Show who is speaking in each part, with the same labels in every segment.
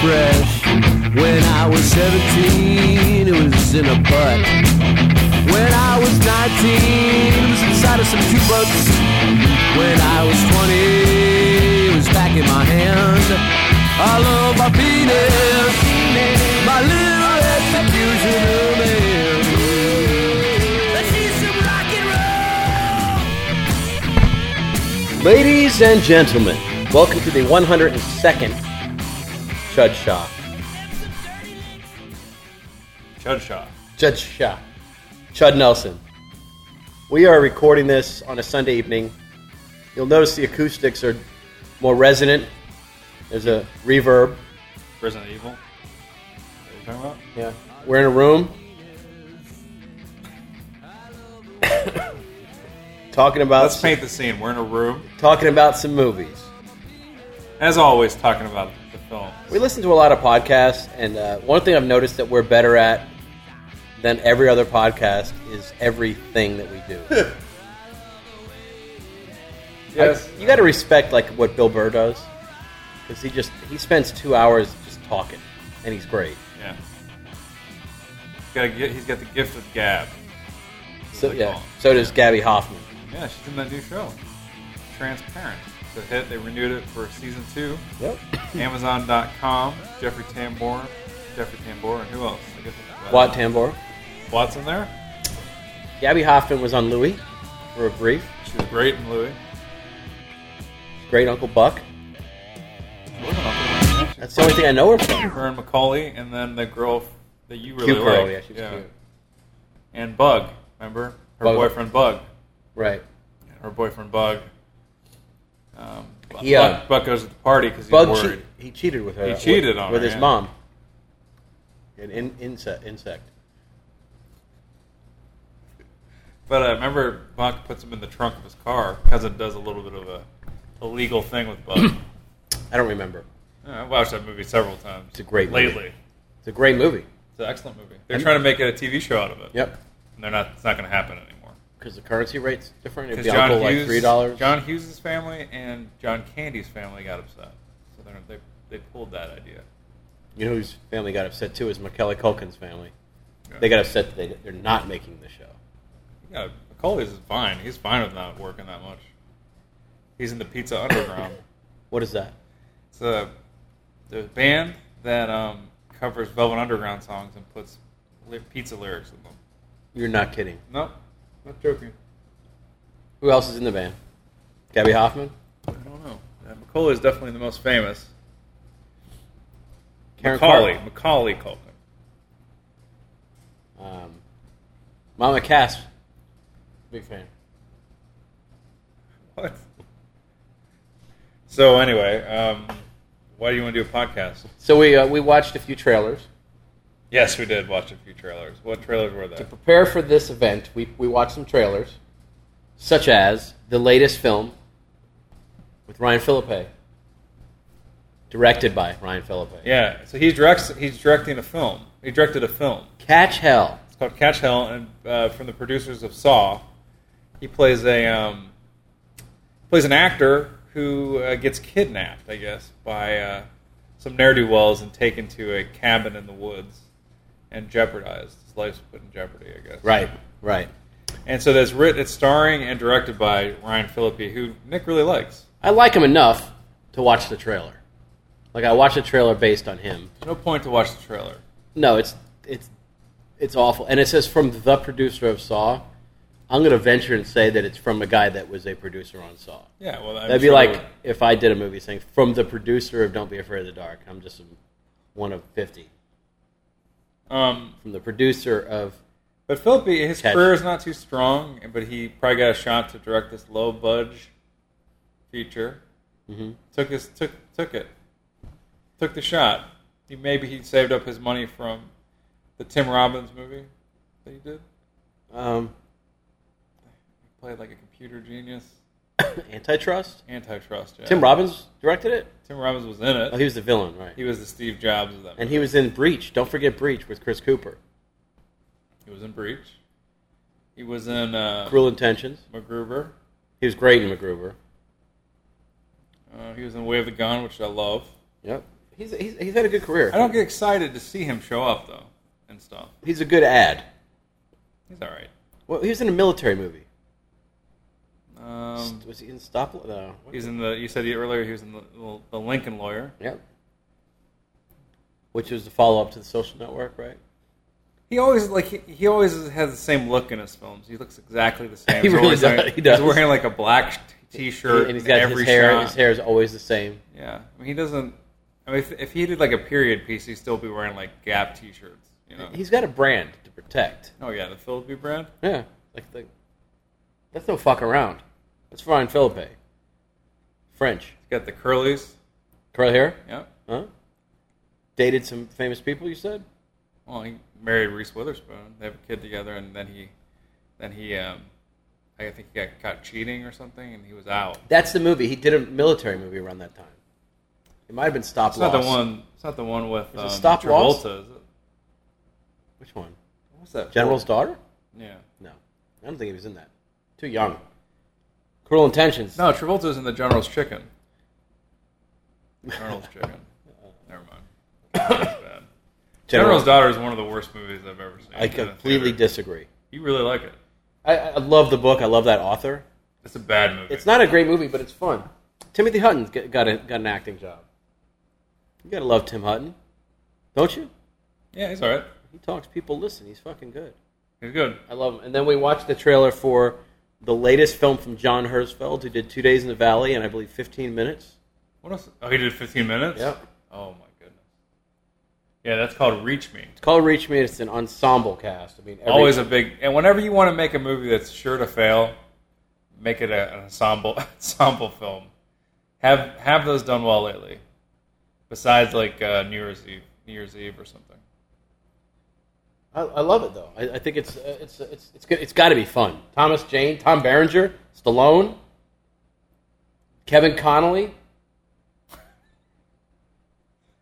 Speaker 1: fresh. When I was 17, it was in a butt. When I was 19, it was inside of some Q-Bucks. When I was 20, it was back in my hand. I love my penis, my little head confusion man. Let's see some rock and roll.
Speaker 2: Ladies and gentlemen, welcome to the 102nd Chud Shop.
Speaker 3: Chud Shaw.
Speaker 2: Chud Shop. Chud Nelson. We are recording this on a Sunday evening. You'll notice the acoustics are more resonant. There's a reverb.
Speaker 3: Resident Evil. Is that what you're talking
Speaker 2: Yeah. We're in a room. talking
Speaker 3: about?
Speaker 2: about
Speaker 3: Let's paint the scene. We're in a room.
Speaker 2: talking about some movies.
Speaker 3: As always, talking about the film.
Speaker 2: We listen to a lot of podcasts, and uh, one thing I've noticed that we're better at than every other podcast is everything that we do.
Speaker 3: Yes.
Speaker 2: Like, you got to respect like what Bill Burr does because he just he spends two hours just talking, and he's great.
Speaker 3: Yeah. He's got, a, gi- he's got the gift of gab.
Speaker 2: So
Speaker 3: Really
Speaker 2: yeah,
Speaker 3: cool.
Speaker 2: so does Gabby Hoffman.
Speaker 3: Yeah, she's in that new show. Transparent. It's a hit. They renewed it for season two.
Speaker 2: Yep.
Speaker 3: Amazon.com. Jeffrey Tambor. Jeffrey Tambor. And who else? I guess it's
Speaker 2: Watt Tambor.
Speaker 3: Watt's in there.
Speaker 2: Gabby Hoffman was on Louie for a brief.
Speaker 3: She's great in Louis.
Speaker 2: Great Uncle Buck.
Speaker 3: That's
Speaker 2: That's the only thing I know her from.
Speaker 3: Her and Macaulay, and then the girl that you really
Speaker 2: Cute girl,
Speaker 3: like.
Speaker 2: yeah, she's cute.
Speaker 3: And Bug, remember? Her
Speaker 2: Bug.
Speaker 3: boyfriend Bug.
Speaker 2: Right.
Speaker 3: Her boyfriend Bug. Um, Bu-
Speaker 2: He, uh,
Speaker 3: Buck, Buck goes to the party because he's
Speaker 2: Bug
Speaker 3: worried.
Speaker 2: cheat he cheated with her.
Speaker 3: He cheated
Speaker 2: with,
Speaker 3: on
Speaker 2: with
Speaker 3: her,
Speaker 2: his
Speaker 3: yeah.
Speaker 2: mom. An in, insect. Insect.
Speaker 3: But I remember Buck puts him in the trunk of his car. Cousin does a little bit of a illegal thing with Bug.
Speaker 2: I don't remember.
Speaker 3: I watched that movie several times.
Speaker 2: It's a great movie.
Speaker 3: lately.
Speaker 2: It's a great movie.
Speaker 3: It's an excellent movie. They're trying to make it a TV show out of it.
Speaker 2: Yep.
Speaker 3: And they're not. It's not going to happen anymore.
Speaker 2: Because the currency rate's different. It'd
Speaker 3: Because
Speaker 2: be
Speaker 3: John
Speaker 2: uncle like
Speaker 3: Hughes,
Speaker 2: three dollars.
Speaker 3: John Hughes' family and John Candy's family got upset, so they're- they they pulled that idea.
Speaker 2: You know whose family got upset too is McKelly Culkin's family. They got upset that they, they're not making the show.
Speaker 3: Yeah, Coley's is fine. He's fine with not working that much. He's in the Pizza Underground.
Speaker 2: What is that?
Speaker 3: it's a the band that um, covers Velvet Underground songs and puts li- pizza lyrics in them.
Speaker 2: You're not kidding.
Speaker 3: Nope, not joking.
Speaker 2: Who else is in the band? Gabby Hoffman.
Speaker 3: I don't know. Uh, Macaulay is definitely the most famous.
Speaker 2: Karen
Speaker 3: Macaulay, Macaulay Culkin.
Speaker 2: Clark. Um, Mama Cass. Big fan.
Speaker 3: What? So anyway, um, why do you want to do a podcast?
Speaker 2: So we uh, we watched a few trailers.
Speaker 3: Yes, we did watch a few trailers. What trailers were
Speaker 2: to
Speaker 3: there?
Speaker 2: prepare for this event, we, we watched some trailers, such as the latest film with Ryan Philippe, directed by Ryan Philippe.
Speaker 3: Yeah, so he directs. He's directing a film. He directed a film.
Speaker 2: Catch Hell.
Speaker 3: It's called Catch Hell, and uh, from the producers of Saw, he plays a um, plays an actor who uh, gets kidnapped, I guess, by uh, some ne'er do wells and taken to a cabin in the woods and jeopardized. His life's put in jeopardy, I guess.
Speaker 2: Right, right.
Speaker 3: And so that's written, it's starring and directed by Ryan Phillippe, who Nick really likes.
Speaker 2: I like him enough to watch the trailer. Like I watched a trailer based on him.
Speaker 3: There's no point to watch the trailer.
Speaker 2: No, it's it's it's awful. And it says from the producer of Saw. I'm going to venture and say that it's from a guy that was a producer on Saw.
Speaker 3: Yeah, well, I'm
Speaker 2: That'd be
Speaker 3: sure-
Speaker 2: like if I did a movie saying from the producer of Don't Be Afraid of the Dark. I'm just one of fifty
Speaker 3: Um,
Speaker 2: from the producer of
Speaker 3: but Phillippe, his
Speaker 2: Catch.
Speaker 3: career is not too strong, but he probably got a shot to direct this low budge feature.
Speaker 2: Mm-hmm.
Speaker 3: Took his took took it, took the shot. He maybe he saved up his money from the Tim Robbins movie that he did.
Speaker 2: um,
Speaker 3: He played like a computer genius,
Speaker 2: Antitrust.
Speaker 3: antitrust. Yeah.
Speaker 2: Tim Robbins directed it.
Speaker 3: Tim Robbins was in
Speaker 2: Oh,
Speaker 3: it.
Speaker 2: he was the villain, right?
Speaker 3: He was the Steve Jobs of that.
Speaker 2: And he was in Breach. Don't forget Breach with Chris Cooper.
Speaker 3: He was in Breach. He was in uh,
Speaker 2: Cruel Intentions.
Speaker 3: MacGruber.
Speaker 2: He was great in MacGruber.
Speaker 3: Uh, he was in Way of the Gun, which I love.
Speaker 2: Yep. He's, he's, he's had a good career.
Speaker 3: I don't get excited to see him show up though, and stuff.
Speaker 2: He's a good ad.
Speaker 3: He's all right.
Speaker 2: Well, he was in a military movie.
Speaker 3: Um,
Speaker 2: was he in uh, Stop? No.
Speaker 3: he's in the. You said he- earlier he was in the, the Lincoln Lawyer.
Speaker 2: Yep. Which was the follow up to the Social Network, right?
Speaker 3: He always like he, he always has the same look in his films. He looks exactly the same.
Speaker 2: He
Speaker 3: He's
Speaker 2: really
Speaker 3: always
Speaker 2: does,
Speaker 3: wearing-
Speaker 2: he does.
Speaker 3: He's wearing like a black t-shirt
Speaker 2: and he's got
Speaker 3: every
Speaker 2: his hair.
Speaker 3: shot.
Speaker 2: His hair is always the same.
Speaker 3: Yeah, I mean he doesn't. I mean if, if he did like a period piece, he'd still be wearing like Gap t-shirts. You know.
Speaker 2: He's got a brand to protect.
Speaker 3: oh yeah, the Philippi brand.
Speaker 2: Yeah, like the, that's no fuck around. That's Ryan Philippe. French,
Speaker 3: He's got the curlies.
Speaker 2: curly hair,
Speaker 3: Yep.
Speaker 2: huh? Dated some famous people. You said
Speaker 3: Well, he married Reese Witherspoon. They have a kid together, and then he, then he, um, I think he got caught cheating or something, and he was out.
Speaker 2: that's the movie. He did a military movie around that time. It might have been Stop
Speaker 3: It's
Speaker 2: Loss.
Speaker 3: not the one. It's not the one with
Speaker 2: it
Speaker 3: um,
Speaker 2: Stop
Speaker 3: Travolta.
Speaker 2: Loss?
Speaker 3: Is it?
Speaker 2: Which one?
Speaker 3: What's that?
Speaker 2: General's daughter?
Speaker 3: Yeah.
Speaker 2: No, I don't think he was in that. Too young. Cruel Intentions.
Speaker 3: No, Travolta's in the General's Chicken. General's Chicken. Never mind. That's bad. General's Daughter is one of the worst movies I've ever seen.
Speaker 2: I
Speaker 3: in the
Speaker 2: completely
Speaker 3: theater.
Speaker 2: disagree.
Speaker 3: You really like it.
Speaker 2: I, I love the book. I love that author.
Speaker 3: It's a bad movie.
Speaker 2: It's not a great movie, but it's fun. Timothy Hutton got a, got an acting job. You gotta love Tim Hutton, don't you?
Speaker 3: Yeah, he's all right.
Speaker 2: He talks, people listen. He's fucking good.
Speaker 3: He's good.
Speaker 2: I love him. And then we watched the trailer for the latest film from John Herzfeld, who did Two Days in the Valley and I believe 15 minutes.
Speaker 3: What else? Oh, he did 15 minutes.
Speaker 2: Yep.
Speaker 3: Oh my goodness. Yeah, that's called Reach Me.
Speaker 2: It's called Reach Me. It's an ensemble cast. I mean, every,
Speaker 3: Always a big. And whenever you want to make a movie that's sure to fail, make it a, an ensemble ensemble film. Have have those done well lately. Besides like uh, New Year's Eve, New Year's Eve or something.
Speaker 2: I, I love it though. I, I think it's uh, it's it's it's good. It's got to be fun. Thomas Jane, Tom Berenger, Stallone, Kevin Connolly.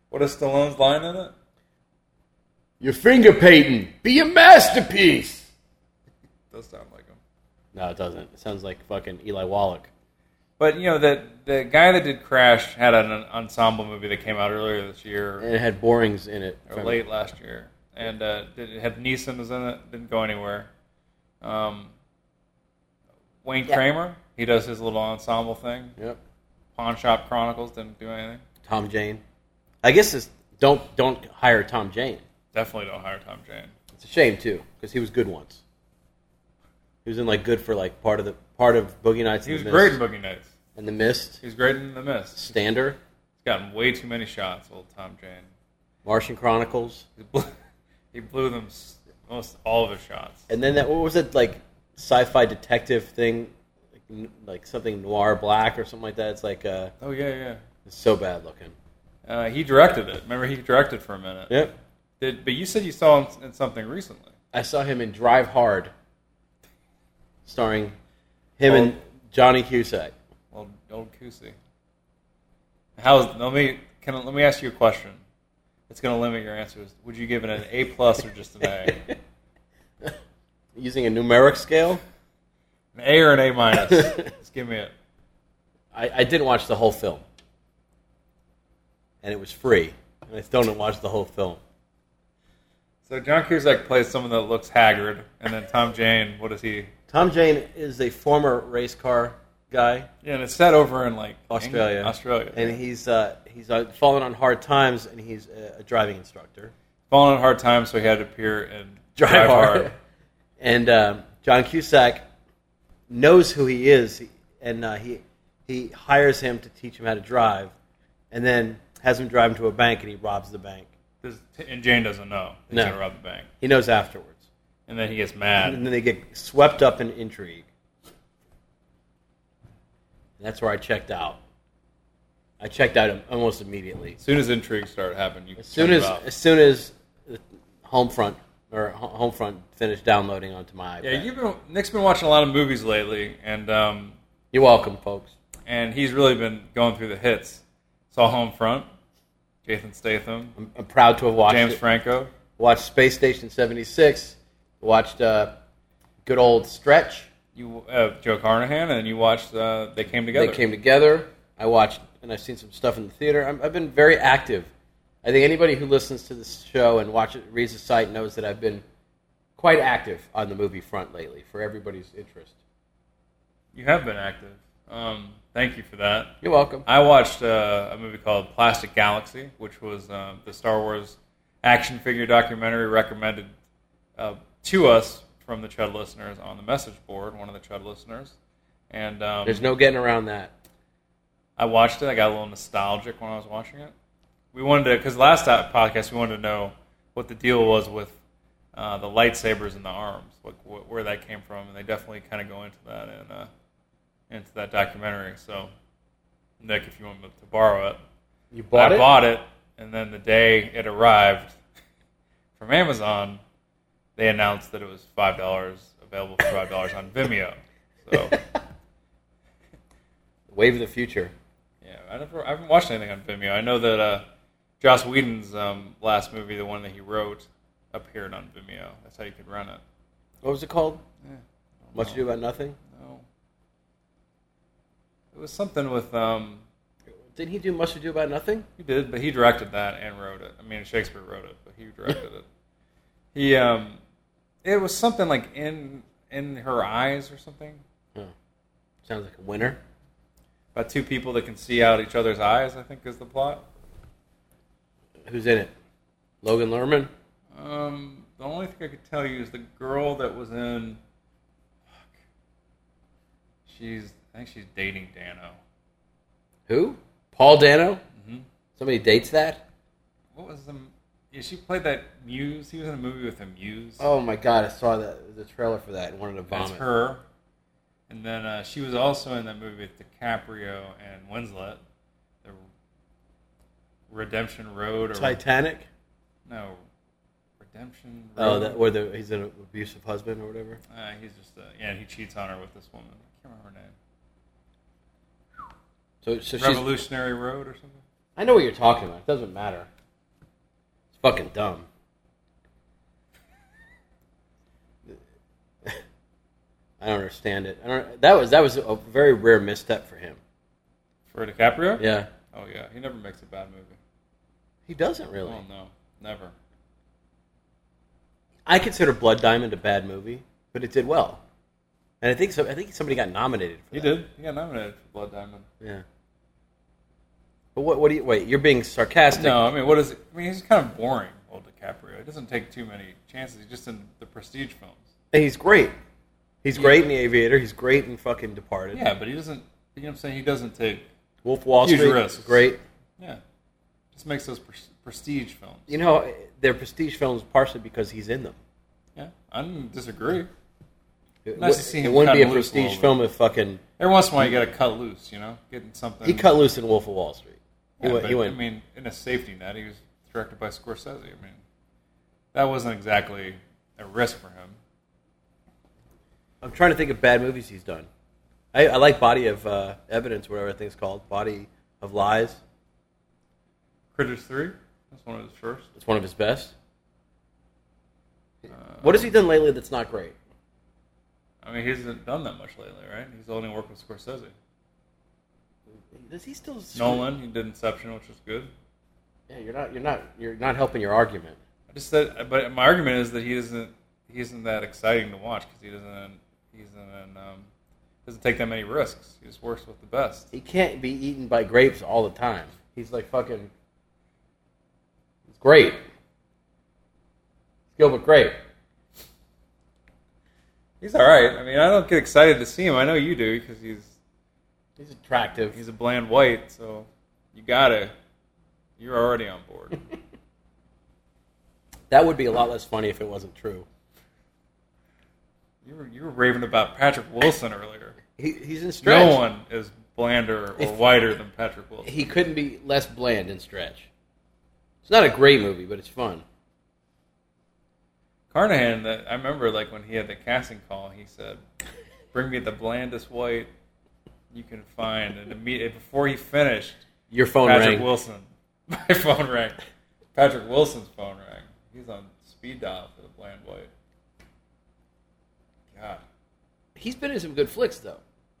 Speaker 3: What is Stallone's line in it?
Speaker 2: Your finger painting, be a masterpiece.
Speaker 3: Does sound like him.
Speaker 2: No, it doesn't. It sounds like fucking Eli Wallach.
Speaker 3: But you know that the guy that did Crash had an ensemble movie that came out earlier this year.
Speaker 2: And it had borings in it.
Speaker 3: or Oh, late last year, and uh, did it have Neeson was in it. Didn't go anywhere. Um, Wayne Kramer, he does his little ensemble thing.
Speaker 2: Yep.
Speaker 3: Pawn Shop Chronicles didn't do anything.
Speaker 2: Tom Jane. I guess it's don't don't hire Tom Jane.
Speaker 3: Definitely don't hire Tom Jane.
Speaker 2: It's a shame too, because he was good once. He was in like good for like part of the part of Boogie Nights.
Speaker 3: He was
Speaker 2: and the
Speaker 3: great in
Speaker 2: Mist,
Speaker 3: Boogie Nights.
Speaker 2: and the Mist,
Speaker 3: He was great in The Mist. He's
Speaker 2: Stander,
Speaker 3: gotten way too many shots, old Tom Jane.
Speaker 2: Martian Chronicles.
Speaker 3: He blew, he blew them s- almost all of his shots.
Speaker 2: And then that what was it like sci-fi detective thing, like, n- like something noir black or something like that. It's like uh,
Speaker 3: Oh yeah,
Speaker 2: it's so bad looking.
Speaker 3: yeah. Uh, he directed it. Remember, he directed for a minute.
Speaker 2: Yep.
Speaker 3: Did, but you said you saw him in something recently.
Speaker 2: I saw him in Drive Hard, starring him and
Speaker 3: Oh.
Speaker 2: Johnny Cusack.
Speaker 3: Old old Kusi. How's let me can I- let me ask you a question. It's going to limit your answers. Would you give it an A plus or just an A?
Speaker 2: Using a numeric scale,
Speaker 3: An A or an A minus? just give me it.
Speaker 2: I, I didn't watch the whole film, and it was free, and I still didn't watch the whole film.
Speaker 3: So John Cusack plays someone that looks haggard, and then Tom Jane. What is he?
Speaker 2: Tom Jane is a former race car guy,
Speaker 3: Yeah, and it's set over in like Eng-
Speaker 2: Australia,
Speaker 3: Australia.
Speaker 2: and he's uh, he's uh, fallen on hard times, and he's a, a driving instructor.
Speaker 3: Falling on hard times, so he had to appear and drive, hard.
Speaker 2: And um, John Cusack knows who he is, and uh, he he hires him to teach him how to drive, and then has him drive him to a bank, and he robs the bank.
Speaker 3: This- And Jane doesn't know. He's
Speaker 2: No.
Speaker 3: going to rob the bank,
Speaker 2: He knows afterwards,
Speaker 3: and then he gets
Speaker 2: and
Speaker 3: mad.
Speaker 2: then they get swept up in intrigue. And that's where I checked out. I checked out almost immediately.
Speaker 3: As soon as intrigues start happening, you
Speaker 2: As soon
Speaker 3: turn it
Speaker 2: as
Speaker 3: off.
Speaker 2: as soon as the Homefront or Ho- Homefront finished downloading onto my iPad.
Speaker 3: Yeah, you've been Nick's been watching a lot of movies lately, and um,
Speaker 2: You're welcome, folks.
Speaker 3: and he's really been going through the hits. Saw Home Front, Jason Statham,
Speaker 2: I'm, I'm proud to have watched
Speaker 3: James
Speaker 2: it.
Speaker 3: Franco.
Speaker 2: watched Space Station 76, watched uh, good old Stretch.
Speaker 3: You uh, Joe Carnahan, and you watched uh, They Came Together.
Speaker 2: They came together. I watched, and I've seen some stuff in the theater. I'm, I've been very active I think anybody who listens to this show and watches, reads the site knows that I've been quite active on the movie front lately for everybody's interest.
Speaker 3: You have been active. Um, thank you for that.
Speaker 2: You're welcome.
Speaker 3: I watched uh, a movie called Plastic Galaxy, which was uh, the Star Wars action figure documentary recommended uh, to us from the Chud listeners on the message board, one of the Chud listeners. And um,
Speaker 2: There's no getting around that.
Speaker 3: I watched it. I got a little nostalgic when I was watching it. We wanted to, because last ti- podcast we wanted to know what the deal was with uh, the lightsabers and the arms, like wh- where that came from, and they definitely kind of go into that in, uh, into that documentary. So, Nick, if you want to borrow it,
Speaker 2: You bought
Speaker 3: I
Speaker 2: it?
Speaker 3: bought it, and then the day it arrived from Amazon, they announced that it was five dollars available for five dollars on Vimeo. So.
Speaker 2: Wave of the Future.
Speaker 3: Yeah, I never. I haven't watched anything on Vimeo. I know that uh, Joss Whedon's um, last movie, the one that he wrote, appeared on Vimeo. That's how you could rent it.
Speaker 2: What was it called? Much Ado About Nothing?
Speaker 3: No, it was something with. Um,
Speaker 2: Didn't he do Much Ado About Nothing?
Speaker 3: he did, but he directed that and wrote it. I mean, Shakespeare wrote it, but he directed it. He, um, it was something like in in her eyes or something
Speaker 2: Huh. Sounds like a winner.
Speaker 3: about two people that can see out each other's eyes. I think is the plot.
Speaker 2: Who's in it? Logan Lerman?
Speaker 3: Um, the only thing I could tell you is the girl that was in. Fuck. She's. I think she's dating Dano.
Speaker 2: Who? Paul Dano? Somebody dates that?
Speaker 3: What was the? Yeah, she played that Muse. He was in a movie with a Muse.
Speaker 2: Oh my god, I saw that, the trailer for that and wanted to vomit.
Speaker 3: that's her. And then uh, she was also in that movie with DiCaprio and Winslet, the Redemption Road or
Speaker 2: Titanic?
Speaker 3: no, Redemption. Road.
Speaker 2: Oh, that, where the, he's an abusive husband or whatever.
Speaker 3: Uh, he's just uh, yeah. He cheats on her with this woman. I can't remember her name.
Speaker 2: So, so she's.
Speaker 3: Revolutionary Road or something.
Speaker 2: I know what you're talking about. It doesn't matter. It's fucking dumb. I don't understand it. I don't, that was that was a very rare misstep for him.
Speaker 3: For DiCaprio?
Speaker 2: Yeah,
Speaker 3: Oh yeah, he never makes a bad movie.
Speaker 2: he doesn't really.
Speaker 3: Oh no, never.
Speaker 2: I consider Blood Diamond a bad movie, but it did well, and I think so. I think somebody got nominated. for
Speaker 3: He
Speaker 2: that.
Speaker 3: did. He got nominated for Blood Diamond.
Speaker 2: Yeah. But what? What do you wait? You're being sarcastic.
Speaker 3: No, I mean, what is? It? I mean, he's kind of boring, old DiCaprio. It doesn't take too many chances. He's just in the prestige films.
Speaker 2: And he's great. He's great in The Aviator. He's great in fucking Departed.
Speaker 3: Yeah, but he doesn't. You know what I'm saying? He doesn't take.
Speaker 2: Wolf of Wall
Speaker 3: Huge
Speaker 2: Street.
Speaker 3: risks.
Speaker 2: Great.
Speaker 3: Yeah, just makes those pres- prestige films.
Speaker 2: You know, they're prestige films partially because he's in them.
Speaker 3: Yeah, I didn't disagree.
Speaker 2: It,
Speaker 3: Nice to
Speaker 2: wou-
Speaker 3: see
Speaker 2: it
Speaker 3: him
Speaker 2: wouldn't be a
Speaker 3: cut loose a
Speaker 2: prestige
Speaker 3: little
Speaker 2: film if fucking
Speaker 3: Every once in a while, you got to cut loose. You know, getting something.
Speaker 2: he cut loose in Wolf of Wall Street. He
Speaker 3: Yeah,
Speaker 2: went.
Speaker 3: but,
Speaker 2: He went
Speaker 3: I mean, in a safety net, he was directed by Scorsese. I mean, that wasn't exactly a risk for him.
Speaker 2: I'm trying to think of bad movies he's done. I, I like Body of uh, Evidence, whatever that thing's called. Body of Lies.
Speaker 3: Critters Three. That's one of his first.
Speaker 2: It's one of his best. what has he done lately that's not great?
Speaker 3: I mean, he hasn't done that much lately, right? He's only worked with Scorsese.
Speaker 2: Does he still?
Speaker 3: Nolan, he did Inception, which was good.
Speaker 2: Yeah, you're not. You're not. You're not helping your argument.
Speaker 3: I just said, but my argument is that he isn't he isn't that exciting to watch because he doesn't he doesn't um, doesn't take that many risks. He just works with the best.
Speaker 2: He can't be eaten by grapes all the time. He's like fucking. He's great. Gilbert Grape.
Speaker 3: He's all right. I mean, I don't get excited to see him. I know you do because he's
Speaker 2: He's attractive.
Speaker 3: he's a bland white, so you gotta you're already on board.
Speaker 2: that would be a lot less funny if it wasn't true.
Speaker 3: you were you were raving about Patrick Wilson earlier.
Speaker 2: He, he's in stretch.
Speaker 3: No one is blander or
Speaker 2: If-
Speaker 3: whiter than Patrick Wilson.
Speaker 2: He couldn't be less bland in stretch. It's not a great movie, but it's fun.
Speaker 3: Carnahan, that I remember, like when he had the casting call, he said, "Bring me the blandest white you can find." And immediately before he finished,
Speaker 2: Your phone
Speaker 3: Patrick
Speaker 2: rang.
Speaker 3: Wilson, my phone rang. Patrick Wilson's phone rang. He's on speed dial for the bland white. God,
Speaker 2: He's been in some good flicks though.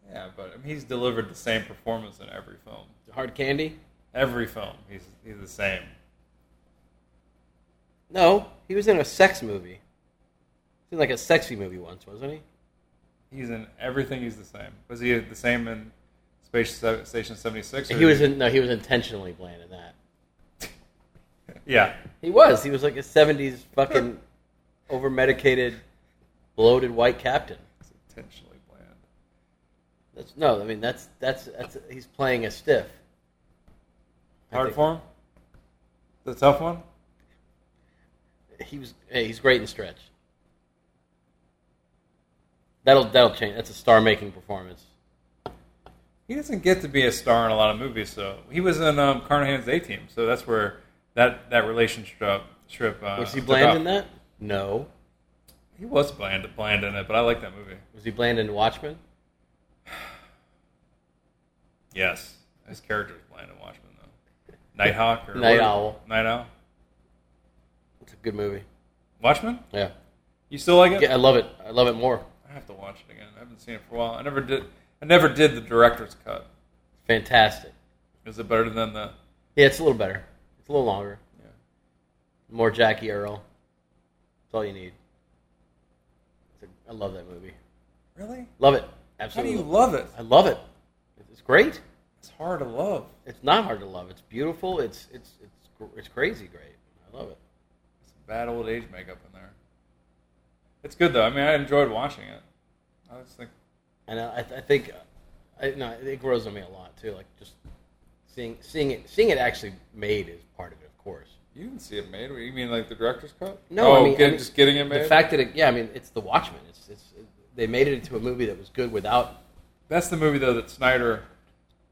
Speaker 3: yeah, but I mean, he's delivered the same performance in every film.
Speaker 2: Hard Candy.
Speaker 3: Every film, he's he's the same.
Speaker 2: No, he was in a sex movie. He was in like a sexy movie once, wasn't he?
Speaker 3: He's in everything. He's the same. Was he the same in Space Se- Station Seventy Six?
Speaker 2: He was in. No, he was intentionally bland in that.
Speaker 3: Yeah.
Speaker 2: He was. He was like a '70s fucking over medicated, bloated white captain.
Speaker 3: It's intentionally bland.
Speaker 2: That's no. I mean, that's that's that's. He's playing a stiff. I
Speaker 3: Hard
Speaker 2: think-
Speaker 3: for him. The tough one.
Speaker 2: He was. Hey, he's great in stretch. That'll that'll change. That's a star-making performance.
Speaker 3: He doesn't get to be a star in a lot of movies, though. He was in um, Carnahan's A Team, so that's where that that relationship trip. Uh,
Speaker 2: Was he
Speaker 3: took
Speaker 2: bland
Speaker 3: off.
Speaker 2: in that? No.
Speaker 3: He was bland, bland in it, but I like that movie.
Speaker 2: Was he bland in Watchmen?
Speaker 3: Yes, his character was bland in Watchmen, though. Nighthawk or
Speaker 2: Night
Speaker 3: what-
Speaker 2: Owl.
Speaker 3: Night Owl.
Speaker 2: It's a good movie.
Speaker 3: Watchmen.
Speaker 2: Yeah.
Speaker 3: You still like it?
Speaker 2: Yeah, I love it. I love it more.
Speaker 3: I have to watch it again. I haven't seen it for a while. I never did. I never did the director's cut.
Speaker 2: Fantastic.
Speaker 3: Is it better than the?
Speaker 2: Yeah, it's a little better. It's a little longer.
Speaker 3: Yeah.
Speaker 2: More Jackie Earl. That's all you need. It's a- I love that movie.
Speaker 3: Really?
Speaker 2: Love it.
Speaker 3: How do
Speaker 2: Absolutely.
Speaker 3: you love it?
Speaker 2: I love it. It's great.
Speaker 3: It's hard to love.
Speaker 2: It's not hard to love. It's beautiful. It's it's it's gr- it's crazy great. I love it.
Speaker 3: It's bad old age makeup in there. It's good though. I mean, I enjoyed watching it. I just think
Speaker 2: And I, I think I no, it grows on me a lot too. Like just seeing seeing it seeing it actually made is part of it, of course.
Speaker 3: you didn't see it made. What, You mean like the director's cut?
Speaker 2: No,
Speaker 3: oh,
Speaker 2: I mean,
Speaker 3: get-
Speaker 2: I mean,
Speaker 3: just getting it made.
Speaker 2: The fact that it, yeah, I mean, it's The Watchmen. It's it's they made it into a movie that was good without.
Speaker 3: That's the movie though that Snyder.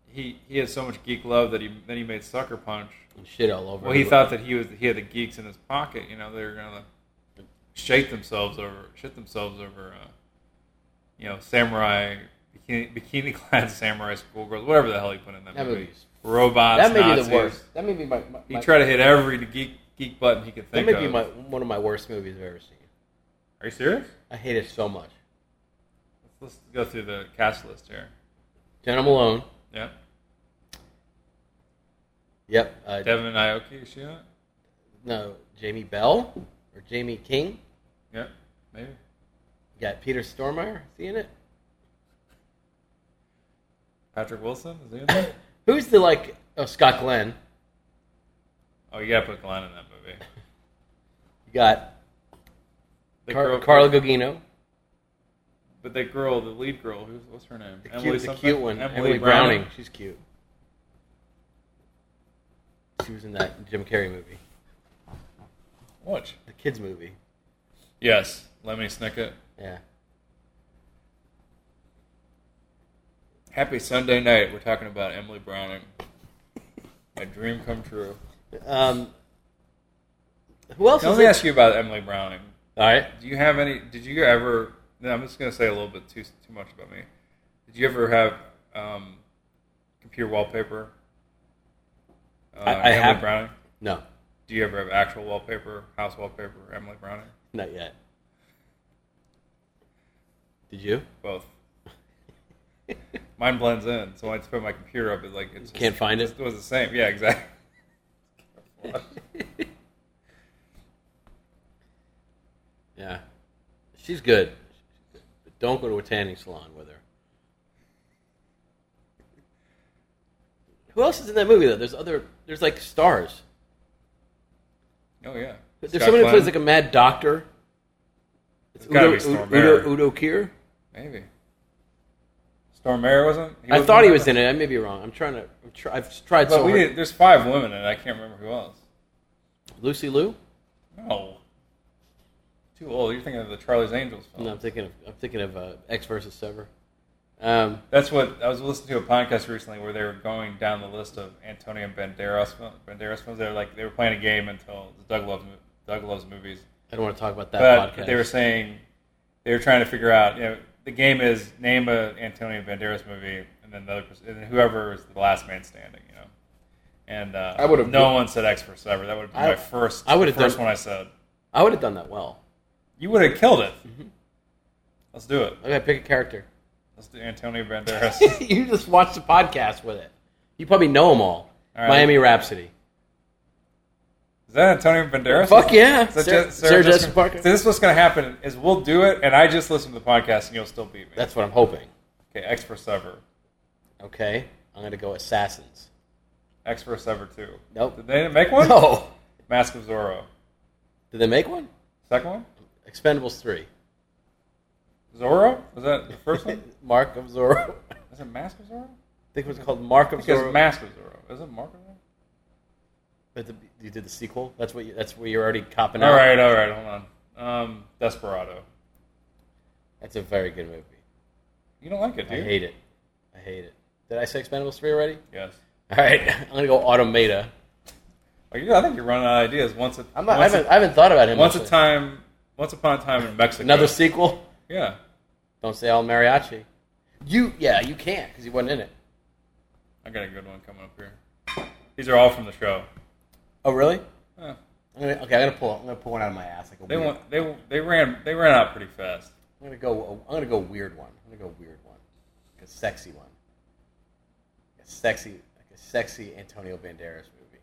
Speaker 3: He he had so much geek love that he then he made Sucker Punch.
Speaker 2: and shit all over.
Speaker 3: Well, he
Speaker 2: everywhere.
Speaker 3: thought that he was he had the geeks in his pocket. You know, they were gonna shake themselves over, shit themselves over, uh, you know, samurai bikini, bikini clad samurai schoolgirls, whatever the hell he put in that,
Speaker 2: That
Speaker 3: movie.
Speaker 2: movie's-
Speaker 3: Robots,
Speaker 2: that may
Speaker 3: Nazis.
Speaker 2: be the worst. That may be my. my
Speaker 3: He
Speaker 2: my-
Speaker 3: tried to hit every geek geek button he could
Speaker 2: uh, That
Speaker 3: think
Speaker 2: may
Speaker 3: of.
Speaker 2: be my one of my worst movies I've ever seen.
Speaker 3: Are you serious?
Speaker 2: I hate it so much.
Speaker 3: Let's, let's go through the cast list here.
Speaker 2: Jenna Malone.
Speaker 3: Yeah,
Speaker 2: Yep. Uh,
Speaker 3: Devin Aoki, is she on it?
Speaker 2: no, Jamie Bell or Jamie King.
Speaker 3: Yeah, maybe.
Speaker 2: You got Peter Stormare. Seeing it.
Speaker 3: Patrick Wilson is he in there?
Speaker 2: Who's the like? Oh, Scott Glenn.
Speaker 3: oh, you gotta put Glenn in that movie.
Speaker 2: You got
Speaker 3: The
Speaker 2: Car-
Speaker 3: girl-
Speaker 2: Carla Gugino.
Speaker 3: But that girl, the lead girl, who's what's her name?
Speaker 2: The cute, the
Speaker 3: something?
Speaker 2: cute one. Emily, Browning. She's cute. She was in that Jim Carrey movie,
Speaker 3: Watch.
Speaker 2: the kids movie.
Speaker 3: Yes, Lemony Snicket.
Speaker 2: Yeah.
Speaker 3: Happy Sunday night. We're talking about Emily Browning. My dream come true.
Speaker 2: Um, who else?
Speaker 3: Now,
Speaker 2: Is
Speaker 3: let me
Speaker 2: in-
Speaker 3: ask you about Emily Browning.
Speaker 2: All right.
Speaker 3: Do you have any? Did you ever? No, I'm just gonna say a little bit too too much about me. Did you ever have um, computer wallpaper? Uh,
Speaker 2: I- I
Speaker 3: Emily
Speaker 2: have.
Speaker 3: Browning.
Speaker 2: No,
Speaker 3: Do you ever have actual wallpaper, house wallpaper, Emily Browning?
Speaker 2: not yet. Did you?
Speaker 3: Both. Mine blends in, so when I put my computer up, it like it's
Speaker 2: Can't find it?
Speaker 3: It was the same. Yeah, exactly.
Speaker 2: Yeah. She's good. But don't go to a tanning salon with her. Who else is in that movie though? There's other. There's like stars.
Speaker 3: Oh yeah.
Speaker 2: There's
Speaker 3: Scott
Speaker 2: somebody who plays
Speaker 3: Glenn?
Speaker 2: like a mad doctor. It's
Speaker 3: It's gotta
Speaker 2: Udo,
Speaker 3: be Storm
Speaker 2: Udo,
Speaker 3: Bear.
Speaker 2: Udo Kier.
Speaker 3: Maybe. Storm Mare wasn't.
Speaker 2: I thought he was in it. I may be wrong. I'm trying to. I'm try, I've tried
Speaker 3: But
Speaker 2: so
Speaker 3: we
Speaker 2: hard.
Speaker 3: did, there's five women and I can't remember who else.
Speaker 2: Lucy Liu.
Speaker 3: No. Too old. You're thinking of the Charlie's Angels film.
Speaker 2: No, I'm thinking of I'm thinking of uh, X versus Sever. Um,
Speaker 3: That's what I was listening to a podcast recently where they were going down the list of Antonio Banderas film, Banderas films. They were like they were playing a game until the Doug loves Mo- Doug loves movies.
Speaker 2: I don't want to talk about that
Speaker 3: But
Speaker 2: podcast.
Speaker 3: they were saying they were trying to figure out. You know, the game is name a Antonio Banderas movie, and then the other person, and then whoever is the last man standing. You know, and uh,
Speaker 2: I would've-
Speaker 3: no one said X for Sever. That would have been
Speaker 2: I-
Speaker 3: my first.
Speaker 2: I would've
Speaker 3: first
Speaker 2: done-
Speaker 3: one I said.
Speaker 2: I would have done that well.
Speaker 3: You would have killed it.
Speaker 2: Mm-hmm.
Speaker 3: Let's do it.
Speaker 2: Okay, pick a character.
Speaker 3: Let's do Antonio Banderas.
Speaker 2: you just watch the podcast with it. You probably know them all.
Speaker 3: All right.
Speaker 2: Miami Rhapsody.
Speaker 3: Is that Antonio Banderas?
Speaker 2: Fuck yeah.
Speaker 3: Is that
Speaker 2: Sarah-
Speaker 3: Je-
Speaker 2: Sarah Jessica Parker.
Speaker 3: So this is what's going to happen is we'll do it, and I just listen to the podcast, and you'll still beat me.
Speaker 2: That's what I'm hoping.
Speaker 3: okay, X for Sever.
Speaker 2: Okay, I'm gonna go Assassins.
Speaker 3: X for Sever 2.
Speaker 2: Nope.
Speaker 3: Did they make one?
Speaker 2: No.
Speaker 3: Mask of Zorro.
Speaker 2: Did they make one?
Speaker 3: Second one?
Speaker 2: Expendables three.
Speaker 3: Zorro? Was that the first one?
Speaker 2: Mark of Zorro. I
Speaker 3: Is it Mask of Zorro?
Speaker 2: think it was called Mark of
Speaker 3: Because
Speaker 2: Zorro.
Speaker 3: Mask of Zorro. Is it Mark of Zorro?
Speaker 2: But the, you did the sequel. That's what. You, that's where you're already copping out.
Speaker 3: All right, all right, hold on. Um, Desperado.
Speaker 2: That's a very good movie.
Speaker 3: You don't like it,
Speaker 2: I
Speaker 3: dude?
Speaker 2: hate it. I hate it. Did I say Expendables three already?
Speaker 3: Yes.
Speaker 2: All right. I'm gonna go Automata.
Speaker 3: Like, you- I think you're running out of ideas. Once a,
Speaker 2: I'm not. I
Speaker 3: once, a-
Speaker 2: haven't. I I haven't thought about him.
Speaker 3: once a
Speaker 2: much.
Speaker 3: time, once upon a time in Mexico.
Speaker 2: Another sequel.
Speaker 3: yeah.
Speaker 2: Don't say El Mariachi. You. Yeah. You can't because he wasn't in it.
Speaker 3: I got a good one coming up here. These are all from the show.
Speaker 2: Oh really?
Speaker 3: Eh,
Speaker 2: I'm gonna, okay. I'm gonna pull. I'm gonna pull one out of my ass. Like a
Speaker 3: they
Speaker 2: weird-
Speaker 3: went, they they ran they ran out pretty fast.
Speaker 2: I'm gonna go. I'm gonna go weird one. I'm gonna go weird one. Like a sexy one. Like a sexy, like a sexy Antonio Banderas movie.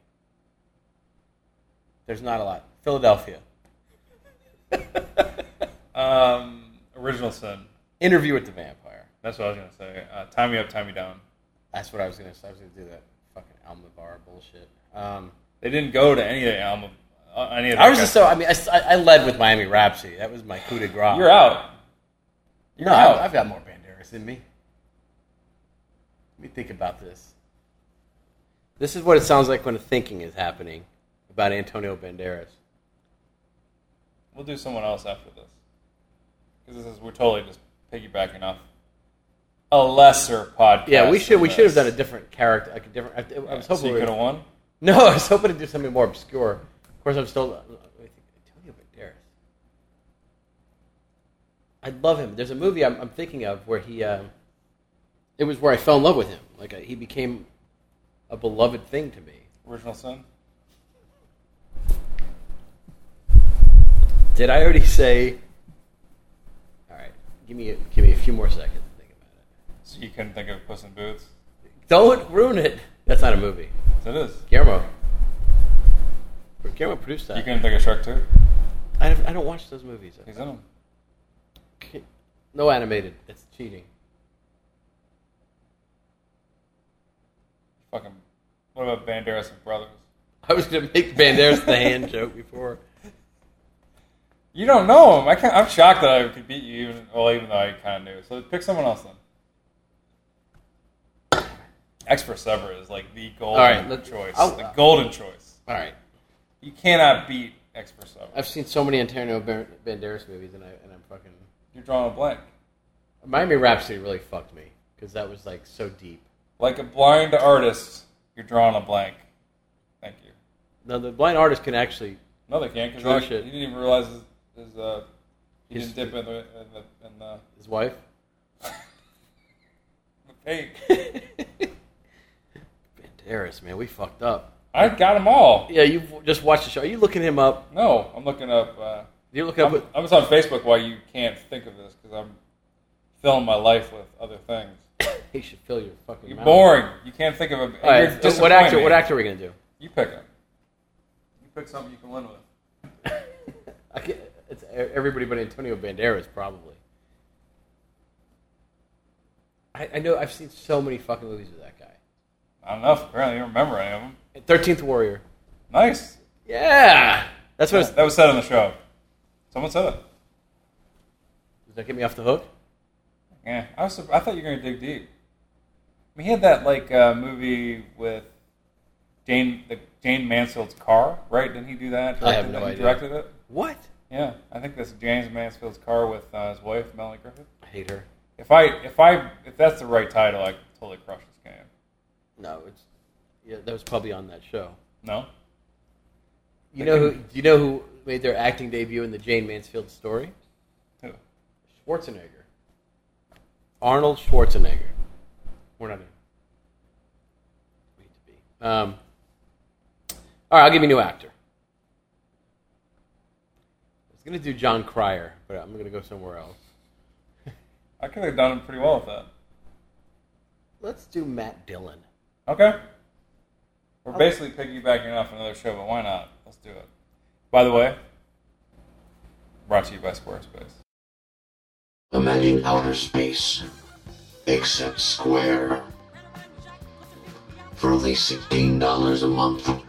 Speaker 2: There's not a lot. Philadelphia.
Speaker 3: Um, original sin.
Speaker 2: Interview with the Vampire.
Speaker 3: That's what I was gonna say. Uh, time me up, time me down.
Speaker 2: That's what I was gonna. I was gonna do that fucking Almodovar bullshit. Um,
Speaker 3: They didn't go to any of the album. Uh, any of
Speaker 2: I was
Speaker 3: that
Speaker 2: just
Speaker 3: guy.
Speaker 2: so. I mean, I, I led with Miami Rhapsody. That was my coup de grace.
Speaker 3: You're out.
Speaker 2: No,
Speaker 3: out.
Speaker 2: I've got more Banderas in me. Let me think about this. This is what it sounds like when a thinking is happening about Antonio Banderas.
Speaker 3: We'll do someone else after this. Because this is we're totally just piggybacking off a lesser podcast.
Speaker 2: Yeah, we should
Speaker 3: than
Speaker 2: we should have
Speaker 3: this.
Speaker 2: done a different character, like a different. I, I was
Speaker 3: So
Speaker 2: hoping.
Speaker 3: you
Speaker 2: we
Speaker 3: could have won.
Speaker 2: no, I was hoping to do something more obscure. Of course, I'm still I think Antonio Banderas. I love him. There's a movie I'm, I'm thinking of where he. Um, it was where I fell in love with him. Like I, he became a beloved thing to me.
Speaker 3: Original sin.
Speaker 2: Did I already say? All right, give me a, give me a few more seconds to think about it.
Speaker 3: So you couldn't think of Puss in Boots.
Speaker 2: Don't ruin it. That's not a movie.
Speaker 3: So it is.
Speaker 2: Guillermo. Guillermo produced
Speaker 3: You
Speaker 2: that.
Speaker 3: couldn't think of Shrek too.
Speaker 2: I, don't- I don't watch those movies.
Speaker 3: He's in them.
Speaker 2: No animated. That's cheating.
Speaker 3: Fucking. What about Banderas and Brothers?
Speaker 2: I was gonna make Banderas the hand joke before.
Speaker 3: You don't know him. I can't, I'm shocked that I could beat you, even well, even though I kind of knew. So pick someone else then. X for Sever is like the golden
Speaker 2: right, let's-
Speaker 3: choice.
Speaker 2: I'll-
Speaker 3: the golden choice.
Speaker 2: All right.
Speaker 3: You cannot beat X for Sever.
Speaker 2: I've seen so many Antonio Ban- Banderas movies, and I and I'm fucking
Speaker 3: You're drawing a blank.
Speaker 2: Miami Rhapsody really fucked me because that was like so deep.
Speaker 3: Like a blind artist, you're drawing a blank. Thank you.
Speaker 2: Now the blind artist can actually
Speaker 3: No, they can't
Speaker 2: Draw
Speaker 3: because he
Speaker 2: shit.
Speaker 3: didn't even realize his, his uh, he
Speaker 2: His-
Speaker 3: didn't dip in the in the, in the,
Speaker 2: his wife.
Speaker 3: the paint.
Speaker 2: Banderas, man, we fucked up.
Speaker 3: I got them all.
Speaker 2: Yeah, you have just watched the show. Are you looking him up?
Speaker 3: No, I'm looking up. Uh,
Speaker 2: You're looking up.
Speaker 3: I'm,
Speaker 2: With,
Speaker 3: I'm just on Facebook while you can't think of this because I'm filling my life with other things.
Speaker 2: he should fill your fucking.
Speaker 3: You're
Speaker 2: mouth.
Speaker 3: boring. You can't think of a.
Speaker 2: All
Speaker 3: you're
Speaker 2: right, so what
Speaker 3: disappointing
Speaker 2: actor?
Speaker 3: me.
Speaker 2: What actor are we gonna do?
Speaker 3: You pick him. You pick something you can win with.
Speaker 2: I can't, it's e, everybody but Antonio Banderas, probably. I, I know I've seen so many fucking movies with that guy.
Speaker 3: Not enough. Apparently, you don't remember any of them.
Speaker 2: Thirteenth Warrior.
Speaker 3: Nice.
Speaker 2: Yeah, that's what.
Speaker 3: That was said on the show. Someone said it.
Speaker 2: Does that get me off the hook?
Speaker 3: Yeah, I was. surp- I thought you were gonna dig deep. I mean, he had that like uh, movie with Jane, the Jane Mansfield's car, right? Didn't he do that?
Speaker 2: I have
Speaker 3: Directed
Speaker 2: no
Speaker 3: it? He
Speaker 2: idea.
Speaker 3: Directed it.
Speaker 2: What?
Speaker 3: Yeah, I think that's James Mansfield's car with uh, his wife Melanie Griffith.
Speaker 2: I hate her.
Speaker 3: If I if I if that's the right title, I totally crush this game.
Speaker 2: No, it's yeah. That was probably on that show.
Speaker 3: No,
Speaker 2: You
Speaker 3: They
Speaker 2: know who? Do
Speaker 3: can-
Speaker 2: you know who made their acting debut in the Jane Mansfield story?
Speaker 3: Who?
Speaker 2: Schwarzenegger. Arnold Schwarzenegger. We're not in. We need to be. Um, all right, I'll give you a new actor. I was going to do John Cryer, but I'm going to go somewhere else.
Speaker 3: I could have done pretty well with that.
Speaker 2: Let's do Matt Dillon.
Speaker 3: Okay, We're basically piggybacking off another show, but why not? Let's do it. By the way, brought to you by Squarespace.
Speaker 4: Imagine outer space, except square. For only $16 a month,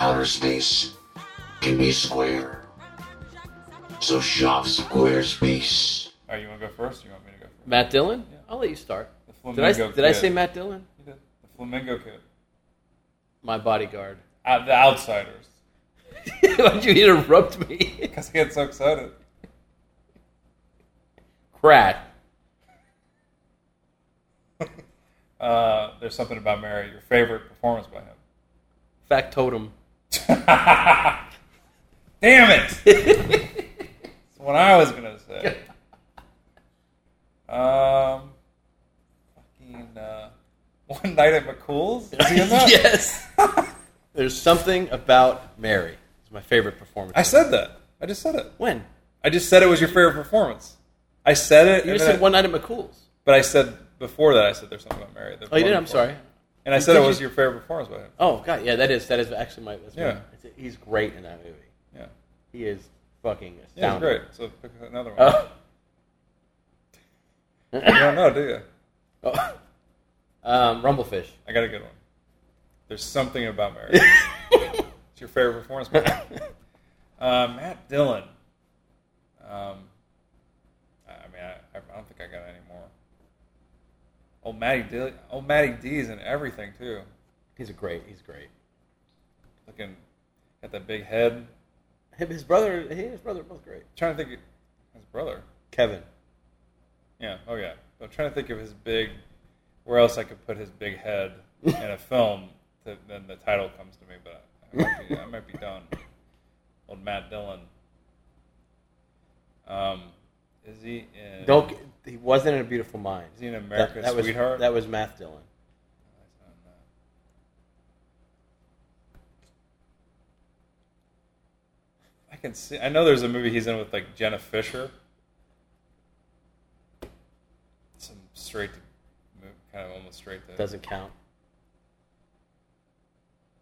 Speaker 4: outer space can be square. So shop Squarespace.
Speaker 3: All right, you want to go first? Or you want me to go first?
Speaker 2: Matt Dillon? I'll let you start.
Speaker 3: The flamingo
Speaker 2: Did I,
Speaker 3: kid.
Speaker 2: did I say Matt Dillon?
Speaker 3: You did. The flamingo kid.
Speaker 2: My bodyguard.
Speaker 3: Uh, the outsiders.
Speaker 2: Why'd you interrupt me?
Speaker 3: Because I get so excited.
Speaker 2: Crat.
Speaker 3: Uh, there's something about Mary. Your favorite performance by him.
Speaker 2: Factotum.
Speaker 3: Damn it! That's what I was gonna say. Um, fucking uh, one night at McCool's. Is he in that?
Speaker 2: yes. There's something about Mary. It's my favorite performance.
Speaker 3: I said that. I just said it.
Speaker 2: when?
Speaker 3: I just said it was your favorite performance. I said it.
Speaker 2: You
Speaker 3: and
Speaker 2: just
Speaker 3: then
Speaker 2: said
Speaker 3: I-
Speaker 2: one night at McCool's.
Speaker 3: But I said before that. I said there's something about Mary.
Speaker 2: Oh, you did. I'm sorry.
Speaker 3: And I said
Speaker 2: Did
Speaker 3: it was
Speaker 2: you-
Speaker 3: your favorite performance by him.
Speaker 2: Oh God, yeah, that is that is actually my. That's my-
Speaker 3: Yeah.
Speaker 2: it's- he's great in that movie.
Speaker 3: Yeah.
Speaker 2: He is fucking
Speaker 3: Yeah, it's
Speaker 2: astounding.
Speaker 3: great. So pick another one.
Speaker 2: Oh.
Speaker 3: you don't know, do you?
Speaker 2: Oh. um, Rumblefish.
Speaker 3: I got a good one. There's something about Mary. it's your favorite performance. by him. uh, Matt Dillon. Um, I I mean, I, I don't think I got any more. Old Matty Dill, old Matty D's in everything too.
Speaker 2: He's a great. He's great.
Speaker 3: Looking at that big head. I'm
Speaker 2: Him- His brother. He and his brother are both great.
Speaker 3: trying to think of his brother.
Speaker 2: Kevin.
Speaker 3: Yeah. Oh yeah. I'm trying to think of his big. Where else I could put his big head in a film? To, then the title comes to me, but I might be, I might be done. Old Matt Dillon. Um, is he in?
Speaker 2: Don't. get- He wasn't in a beautiful mind.
Speaker 3: Is he in America's
Speaker 2: was,
Speaker 3: Sweetheart?
Speaker 2: That was Math Dillon.
Speaker 3: uh, I can see. I know there's a movie he's in with like Jenna Fisher. Some straight to, mo- kind of almost straight to
Speaker 2: Doesn't count.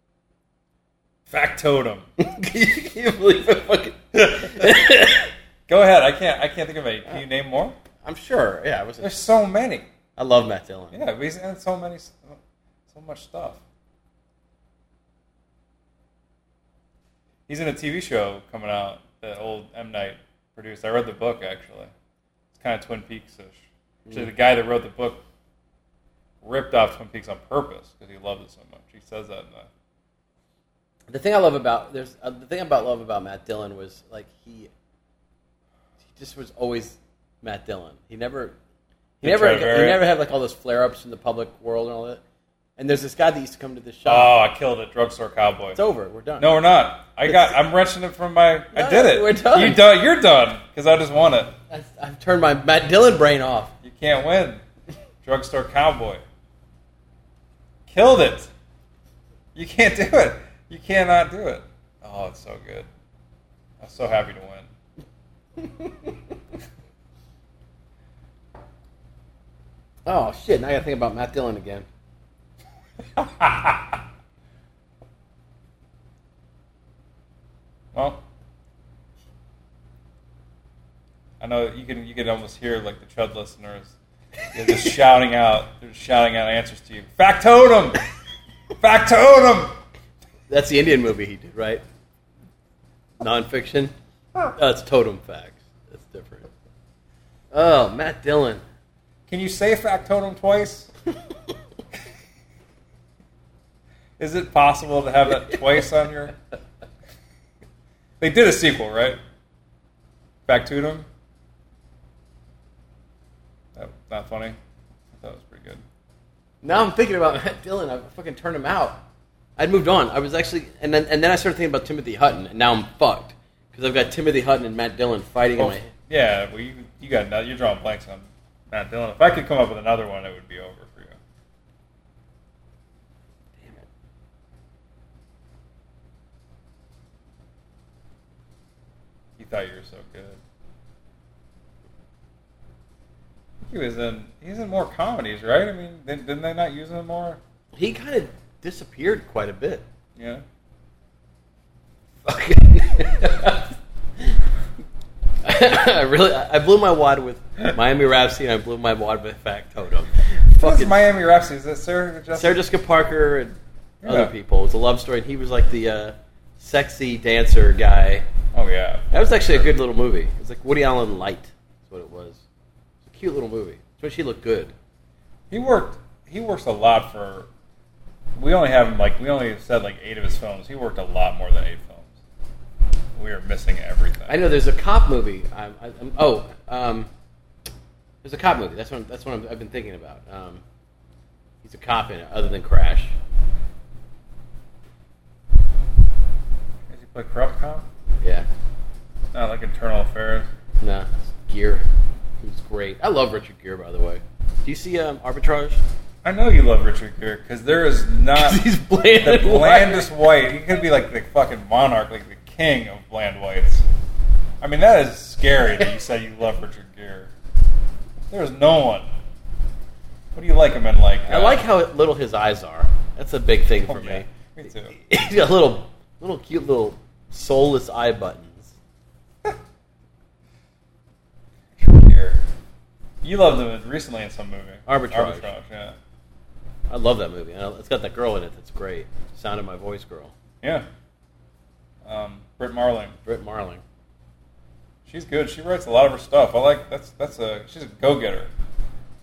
Speaker 3: factotum.
Speaker 2: Can you believe it? Fucking.
Speaker 3: Go ahead. I can't. I can't think of any. Can you name more?
Speaker 2: I'm sure. Yeah, I was.
Speaker 3: There's so many.
Speaker 2: I love Matt Dillon.
Speaker 3: Yeah, but he's in so many, s- so much stuff. He's in a TV show coming out that old M Night produced. I read the book actually. It's kind of Twin Peaks ish. Actually, the guy that wrote the book ripped off Twin Peaks on purpose because he loved it so much. He says that in the
Speaker 2: The thing I love about there's uh, the thing about love about Matt Dillon was like he he just was always Matt Dillon. He never he
Speaker 3: Didn't
Speaker 2: never
Speaker 3: try to vary
Speaker 2: he
Speaker 3: it.
Speaker 2: never had like all those flare ups in the public world and all that. And there's this guy that used to come to the shop.
Speaker 3: oh, I killed it, drugstore cowboy.
Speaker 2: it's over. We're done.
Speaker 3: No, we're not. I got. I'm wrenching it from my. I
Speaker 2: No,
Speaker 3: did it.
Speaker 2: we're done.
Speaker 3: You done. You're done because I just won it.
Speaker 2: I, I've turned my Matt Dillon brain off.
Speaker 3: You can't win. Drugstore cowboy. Killed it. You can't do it. You cannot do it. Oh, it's so good. I'm so happy to win.
Speaker 2: Oh shit! Now I got to think about Matt Dillon again.
Speaker 3: Well, I know you can. You can almost hear like the Chud listeners. They're just shouting out. They're just shouting out answers to you. Factotum. Factotum.
Speaker 2: That's the Indian movie he did, right? Nonfiction. That's Totem Facts. That's different. Oh, Matt Dillon.
Speaker 3: Can you say factotum twice? Is it possible to have that twice on your? They did a sequel, right? Factotum. That, not funny. I thought it was pretty good.
Speaker 2: Now I'm thinking about Matt Dillon. I fucking turned him out. I'd moved on. I was actually, and then and then I started thinking about Timothy Hutton, and now I'm fucked because I've got Timothy Hutton and Matt Dillon fighting. in my,
Speaker 3: yeah, well, you you got no- you're drawing blanks on Matt Dillon. If I could come up with another one, it would be over for you.
Speaker 2: damn it.
Speaker 3: You thought you were so good. He was in. He's in more comedies, right? I mean, didn't, didn't they not use him more?
Speaker 2: He kind of disappeared quite a bit.
Speaker 3: Yeah.
Speaker 2: I really, I blew my wad with Miami Rhapsody, and I blew my wad with Factotum.
Speaker 3: Fucking
Speaker 2: Fucking
Speaker 3: Miami Rhapsody. Is that Sarah? Jessica?
Speaker 2: Sarah Jessica Parker and
Speaker 3: Yeah.
Speaker 2: other people. It was a love story, and he was like the uh, sexy dancer guy.
Speaker 3: Oh yeah.
Speaker 2: That was actually a good little movie. It was like Woody Allen light. Is what it was. It's a cute little movie. It's when she looked good.
Speaker 3: He worked. He works a lot for. We only have him like we only have said like eight of his films. He worked a lot more than eight films. We are missing everything.
Speaker 2: I know there's a cop movie. I, I, I'm- oh, um, there's a cop movie. That's what I'm, that's what I'm, I've been thinking about. Um, he's a cop in it, other than Crash.
Speaker 3: Does he play corrupt cop?
Speaker 2: Yeah,
Speaker 3: Not like internal affairs.
Speaker 2: nah, it's Gear. He was great. I love Richard Gear, by the way. Do you see um, Arbitrage?
Speaker 3: I know you love Richard Gere because there is not
Speaker 2: 'Cause he's bland
Speaker 3: the
Speaker 2: and white.
Speaker 3: blandest white. He could be like the fucking monarch, like the king of bland whites. I mean, that is scary that you say you love Richard Gere. There is no one. What do you like him in? Like uh,
Speaker 2: I like how little his eyes are. That's a big thing
Speaker 3: Oh,
Speaker 2: for
Speaker 3: yeah.
Speaker 2: me.
Speaker 3: Me too.
Speaker 2: He's got little, little cute little soulless eye buttons.
Speaker 3: Here. You loved him recently in some movie.
Speaker 2: Arbitrage.
Speaker 3: Arbitrage, yeah.
Speaker 2: I love that movie. I know- It's got that girl in it that's great. Sound of My Voice girl,
Speaker 3: Yeah. Um, Britt Marling.
Speaker 2: Britt Marling.
Speaker 3: She's good. She writes a lot of her stuff. I like that's that's a she's a go getter.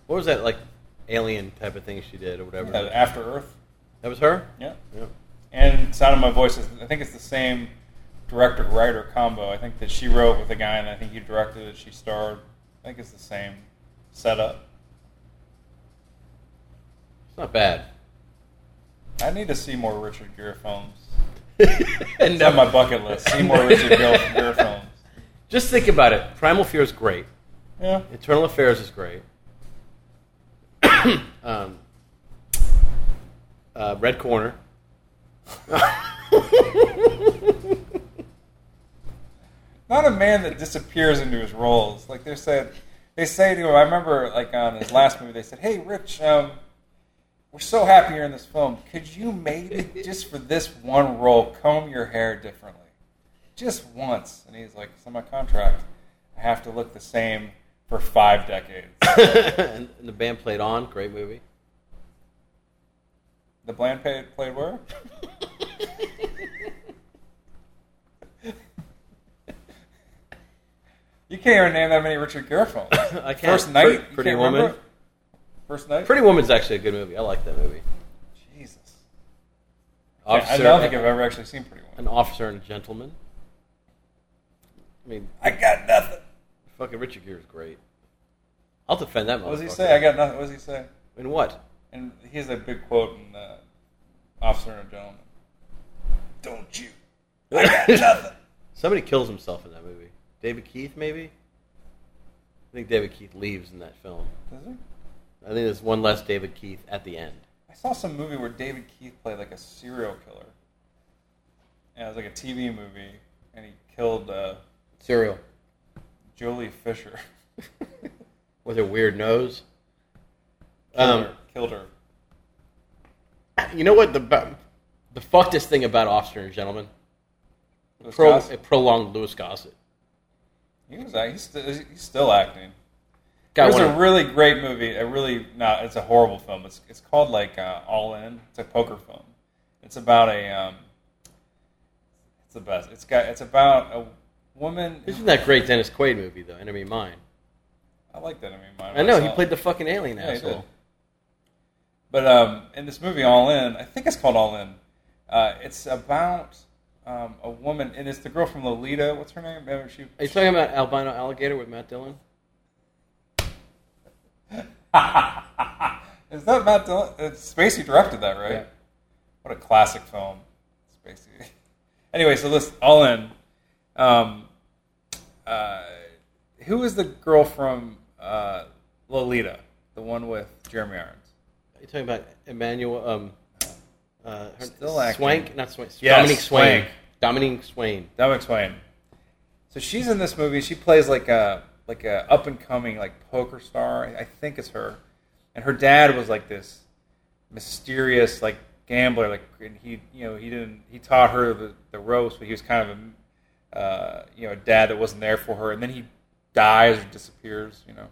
Speaker 2: What was that like alien type of thing she did or whatever?
Speaker 3: After Earth.
Speaker 2: That was her?
Speaker 3: Yeah.
Speaker 2: Yeah.
Speaker 3: And Sound of My Voice is I think it's the same director writer combo. I think that she wrote with a guy and I think he directed it, she starred. I think it's the same setup.
Speaker 2: It's not bad.
Speaker 3: I need to see more Richard Gere films.
Speaker 2: and
Speaker 3: It's on my bucket list. See more Richard Gere Gere films.
Speaker 2: Just think about it. Primal Fear is great.
Speaker 3: Yeah.
Speaker 2: Internal Affairs is great. um, uh, Red Corner.
Speaker 3: not a man that disappears into his roles. Like they said, they say to him. I remember, like on his last movie, they said, "Hey, Rich, um, we're so happy you're in this film. Could you maybe just for this one role comb your hair differently, just once?" And he's like, "It's in my contract. I have to look the same for five decades."
Speaker 2: and, and the band played on. Great movie.
Speaker 3: the bland played played where? You can't even name that many Richard Gere films.
Speaker 2: I can't.
Speaker 3: First night,
Speaker 2: Pretty,
Speaker 3: You
Speaker 2: Pretty
Speaker 3: can't
Speaker 2: Woman.
Speaker 3: remember? First night.
Speaker 2: Pretty Woman's actually a good movie. I like that movie.
Speaker 3: Jesus. I
Speaker 2: Officer,
Speaker 3: don't think I've ever actually seen Pretty
Speaker 2: an
Speaker 3: Woman.
Speaker 2: officer and a gentleman. I mean,
Speaker 3: I got nothing.
Speaker 2: fucking Richard Gere is great. I'll defend that.
Speaker 3: What does he
Speaker 2: motherfucker.
Speaker 3: say? I got nothing. What does he say?
Speaker 2: In what?
Speaker 3: And he has a big quote in uh, Officer and a Gentleman. Don't you? I got nothing.
Speaker 2: Somebody kills himself in that movie. David Keith, maybe. I think David Keith leaves in that film.
Speaker 3: Does he?
Speaker 2: I think there's one less David Keith at the end.
Speaker 3: I saw some movie where David Keith played like a serial killer. And it was like a TV movie, and he killed uh,
Speaker 2: Serial.
Speaker 3: Jolie Fisher.
Speaker 2: With her weird nose.
Speaker 3: Killed
Speaker 2: Um,
Speaker 3: her. Killed her.
Speaker 2: you know what the bu- the fuckedest thing about Officer and Gentleman?
Speaker 3: Louis
Speaker 2: Pro,
Speaker 3: Gossett.
Speaker 2: it prolonged Lewis Gossett.
Speaker 3: He was act- he's, st- he's still acting.
Speaker 2: Got
Speaker 3: There's
Speaker 2: one.
Speaker 3: a really great movie. A really no, it's a horrible film. It's it's called like uh, All In. It's a poker film. It's about a um, it's the best. It's got it's about a woman.
Speaker 2: Isn't that great Dennis Quaid movie though? Enemy Mine.
Speaker 3: I like that. Oh, I mean, mine.
Speaker 2: I know he
Speaker 3: saw it.
Speaker 2: played the fucking alien
Speaker 3: Yeah, he did.
Speaker 2: asshole.
Speaker 3: But um, in this movie, All In, I think it's called All In. Uh, it's about um, a woman, and it's the girl from Lolita. What's her name? Remember she?
Speaker 2: Are you talking about albino alligator with Matt Dillon?
Speaker 3: Is that Matt Dillon? It's Spacey directed that, right?
Speaker 2: Yeah.
Speaker 3: What a classic film, Spacey. anyway, so this all in. Um, uh, who is the girl from uh, Lolita? The one with Jeremy Irons.
Speaker 2: Are you talking about Emmanuel? Um, uh, her-
Speaker 3: Still acting.
Speaker 2: Swank, not Swank.
Speaker 3: Yes,
Speaker 2: Dominique Swain.
Speaker 3: Swank.
Speaker 2: Dominique Swain.
Speaker 3: That would explain. So she's in this movie. She plays like a like a up and coming like poker star. I think it's her. And her dad was like this mysterious like gambler. Like, and he, you know, he didn't. He taught her the, the ropes, but he was kind of a, uh, you know, a dad that wasn't there for her. And then he dies or disappears. You know,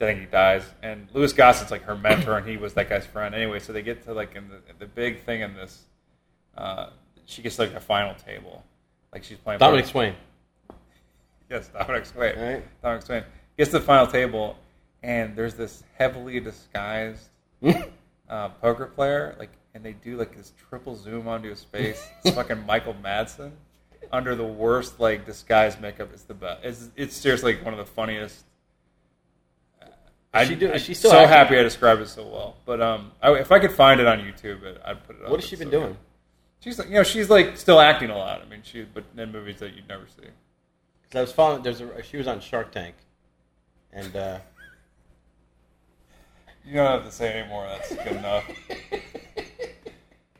Speaker 3: I think he dies. And Louis Goss's like her mentor, and he was that guy's friend. Anyway, so they get to like in the the big thing in this. Uh, she gets like a final table, like she's playing.
Speaker 2: Dominic Swain.
Speaker 3: Yes, Dominic Swain.
Speaker 2: All right.
Speaker 3: Dominic Swain gets to the final table, and there's this heavily disguised uh, poker player, like, and they do like this triple zoom onto his face. It's fucking Michael Madsen under the worst like disguise makeup. It's the best. It's it's seriously like, one of the funniest. I,
Speaker 2: she do-
Speaker 3: I,
Speaker 2: is she still
Speaker 3: so
Speaker 2: acting?
Speaker 3: happy I described it so well, but um, I, if I could find it on YouTube, it, I'd put it. up.
Speaker 2: What has
Speaker 3: It's
Speaker 2: she been
Speaker 3: so
Speaker 2: doing?
Speaker 3: good. She's like, you know, she's like still acting a lot. I mean, she, but in movies that you'd never see.
Speaker 2: 'Cause I was following. There's a. She was on Shark Tank, and uh,
Speaker 3: You don't have to say anymore. That's good enough.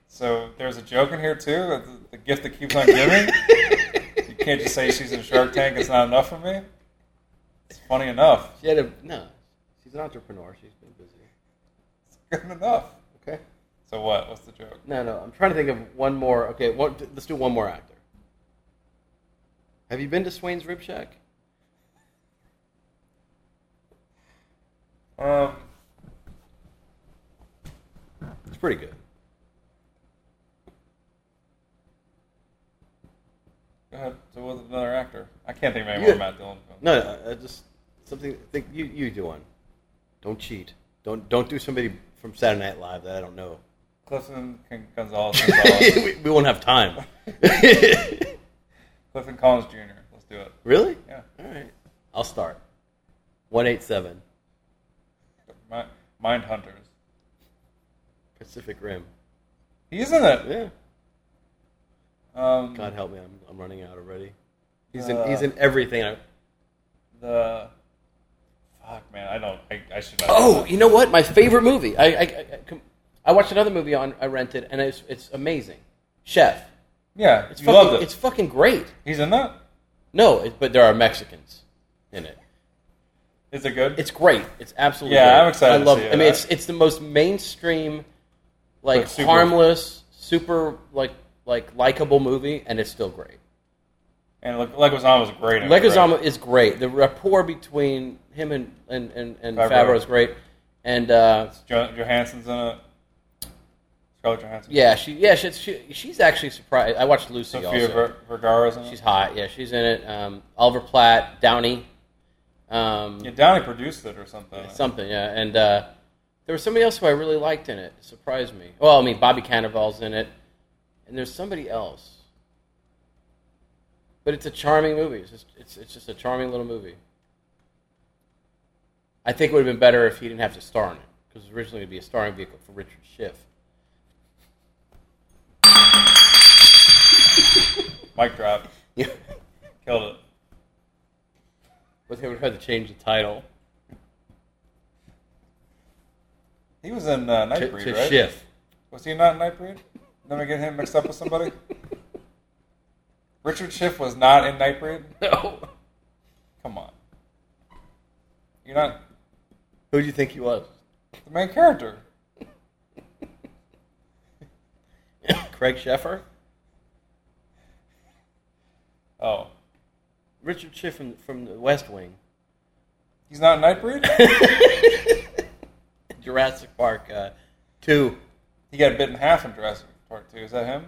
Speaker 3: So there's a joke in here too. That the, the gift that keeps on giving. you can't just say she's in Shark Tank. It's not enough for me. It's funny enough.
Speaker 2: she had a no. She's an entrepreneur. She's been busy.
Speaker 3: It's good enough.
Speaker 2: Okay.
Speaker 3: So what? What's the joke?
Speaker 2: No, no. I'm trying to think of one more. Okay, what, let's do one more actor. Have you been to Swain's Rib Shack?
Speaker 3: Um,
Speaker 2: It's pretty good.
Speaker 3: go ahead. So what's another actor? I can't think of any
Speaker 2: Yeah.
Speaker 3: more Matt Dillon films.
Speaker 2: No, no. I just something. Think you you do one. Don't cheat. Don't don't do somebody from Saturday Night Live that I don't know.
Speaker 3: Clifton King- Gonzalez. Gonzalez.
Speaker 2: we, we won't have time.
Speaker 3: Clifton Collins Jr. Let's do it.
Speaker 2: really?
Speaker 3: Yeah.
Speaker 2: All right. I'll start. One eight seven
Speaker 3: Mi- Mind Hunters.
Speaker 2: Pacific Rim.
Speaker 3: He's in it.
Speaker 2: Yeah.
Speaker 3: Um,
Speaker 2: God help me. I'm I'm running out already. He's in he's
Speaker 3: Uh.
Speaker 2: in everything. I,
Speaker 3: the fuck man i don't i, I should not
Speaker 2: Oh, you know what? My favorite movie. I I, I, I com- I watched another movie on I rented, and it's it's amazing. Chef.
Speaker 3: yeah
Speaker 2: It's
Speaker 3: you
Speaker 2: fucking,
Speaker 3: loved it
Speaker 2: It's fucking great.
Speaker 3: he's in that
Speaker 2: No, it, but there are Mexicans in it.
Speaker 3: is it good
Speaker 2: It's great. It's absolutely.
Speaker 3: Yeah,
Speaker 2: great.
Speaker 3: I'm excited
Speaker 2: I
Speaker 3: to
Speaker 2: love.
Speaker 3: see
Speaker 2: it.
Speaker 3: it.
Speaker 2: I mean, it's it's the most mainstream, like
Speaker 3: But super-
Speaker 2: harmless, super like like likable movie, and it's still great.
Speaker 3: and Le- leguizamo was great in it,
Speaker 2: Leguizamo
Speaker 3: right?
Speaker 2: is great. The rapport between him and and and, and
Speaker 3: Favreau.
Speaker 2: Favreau is great, and uh,
Speaker 3: jo- johansson's in it scarlett johansson
Speaker 2: yeah, she yeah she, she she's actually surprised. I watched Lucy
Speaker 3: sophia
Speaker 2: also.
Speaker 3: Ver- vergara's in it
Speaker 2: She's hot. Yeah, she's in it. Um, Oliver Platt, Downey, um,
Speaker 3: yeah downey produced it or something
Speaker 2: something. Yeah, and uh, there was somebody else who I really liked in it. It surprised me. Well, I mean, Bobby Cannavale's in it, and there's somebody else. But it's a charming movie. It's just, it's, it's just a charming little movie. I think it would have been better if he didn't have to star in it because originally it would be a starring vehicle for Richard Schiff.
Speaker 3: mic drop
Speaker 2: Yeah.
Speaker 3: killed it
Speaker 2: but they would have had to change the title
Speaker 3: he was in uh,
Speaker 2: to,
Speaker 3: nightbreed
Speaker 2: to
Speaker 3: right
Speaker 2: Schiff.
Speaker 3: was he not in nightbreed Did i get him mixed up with somebody richard schiff was not in nightbreed
Speaker 2: No.
Speaker 3: come on you're not
Speaker 2: Who do you think he was?
Speaker 3: the main character
Speaker 2: Craig Sheffer?
Speaker 3: oh
Speaker 2: Richard Schiff from, from the West Wing,
Speaker 3: He's not a Nightbreed?
Speaker 2: Jurassic Park uh, Two.
Speaker 3: he got bit in half in Jurassic Park 2. Is that him?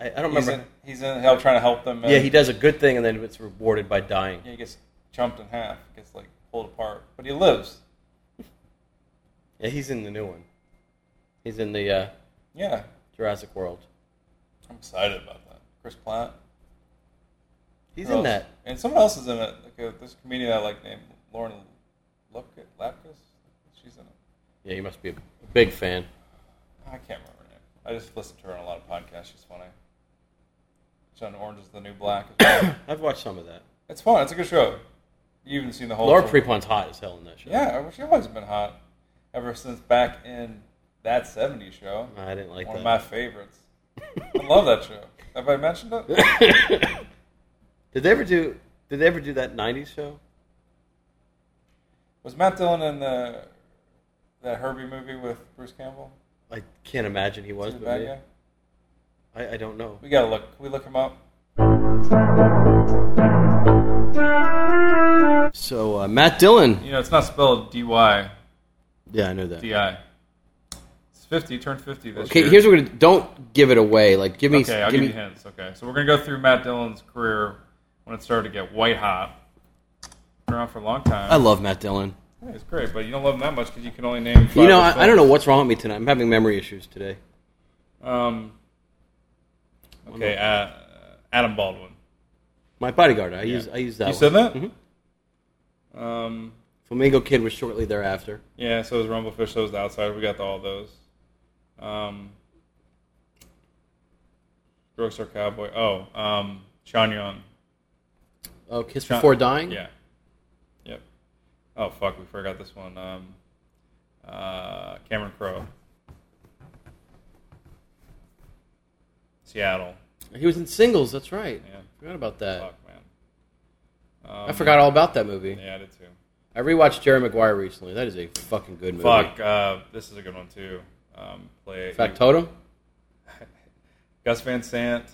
Speaker 2: I, I don't
Speaker 3: He's
Speaker 2: remember.
Speaker 3: in, he's in hell trying to help them. And
Speaker 2: yeah, he does a good thing and then it's rewarded by dying.
Speaker 3: He gets chumped in half, gets like pulled apart. But he lives.
Speaker 2: Yeah, he's in the new one. He's in the uh,
Speaker 3: Yeah.
Speaker 2: Jurassic World.
Speaker 3: I'm excited about that. Chris Platt.
Speaker 2: He's
Speaker 3: Who
Speaker 2: in
Speaker 3: else?
Speaker 2: that.
Speaker 3: And someone else is in it. Like a, this comedian I like named Lauren Lapkus. Lapkus? She's in it.
Speaker 2: Yeah, you must be a big fan.
Speaker 3: I can't remember her name. I just listen to her on a lot of podcasts. She's funny. She's on Orange is the New Black. as well.
Speaker 2: I've watched some of that.
Speaker 3: it's fun. It's a good show. You haven't seen the whole
Speaker 2: Laura
Speaker 3: show.
Speaker 2: Prepon's hot as hell in that show.
Speaker 3: Yeah, well, she always been hot ever since back in that 70s show.
Speaker 2: I didn't like
Speaker 3: One of my
Speaker 2: that.
Speaker 3: favorites. I love that show. Have I mentioned it?
Speaker 2: Did they ever do? Did they ever do that '90s show?
Speaker 3: Was Matt Dillon in the that Herbie movie with Bruce Campbell?
Speaker 5: I can't imagine he was,
Speaker 3: The
Speaker 5: but
Speaker 3: bad
Speaker 5: maybe-
Speaker 3: guy?
Speaker 5: I, I don't know.
Speaker 3: We gotta look. Can we look him up?
Speaker 5: So uh, Matt Dillon.
Speaker 3: You know, it's not spelled D Y
Speaker 5: Yeah, I know that.
Speaker 3: D I. It's fifty. Turned fifty this
Speaker 2: Okay,
Speaker 3: year.
Speaker 2: here's what we're gonna. Don't give it away. Like, give me.
Speaker 3: okay, I'll
Speaker 2: give
Speaker 3: give
Speaker 2: me.
Speaker 3: you hints. Okay, so we're gonna go through Matt Dillon's career when it started to get white hot. Been around for a long time.
Speaker 2: I love Matt Dillon.
Speaker 3: Yeah, it's great, but you don't love him that much because you can only name. Five
Speaker 2: You know,
Speaker 3: or
Speaker 2: I,
Speaker 3: six.
Speaker 2: I don't know what's wrong with me tonight. I'm having memory issues today.
Speaker 3: Um, okay, uh, Adam Baldwin.
Speaker 2: My bodyguard. I use. I use that. Mm-hmm.
Speaker 3: You
Speaker 2: one.
Speaker 3: said that. Um,
Speaker 2: Flamingo Kid was shortly thereafter.
Speaker 3: yeah. So it was Rumblefish. So it was the outside. We got all those. Um, Rockstar Cowboy. Oh, um, Sean Young.
Speaker 2: Oh, Kiss
Speaker 3: Sean-
Speaker 2: Before Dying.
Speaker 3: Yeah. Yep. Oh fuck, we forgot this one. Um, uh, Cameron Crowe. Seattle.
Speaker 2: He was in singles. That's right.
Speaker 3: Yeah.
Speaker 2: Forgot about that.
Speaker 3: Fuck man. Um,
Speaker 2: Uh, I forgot all about that movie.
Speaker 3: Yeah, I did too.
Speaker 2: I rewatched Jerry Maguire recently. That is a fucking good movie.
Speaker 3: Fuck. Uh, this is a good one too. Um, play
Speaker 2: Factotum?
Speaker 3: Gus Van Sant.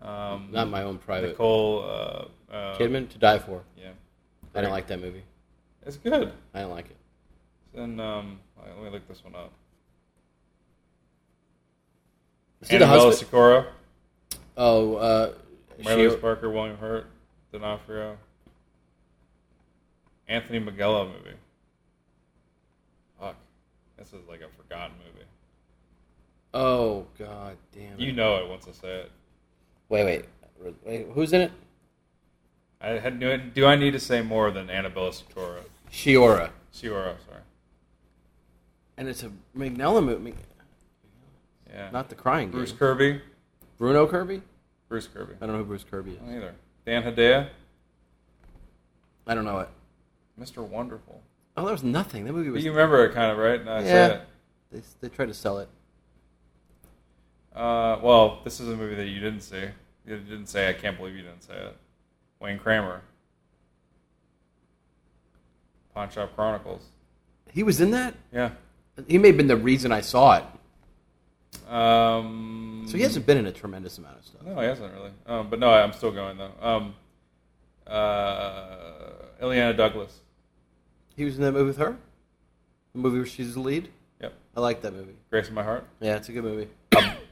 Speaker 3: Um,
Speaker 2: Not my own private.
Speaker 3: Nicole uh, uh,
Speaker 2: Kidman to die for.
Speaker 3: Yeah,
Speaker 2: I didn't like that movie.
Speaker 3: it's good.
Speaker 2: I didn't like it.
Speaker 3: And um, all right, let me look this one up.
Speaker 2: Is he the
Speaker 3: Annabella
Speaker 2: husband?
Speaker 3: Socorro,
Speaker 2: Oh, uh,
Speaker 3: Mary Louise
Speaker 2: she-
Speaker 3: Parker, William Hurt, D'Onofrio, Anthony Magello movie. Fuck, this is like a forgotten movie.
Speaker 2: oh god damn. It.
Speaker 3: You know it once I say it.
Speaker 2: Wait, wait, wait. Who's in it?
Speaker 3: I had knew it. Do I need to say more than Annabella Socorro?
Speaker 2: Shiora.
Speaker 3: Socorro, sorry.
Speaker 2: And it's a Magnella movie.
Speaker 3: Yeah.
Speaker 2: Not the crying
Speaker 3: Bruce
Speaker 2: game.
Speaker 3: Kirby.
Speaker 2: Bruno Kirby?
Speaker 3: Bruce Kirby.
Speaker 2: I don't know who Bruce Kirby is.
Speaker 3: Not either. Dan Hedaya.
Speaker 2: I don't know it.
Speaker 3: Mr. Wonderful.
Speaker 2: Oh, there was nothing. That movie
Speaker 3: But
Speaker 2: was.
Speaker 3: you remember it kind of, right? No, I
Speaker 2: Yeah.
Speaker 3: said
Speaker 2: They, they tried to sell it.
Speaker 3: it. Uh, well, this is a movie that you didn't see. You didn't say. I can't believe you didn't say it. Wayne Kramer. Pawn Shop Chronicles.
Speaker 2: He was in that.
Speaker 3: Yeah.
Speaker 2: He may have been the reason I saw it.
Speaker 3: Um,
Speaker 2: So he hasn't been in a tremendous amount of stuff.
Speaker 3: No, he hasn't really. Um, but no, I'm still going though. Um, uh, Ileana Douglas.
Speaker 2: He was in that movie with her. The movie where she's the lead.
Speaker 3: Yep.
Speaker 2: I like that movie.
Speaker 3: Grace of My Heart.
Speaker 2: Yeah, it's a good movie.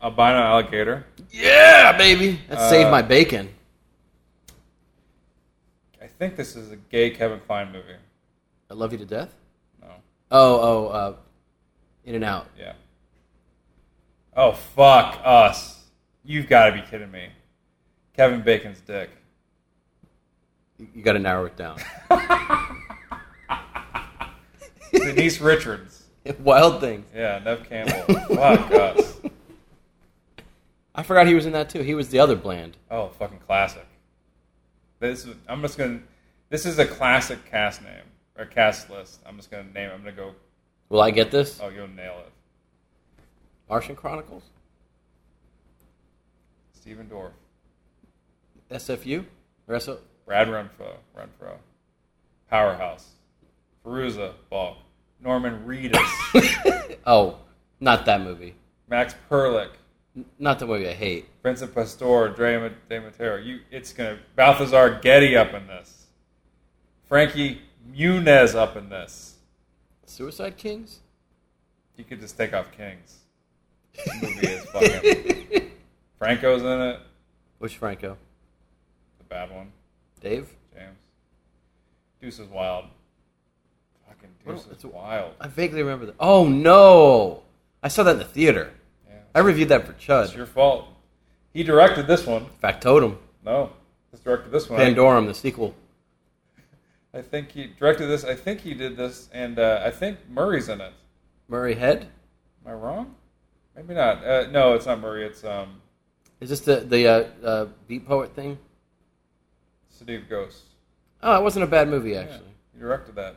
Speaker 3: Albino Alligator.
Speaker 2: Yeah, baby. That saved
Speaker 3: Uh,
Speaker 2: my bacon.
Speaker 3: I think this is a gay Kevin Kline movie.
Speaker 2: I love you to death.
Speaker 3: No.
Speaker 2: Oh, oh, uh, In and Out.
Speaker 3: Yeah. Oh fuck us! You've got to be kidding me. Kevin Bacon's dick.
Speaker 2: You, got to narrow it down.
Speaker 3: Denise Richards.
Speaker 2: Wild Things.
Speaker 3: Yeah, Nev Campbell. fuck us.
Speaker 2: I forgot he was in that too. He was the other Bland.
Speaker 3: Oh, fucking classic. This is- I'm just gonna. This is a classic cast name or cast list. I'm just gonna name. I'm gonna go.
Speaker 2: Will I get this?
Speaker 3: Oh, you'll nail it.
Speaker 2: Martian Chronicles.
Speaker 3: Stephen Dorff,
Speaker 2: SFU. Or SO.
Speaker 3: Brad Renfro, Renfro, Powerhouse, Feruza Balk, Norman Reedus,
Speaker 2: Oh, not that movie.
Speaker 3: Max Perlick,
Speaker 2: N- Not the movie I hate.
Speaker 3: Vincent Pastor, Dre De Mateo. You, it's gonna Balthazar Getty up in this. Frankie Muniz up in this.
Speaker 2: Suicide Kings.
Speaker 3: You could just take off Kings. This movie is fucking. Franco's in it.
Speaker 2: Which Franco?
Speaker 3: The bad one,
Speaker 2: Dave.
Speaker 3: James. Deuce is wild. Fucking Deuce
Speaker 2: What-
Speaker 3: is wild.
Speaker 2: I vaguely remember that. Oh no! I saw that in the theater. I
Speaker 3: Yeah.
Speaker 2: reviewed that for
Speaker 3: It's
Speaker 2: Chud.
Speaker 3: your fault. He directed this one.
Speaker 2: Factotum.
Speaker 3: No, just directed this one.
Speaker 2: Pandorum, the sequel.
Speaker 3: I think he directed this. I think he did this, and uh, I think Murray's in it.
Speaker 2: Murray Head.
Speaker 3: Am I wrong? Maybe not. Uh, no, it's not Murray. It's um,
Speaker 2: Is this the the uh, uh, beat poet thing?
Speaker 3: City of Ghosts.
Speaker 2: Oh, it wasn't a bad movie
Speaker 3: Yeah,
Speaker 2: actually.
Speaker 3: he directed that.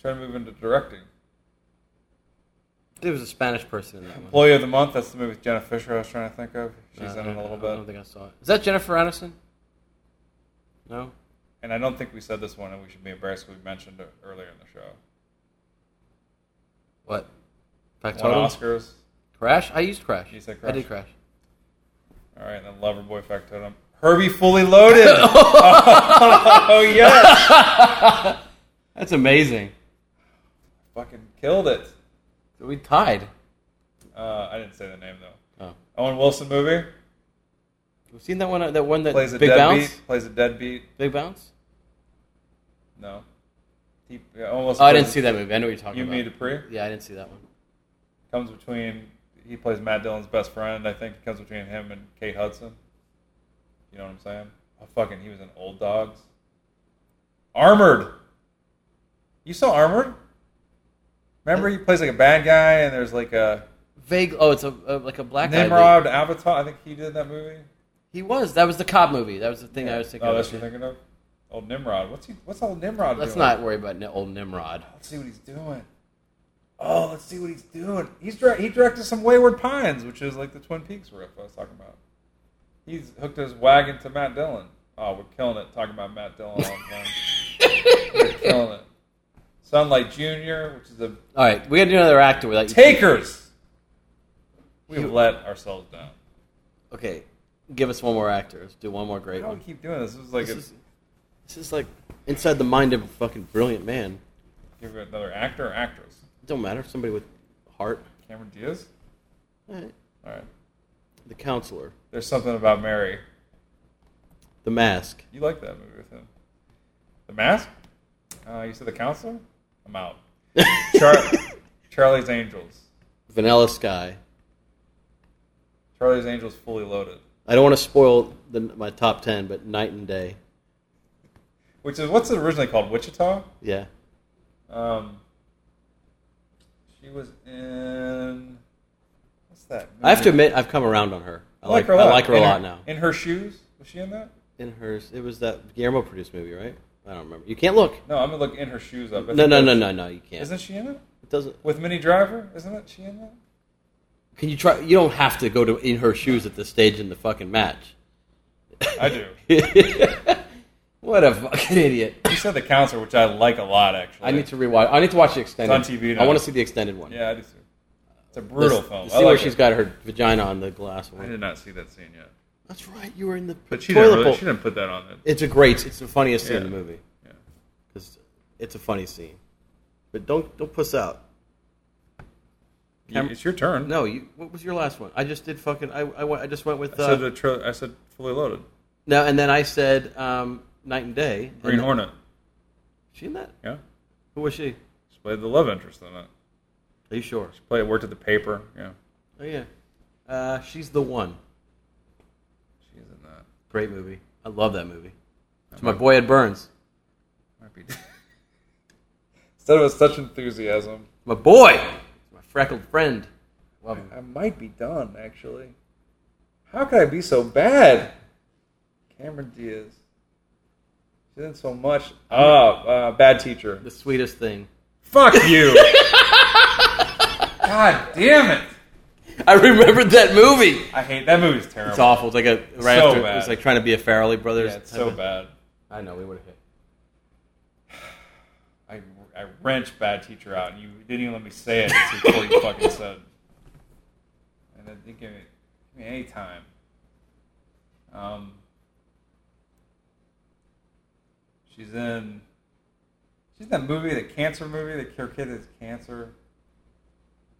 Speaker 3: Trying to move into directing.
Speaker 2: There was a Spanish person in that one.
Speaker 3: Employee of the Month. That's the movie with Jenna Fisher. I was trying to think of. She's
Speaker 2: Uh,
Speaker 3: in it a little
Speaker 2: I don't
Speaker 3: bit.
Speaker 2: think I saw it. Is that Jennifer Aniston? No.
Speaker 3: And I don't think we said this one, and we should be embarrassed. We mentioned it earlier in the show.
Speaker 2: What? Pac
Speaker 3: Won
Speaker 2: Totem.
Speaker 3: Oscars.
Speaker 2: Crash? I used Crash.
Speaker 3: You said
Speaker 2: I did Crash.
Speaker 3: All right, and then Loverboy Factotum. Herbie Fully Loaded. oh, yes.
Speaker 2: That's amazing.
Speaker 3: Fucking killed it.
Speaker 2: So we tied.
Speaker 3: Uh, I didn't say the name, though.
Speaker 2: Oh.
Speaker 3: Owen Wilson movie.
Speaker 2: We've seen that one. uh, That one that
Speaker 3: Plays a
Speaker 2: big bounce.
Speaker 3: deadbeat. Plays a deadbeat.
Speaker 2: Big bounce.
Speaker 3: No. He, yeah, Owen Wilson
Speaker 2: Oh, I didn't
Speaker 3: plays
Speaker 2: see that movie. I know what you're talking
Speaker 3: You,
Speaker 2: about.
Speaker 3: me, Dupree.
Speaker 2: Yeah, I didn't see that one.
Speaker 3: Comes between. He plays Matt Dillon's best friend. I think it comes between him and Kate Hudson. You know what I'm saying? Oh, fucking, he was in Old Dogs. Armored. You saw Armored? Remember, he plays like a bad guy, and there's like a
Speaker 2: Vague. Oh, it's a, a like a black guy. that-
Speaker 3: Nimrod Avatar. I think he did that movie.
Speaker 2: He was. That was the Cobb movie. That was the thing I was thinking.
Speaker 3: Oh,
Speaker 2: of.
Speaker 3: that's what you're thinking of. Old Nimrod. What's he? What's old Nimrod?
Speaker 2: Let's
Speaker 3: doing?
Speaker 2: not worry about Ni- old Nimrod.
Speaker 3: Let's see what he's doing. Oh, let's see what he's doing. He's direct, he directed some Wayward Pines, which is like the Twin Peaks riff I was talking about. He's hooked his wagon to Matt Dillon. Oh, we're killing it talking about Matt Dillon. all the time. we're killing it. Sunlight Junior, which is the
Speaker 2: All right, we got to do another actor without you.
Speaker 3: Takers. We have let ourselves down.
Speaker 2: Okay, give us one more actor. Let's do one more great
Speaker 3: How do
Speaker 2: one.
Speaker 3: we keep doing this? This is like
Speaker 2: Mm. This
Speaker 3: a,
Speaker 2: is, this is like inside the mind of a fucking brilliant man.
Speaker 3: give it another actor or actress.
Speaker 2: It don't matter. Somebody with heart.
Speaker 3: Cameron Diaz.
Speaker 2: All right.
Speaker 3: All right.
Speaker 2: The counselor.
Speaker 3: There's something about Mary.
Speaker 2: The mask.
Speaker 3: You like that movie with him. The Mask? Uh, you said The Counselor? I'm out. Char- Charlie's Angels.
Speaker 2: Vanilla Sky.
Speaker 3: Charlie's Angels Fully Loaded.
Speaker 2: I don't want to spoil the, my top ten, but Night and Day.
Speaker 3: Which is, what's it originally called? Wichita?
Speaker 2: Yeah.
Speaker 3: Um, she was in. What's that?
Speaker 2: I have to
Speaker 3: movie?
Speaker 2: admit, I've come around on her. I,
Speaker 3: I
Speaker 2: like, I like her a
Speaker 3: In
Speaker 2: lot now.
Speaker 3: In her shoes? Was she in that?
Speaker 2: In hers, it was that Guillermo produced movie, right? I don't remember. You can't look.
Speaker 3: No, I'm going to look in her shoes up. I
Speaker 2: No,
Speaker 3: think
Speaker 2: no, no,
Speaker 3: that's-
Speaker 2: no, no. You can't.
Speaker 3: Isn't she in it?
Speaker 2: It doesn't.
Speaker 3: With Minnie Driver? Isn't it? She in that?
Speaker 2: Can you try? You don't have to go to in her shoes at this stage in the fucking match.
Speaker 3: I do.
Speaker 2: What a fucking idiot!
Speaker 3: You said The Counselor, which I like a lot, actually.
Speaker 2: I need to rewatch. I need to watch the extended.
Speaker 3: It's on TV now.
Speaker 2: I want to see the extended one.
Speaker 3: Yeah, I do too. It's a brutal
Speaker 2: Let's-
Speaker 3: film.
Speaker 2: let's
Speaker 3: I
Speaker 2: See where
Speaker 3: like
Speaker 2: she's
Speaker 3: it.
Speaker 2: got her vagina on the glass
Speaker 3: I
Speaker 2: one.
Speaker 3: did not see that scene yet.
Speaker 2: That's right. You were in the
Speaker 3: But she
Speaker 2: toilet
Speaker 3: didn't, really,
Speaker 2: bowl.
Speaker 3: she didn't put that on it.
Speaker 2: It's a great. It's the funniest scene in
Speaker 3: Yeah.
Speaker 2: the movie
Speaker 3: Yeah.
Speaker 2: because it's a funny scene. But don't don't puss out. Cam-
Speaker 3: it's your turn.
Speaker 2: No, you. What was your last one? I just did fucking. I I, went- I just went with
Speaker 3: I said,
Speaker 2: uh,
Speaker 3: the tro- I said fully loaded.
Speaker 2: no, and then I said um, night and day.
Speaker 3: Green
Speaker 2: and
Speaker 3: Hornet.
Speaker 2: She in that?
Speaker 3: Yeah.
Speaker 2: Who was she?
Speaker 3: She played the love interest in it.
Speaker 2: Are you sure?
Speaker 3: She played, worked at the paper. Yeah.
Speaker 2: Oh yeah, uh, she's the one.
Speaker 3: She's in that.
Speaker 2: Great movie. I love that movie. It's my boy Ed Burns.
Speaker 3: Might be. Instead of such enthusiasm,
Speaker 2: My boy. It's my freckled friend. Love him.
Speaker 3: I might be done, actually. How could I be so bad? Cameron Diaz. She's in so much. Oh, uh, bad teacher.
Speaker 2: The sweetest thing.
Speaker 3: Fuck you. God damn it.
Speaker 2: I remembered that movie.
Speaker 3: I hate that movie's terrible.
Speaker 2: It's awful. It's like a right
Speaker 3: So
Speaker 2: after.
Speaker 3: bad.
Speaker 2: It's like trying to be a Farrelly Brothers.
Speaker 3: Yeah, it's
Speaker 2: type
Speaker 3: so
Speaker 2: of-
Speaker 3: bad.
Speaker 2: I know we would have hit.
Speaker 3: I, I wrenched bad teacher out, and you didn't even let me say it before you fucking said. And it didn't give me, give me any time. Um, she's in. She's in that movie, the cancer movie, the cure kid is cancer.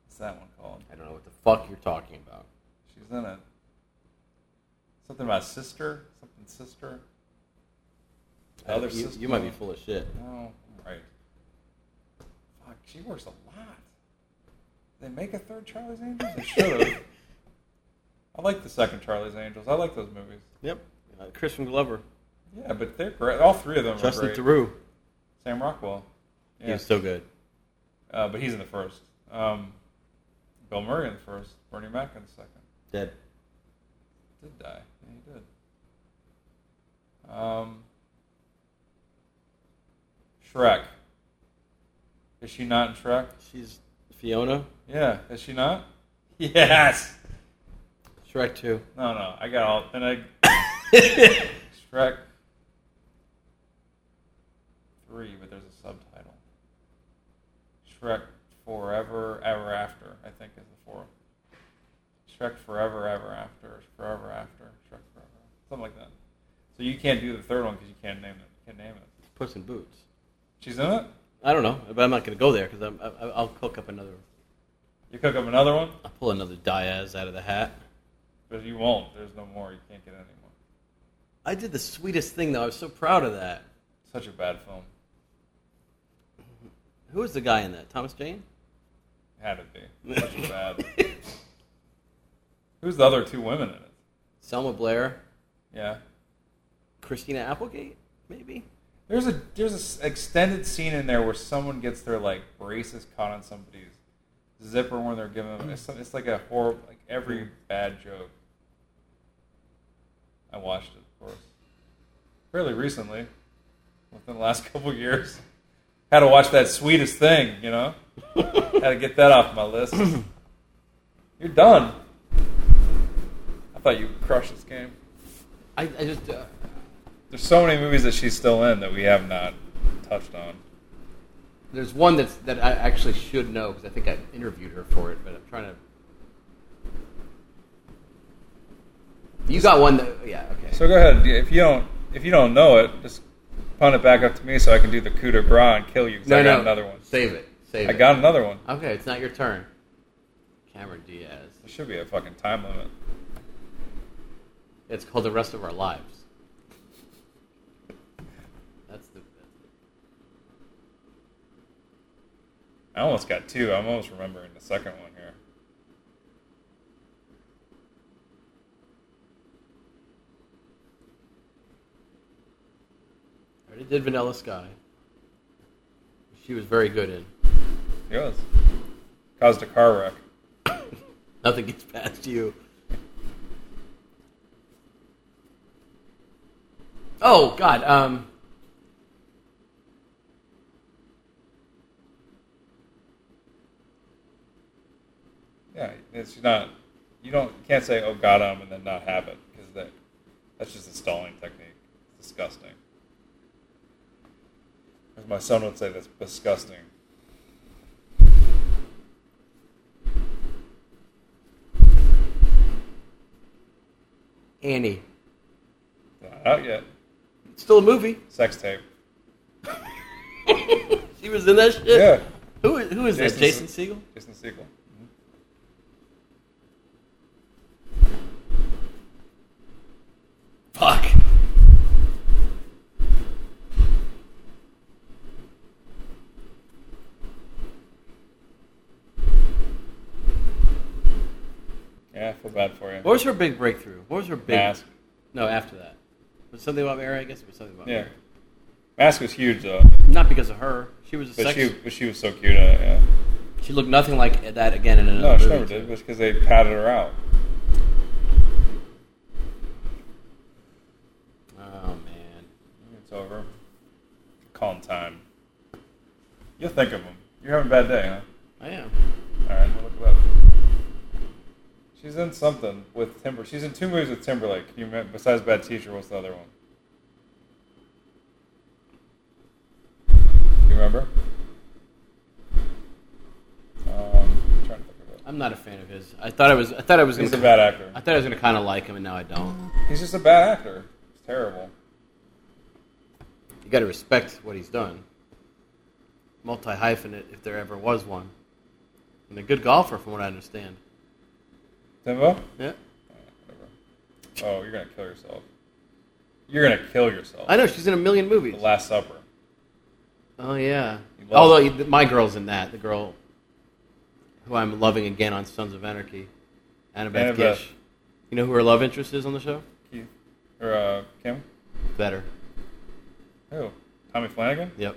Speaker 3: What's that one called?
Speaker 2: I don't know what the fuck you're talking about.
Speaker 3: She's in it. Something about sister, something sister. The
Speaker 2: I-
Speaker 3: other
Speaker 2: you,
Speaker 3: sister.
Speaker 2: you might be full of shit.
Speaker 3: No, I'm right. Fuck, she works a lot. They make a third Charlie's Angels. They should have. I like the second Charlie's Angels. I like those movies.
Speaker 2: Yep. Uh, Christian Glover,
Speaker 3: Yeah, but they're great. All three of them
Speaker 2: Justin
Speaker 3: are great.
Speaker 2: Theroux.
Speaker 3: Sam Rockwell.
Speaker 2: He
Speaker 3: Yeah,
Speaker 2: was so good.
Speaker 3: uh, but he's in the first. Um, Bill Murray in the first. Bernie Mac in the second.
Speaker 2: Dead.
Speaker 3: Did die. Yeah, he did. Um, Shrek. Is she not in Shrek?
Speaker 2: She's Fiona.
Speaker 3: Yeah, is she not? Yes.
Speaker 2: Shrek Two.
Speaker 3: No, no, I got all. Then I Shrek three, but there's a subtitle. Shrek Forever Ever After, I think is the fourth. Shrek Forever Ever After, or Forever After, Shrek Forever, something like that. So you can't do the third one because you can't name it. Can't name it.
Speaker 2: Puss in Boots.
Speaker 3: She's in it.
Speaker 2: I don't know, but I'm not going to go there because I'm, I, I'll cook up another.
Speaker 3: You cook up another one,
Speaker 2: I'll pull another Diaz out of the hat.
Speaker 3: but you won't. There's no more. You can't get any more.
Speaker 2: I did the sweetest thing though. I was so proud of that.
Speaker 3: Such a bad film.
Speaker 2: Who was the guy in that? Thomas Jane?
Speaker 3: Had it be such a bad. Who's the other two women in it?
Speaker 2: Selma Blair,
Speaker 3: Yeah.
Speaker 2: Christina Applegate, maybe.
Speaker 3: There's a there's an extended scene in there where someone gets their like braces caught on somebody's zipper when they're giving them. It's, it's like a horrible like every bad joke. I watched it, of course, fairly recently, within the last couple of years. Had to watch that sweetest thing, you know. Had to get that off my list. You're done. I thought you crushed this game.
Speaker 2: I, I just uh,
Speaker 3: There's so many movies that she's still in that we have not touched on.
Speaker 2: there's one that's that I actually should know because I think I interviewed her for it, but I'm trying to. You got one that yeah okay.
Speaker 3: So go ahead. If you don't, if you don't know it, just punt it back up to me so I can do the coup de grace and kill you. 'cause I got another one.
Speaker 2: Save it. Save
Speaker 3: I
Speaker 2: it.
Speaker 3: got another one.
Speaker 2: Okay, it's not your turn. Cameron Diaz.
Speaker 3: There should be a fucking time limit.
Speaker 2: It's called The Rest of Our Lives. That's the.
Speaker 3: I almost got two. I'm almost remembering the second one here.
Speaker 2: I already did Vanilla Sky. She was very good in.
Speaker 3: It was caused a car wreck.
Speaker 2: Nothing gets past you. Oh God. Um.
Speaker 3: Yeah, it's not. You don't you can't say "Oh God, um" and then not have it because that that's just a stalling technique. It's disgusting. As my son would say, that's disgusting.
Speaker 2: Annie.
Speaker 3: Not out yet.
Speaker 2: It's still a movie.
Speaker 3: Sex tape.
Speaker 2: She was in that shit.
Speaker 3: Yeah.
Speaker 2: Who is, who is that?
Speaker 3: Jason
Speaker 2: Jason
Speaker 3: Se-
Speaker 2: Segel.
Speaker 3: Jason Siegel.
Speaker 2: Fuck.
Speaker 3: Yeah, I feel bad for you.
Speaker 2: What was her big breakthrough? What was her big?
Speaker 3: Mask.
Speaker 2: No, after that. Was something about Mary? I guess it was something about
Speaker 3: Yeah.
Speaker 2: Mary.
Speaker 3: Mask was huge though,
Speaker 2: Not because of her. She was a
Speaker 3: but
Speaker 2: sex.
Speaker 3: she but she was so cute in it. Yeah.
Speaker 2: She looked nothing like that again in another
Speaker 3: No, she
Speaker 2: movie.
Speaker 3: never did. But because they padded her out.
Speaker 2: Oh man,
Speaker 3: It's over. Call him time. You'll think of him. You're having a bad day, huh?
Speaker 2: I am.
Speaker 3: All right, we'll look it up. She's in something with Timber. She's in two movies with Timberlake. You remember, besides Bad Teacher, what's the other one? You remember? Um, I'm trying to think of it.
Speaker 2: I'm not a fan of his. I thought I was. I thought I was
Speaker 3: He's a
Speaker 2: gonna.
Speaker 3: bad actor.
Speaker 2: I thought I was gonna kind of like him, and now I don't.
Speaker 3: He's just a bad actor. It's terrible.
Speaker 2: You got to respect what he's done. Multi hyphenate, if there ever was one, and a good golfer, from what I understand.
Speaker 3: Timbo?
Speaker 2: Yeah,
Speaker 3: Whatever. Oh, you're gonna kill yourself. You're gonna kill yourself.
Speaker 2: I know she's in a million movies.
Speaker 3: The Last Supper.
Speaker 2: Oh yeah.
Speaker 3: You love
Speaker 2: Although
Speaker 3: her.
Speaker 2: th- my girl's in that, the girl who I'm loving again on Sons of Anarchy, Annabeth
Speaker 3: Annabeth.
Speaker 2: Gish. You know who her love interest is on the show?
Speaker 3: Keith or uh, Kim?
Speaker 2: Better.
Speaker 3: Who? Tommy Flanagan?
Speaker 2: Yep.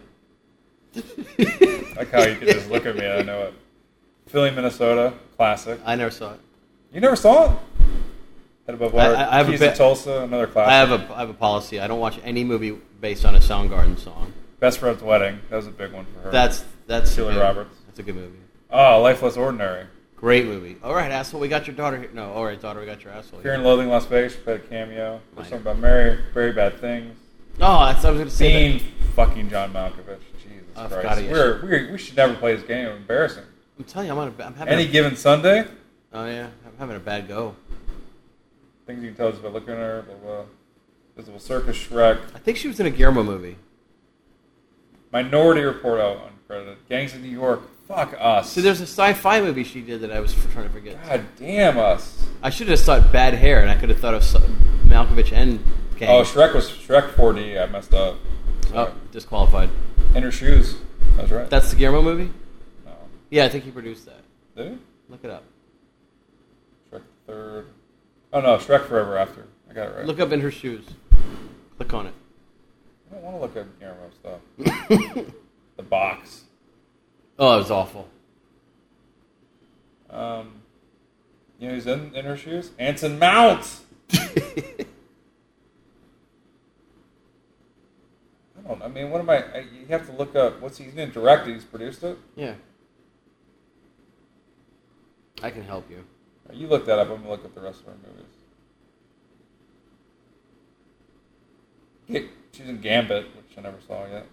Speaker 3: I like how you can just look at me. and I know it. Philly, Minnesota, classic.
Speaker 2: I never saw it.
Speaker 3: You never saw it? Head above water.
Speaker 2: I- I have a
Speaker 3: Keys to
Speaker 2: bit-
Speaker 3: Tulsa, another classic.
Speaker 2: I have a I have a policy. I don't watch any movie based on a Soundgarden song.
Speaker 3: Best Friend's Wedding. That was a big one for her.
Speaker 2: That's that's
Speaker 3: Julia
Speaker 2: good.
Speaker 3: Roberts.
Speaker 2: That's a good movie.
Speaker 3: oh, Life Less Ordinary.
Speaker 2: Great movie. All right, asshole, we got your daughter here. No, all right, daughter, we got your asshole
Speaker 3: Fear
Speaker 2: here.
Speaker 3: and Loathing in Las Vegas. She played a cameo. There's
Speaker 2: Right.
Speaker 3: something about Mary. Very bad things.
Speaker 2: Oh, that's I was gonna say.
Speaker 3: Dean
Speaker 2: That.
Speaker 3: fucking John Malkovich. Jesus
Speaker 2: Oh,
Speaker 3: Christ.
Speaker 2: God, yes.
Speaker 3: We're, we're, we should never play this game. Embarrassing.
Speaker 2: I'm telling you, I'm, on a, ba- I'm having.
Speaker 3: Any
Speaker 2: a,
Speaker 3: given Sunday,
Speaker 2: oh yeah, I'm having a bad go.
Speaker 3: things you can tell just by looking at her. Blah, blah. Visible Circus, Shrek,
Speaker 2: I think she was in a Guillermo movie.
Speaker 3: Minority Report. Oh, uncredited. Gangs of New York. Fuck us.
Speaker 2: See, there's a sci-fi movie she did that I was trying to forget.
Speaker 3: God damn us.
Speaker 2: I should have thought Bad Hair, and I could have thought of so- Malkovich and Gang.
Speaker 3: Oh, Shrek was Shrek 4D. I messed up.
Speaker 2: Oh, disqualified.
Speaker 3: In her shoes. That's right.
Speaker 2: That's the Guillermo movie.
Speaker 3: no.
Speaker 2: Yeah, I think he produced that.
Speaker 3: Did he?
Speaker 2: Look it up.
Speaker 3: Shrek third. Oh no, Shrek Forever After. I got it right.
Speaker 2: Look up in her shoes. Click on it.
Speaker 3: I don't want to look up Guillermo stuff. the box.
Speaker 2: Oh, it was awful.
Speaker 3: Um, you know who's in, in her shoes? Anson Mount. I don't. I mean, what am I, I? You have to look up. What's he's going to direct? it, He's produced it.
Speaker 2: Yeah. I can help you.
Speaker 3: You look that up. I'm gonna look up the rest of her movies. Ga- She's in Gambit, which I never saw yet.